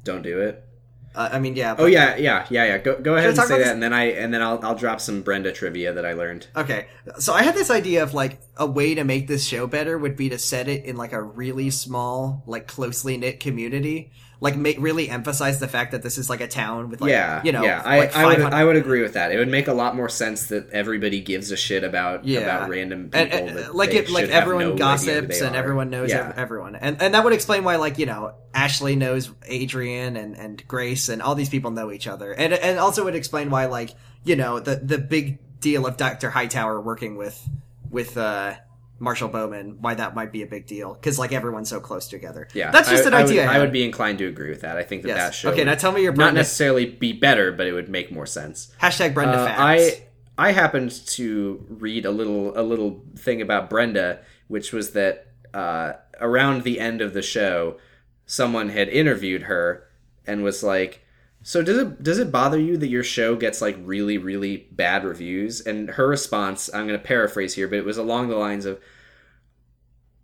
[SPEAKER 2] don't do it.
[SPEAKER 3] Uh, I mean, yeah.
[SPEAKER 2] Oh yeah, yeah, yeah, yeah. Go, go ahead and
[SPEAKER 3] talk
[SPEAKER 2] say
[SPEAKER 3] about
[SPEAKER 2] that,
[SPEAKER 3] this-
[SPEAKER 2] and then I and then I'll I'll drop some Brenda trivia that I learned.
[SPEAKER 3] Okay, so I had this idea of like a way to make this show better would be to set it in like a really small, like closely knit community, like ma- really emphasize the fact that this is like a town with like
[SPEAKER 2] yeah,
[SPEAKER 3] you know
[SPEAKER 2] yeah. I,
[SPEAKER 3] like
[SPEAKER 2] I would
[SPEAKER 3] 500
[SPEAKER 2] I would agree with that. It would make a lot more sense that everybody gives a shit about
[SPEAKER 3] Yeah.
[SPEAKER 2] about random people.
[SPEAKER 3] and, and-
[SPEAKER 2] that
[SPEAKER 3] like
[SPEAKER 2] they
[SPEAKER 3] it, like
[SPEAKER 2] should have
[SPEAKER 3] everyone
[SPEAKER 2] no idea who
[SPEAKER 3] gossips
[SPEAKER 2] they
[SPEAKER 3] and
[SPEAKER 2] are.
[SPEAKER 3] everyone knows
[SPEAKER 2] Yeah.
[SPEAKER 3] ev- everyone, and and that would explain why like you know Ashley knows Adrian and and Grace and all these people know each other, and and also would explain why like you know the the big deal of Doctor Hightower working with with uh Marshall Bowman, why that might be a big deal because like everyone's so close together.
[SPEAKER 2] yeah,
[SPEAKER 3] that's just
[SPEAKER 2] I,
[SPEAKER 3] an
[SPEAKER 2] I would-
[SPEAKER 3] idea.
[SPEAKER 2] I would,
[SPEAKER 3] had.
[SPEAKER 2] be inclined to agree with that. I think that
[SPEAKER 3] Yes.
[SPEAKER 2] that show
[SPEAKER 3] Okay,
[SPEAKER 2] would
[SPEAKER 3] now tell me your
[SPEAKER 2] not
[SPEAKER 3] Brenda-
[SPEAKER 2] necessarily be better, but it would make more sense.
[SPEAKER 3] hashtag Brenda
[SPEAKER 2] Uh,
[SPEAKER 3] facts.
[SPEAKER 2] I I happened to read a little a little thing about Brenda, which was that uh, around the end of the show, someone had interviewed her and was like, "So does it does it bother you that your show gets like really really bad reviews?" And her response, I'm going to paraphrase here, but it was along the lines of,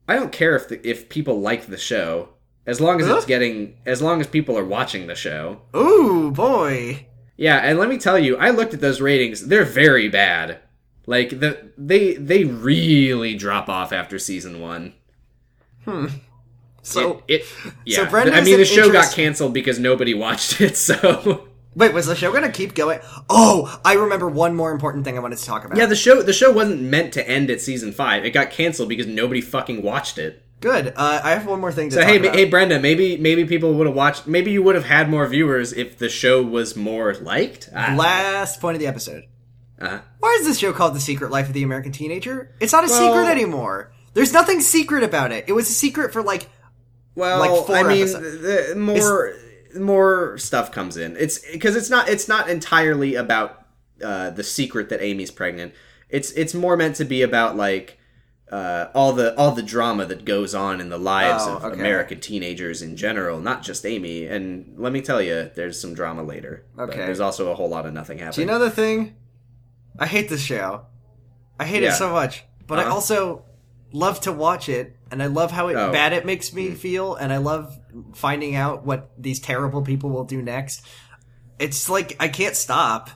[SPEAKER 2] "I don't care if the, if people like the show." As long as
[SPEAKER 3] Huh?
[SPEAKER 2] it's getting, as long as people are watching the show,
[SPEAKER 3] Ooh boy.
[SPEAKER 2] yeah, and let me tell you, I looked at those ratings. They're very bad. Like the they they really drop off after season one.
[SPEAKER 3] So
[SPEAKER 2] It, it yeah.
[SPEAKER 3] Brenda's
[SPEAKER 2] I mean,
[SPEAKER 3] an
[SPEAKER 2] the show
[SPEAKER 3] interest-
[SPEAKER 2] got canceled because nobody (laughs) watched it. So
[SPEAKER 3] wait, was the show gonna keep going? Oh, I remember one more important thing I wanted to talk about.
[SPEAKER 2] yeah, the show the show wasn't meant to end at season five. It got canceled because nobody fucking watched it.
[SPEAKER 3] Good. Uh, I have one more thing to
[SPEAKER 2] So
[SPEAKER 3] talk
[SPEAKER 2] hey, ma-
[SPEAKER 3] about.
[SPEAKER 2] hey Brenda, maybe maybe people would have watched. Maybe you would have had more viewers if the show was more liked. I don't know.
[SPEAKER 3] Last point of the episode.
[SPEAKER 2] Uh-huh.
[SPEAKER 3] Why is this show called The Secret Life of the American Teenager? It's not a
[SPEAKER 2] Well-
[SPEAKER 3] secret anymore. There's nothing secret about it. It was a secret for like
[SPEAKER 2] Well,
[SPEAKER 3] like, four
[SPEAKER 2] I mean,
[SPEAKER 3] episodes.
[SPEAKER 2] the, more more stuff comes in. It's because it's not it's not entirely about uh, the secret that Amy's pregnant. It's it's more meant to be about like uh, all the all the drama that goes on in the lives
[SPEAKER 3] Oh,
[SPEAKER 2] of
[SPEAKER 3] okay.
[SPEAKER 2] American teenagers in general, not just Amy. And let me tell you, there's some drama later. But
[SPEAKER 3] Okay.
[SPEAKER 2] there's also a whole lot of nothing happening.
[SPEAKER 3] Do you know the thing? I hate this show. I hate it
[SPEAKER 2] Yeah.
[SPEAKER 3] so much. But I
[SPEAKER 2] Uh-huh.
[SPEAKER 3] also love to watch it, and I love how it,
[SPEAKER 2] Oh.
[SPEAKER 3] bad it makes me feel, and I love finding out what these terrible people will do next. It's like I can't stop.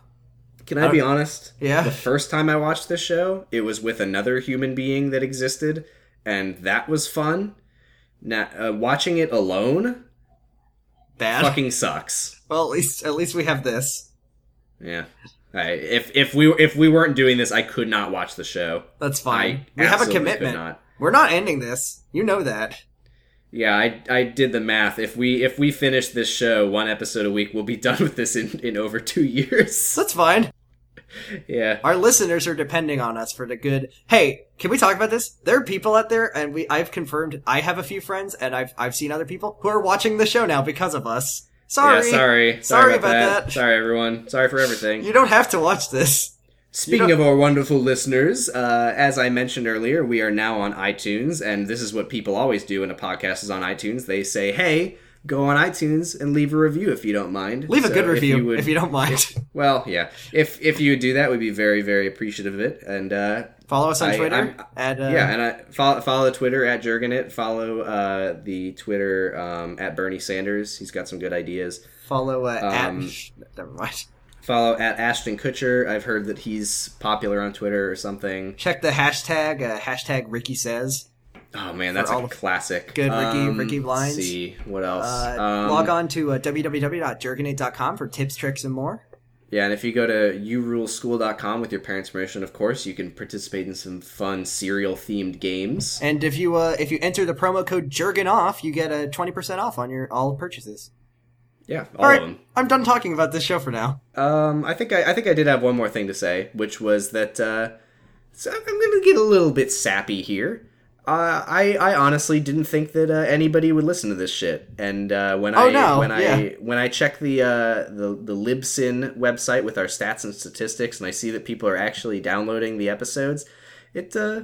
[SPEAKER 2] Can I, be honest?
[SPEAKER 3] Yeah.
[SPEAKER 2] The first time I watched this show, it was with another human being that existed, and that was fun. Now, uh, watching it alone,
[SPEAKER 3] Bad.
[SPEAKER 2] Fucking sucks.
[SPEAKER 3] well, at least at least we have this.
[SPEAKER 2] Yeah. I, if if we if we weren't doing this, I could not watch the show.
[SPEAKER 3] That's fine.
[SPEAKER 2] I
[SPEAKER 3] we have a
[SPEAKER 2] absolutely could
[SPEAKER 3] commitment.
[SPEAKER 2] not.
[SPEAKER 3] We're not ending this. You know that.
[SPEAKER 2] Yeah, I I did the math. If we if we finish this show one episode a week, we'll be (laughs) done with this in in over two years. (laughs)
[SPEAKER 3] That's fine.
[SPEAKER 2] yeah.
[SPEAKER 3] Our listeners are depending on us for the good. Hey, can we talk about this? There are people out there, and we I've confirmed I have a few friends, and I've I've seen other people who are watching the show now because of us. Sorry,
[SPEAKER 2] Yeah, sorry. Sorry,
[SPEAKER 3] Sorry
[SPEAKER 2] about,
[SPEAKER 3] about
[SPEAKER 2] that.
[SPEAKER 3] that.
[SPEAKER 2] Sorry everyone. Sorry for everything.
[SPEAKER 3] You don't have to watch this.
[SPEAKER 2] Speaking
[SPEAKER 3] You
[SPEAKER 2] of our wonderful listeners, uh, as I mentioned earlier, we are now on iTunes, and this is what people always do when a podcast is on iTunes. They say, "Hey, go on iTunes and leave a review if you don't mind.
[SPEAKER 3] Leave a
[SPEAKER 2] So
[SPEAKER 3] good review
[SPEAKER 2] would-
[SPEAKER 3] if you don't mind.
[SPEAKER 2] Well, yeah. If if you would do that, we'd be very very appreciative of it. And uh,
[SPEAKER 3] (laughs) Follow us on
[SPEAKER 2] I-
[SPEAKER 3] Twitter
[SPEAKER 2] I'm-
[SPEAKER 3] at uh,
[SPEAKER 2] yeah, and I follow, follow Twitter at Jurgenit. Follow uh, the Twitter um, at Bernie Sanders. He's got some good ideas.
[SPEAKER 3] follow uh,
[SPEAKER 2] Um,
[SPEAKER 3] at (laughs) never mind.
[SPEAKER 2] Follow at Ashton Kutcher. I've heard that he's popular on Twitter or something.
[SPEAKER 3] Check the hashtag uh, hashtag Ricky says.
[SPEAKER 2] Oh man, that's
[SPEAKER 3] all
[SPEAKER 2] a
[SPEAKER 3] of-
[SPEAKER 2] classic. Um,
[SPEAKER 3] Good Ricky- Ricky lines.
[SPEAKER 2] Let's see what else?
[SPEAKER 3] Uh,
[SPEAKER 2] Um,
[SPEAKER 3] log on to uh, www.jerkinate.com for tips, tricks, and more.
[SPEAKER 2] Yeah, and if you go to youruleschool.com with your parents' permission, of course, you can participate in some fun cereal themed games.
[SPEAKER 3] And if you uh, if you enter the promo code Jerkin off, you get a twenty percent off on your all purchases.
[SPEAKER 2] yeah, all,
[SPEAKER 3] All
[SPEAKER 2] of them.
[SPEAKER 3] right, I'm done talking about this show for now.
[SPEAKER 2] Um, I think I, I think I did have one more thing to say, which was that uh, so I'm going to get a little bit sappy here. Uh, I I honestly didn't think that uh, anybody would listen to this shit, and uh, when
[SPEAKER 3] Oh,
[SPEAKER 2] I
[SPEAKER 3] no,
[SPEAKER 2] when
[SPEAKER 3] yeah.
[SPEAKER 2] I when I check the uh, the the Libsyn website with our stats and statistics, and I see that people are actually downloading the episodes, it uh,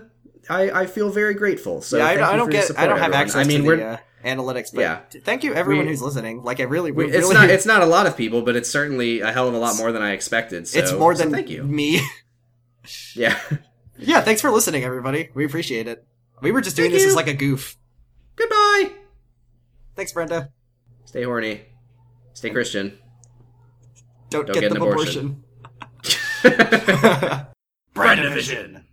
[SPEAKER 2] I I feel very grateful. So
[SPEAKER 3] Yeah, I,
[SPEAKER 2] thank
[SPEAKER 3] I
[SPEAKER 2] you
[SPEAKER 3] don't
[SPEAKER 2] for your
[SPEAKER 3] get I
[SPEAKER 2] support,
[SPEAKER 3] don't have
[SPEAKER 2] everyone.
[SPEAKER 3] access
[SPEAKER 2] I mean,
[SPEAKER 3] to
[SPEAKER 2] we're
[SPEAKER 3] the uh, analytics, but
[SPEAKER 2] Yeah.
[SPEAKER 3] t- thank you everyone
[SPEAKER 2] We-
[SPEAKER 3] who's listening. Like I really, we,
[SPEAKER 2] we- it's
[SPEAKER 3] really,
[SPEAKER 2] not it's not a lot of people, but it's certainly a hell of a lot more than I expected. So,
[SPEAKER 3] (laughs) it's more than
[SPEAKER 2] so thank you.
[SPEAKER 3] me. (laughs)
[SPEAKER 2] Yeah.
[SPEAKER 3] yeah, thanks for listening, everybody. We appreciate it. We were just doing
[SPEAKER 2] Thank
[SPEAKER 3] this
[SPEAKER 2] you.
[SPEAKER 3] as like a goof.
[SPEAKER 2] Goodbye.
[SPEAKER 3] Thanks, Brenda.
[SPEAKER 2] Stay horny. Stay Christian.
[SPEAKER 3] Don't,
[SPEAKER 2] Don't
[SPEAKER 3] get,
[SPEAKER 2] get
[SPEAKER 3] the
[SPEAKER 2] an abortion.
[SPEAKER 3] abortion.
[SPEAKER 4] Brand Division.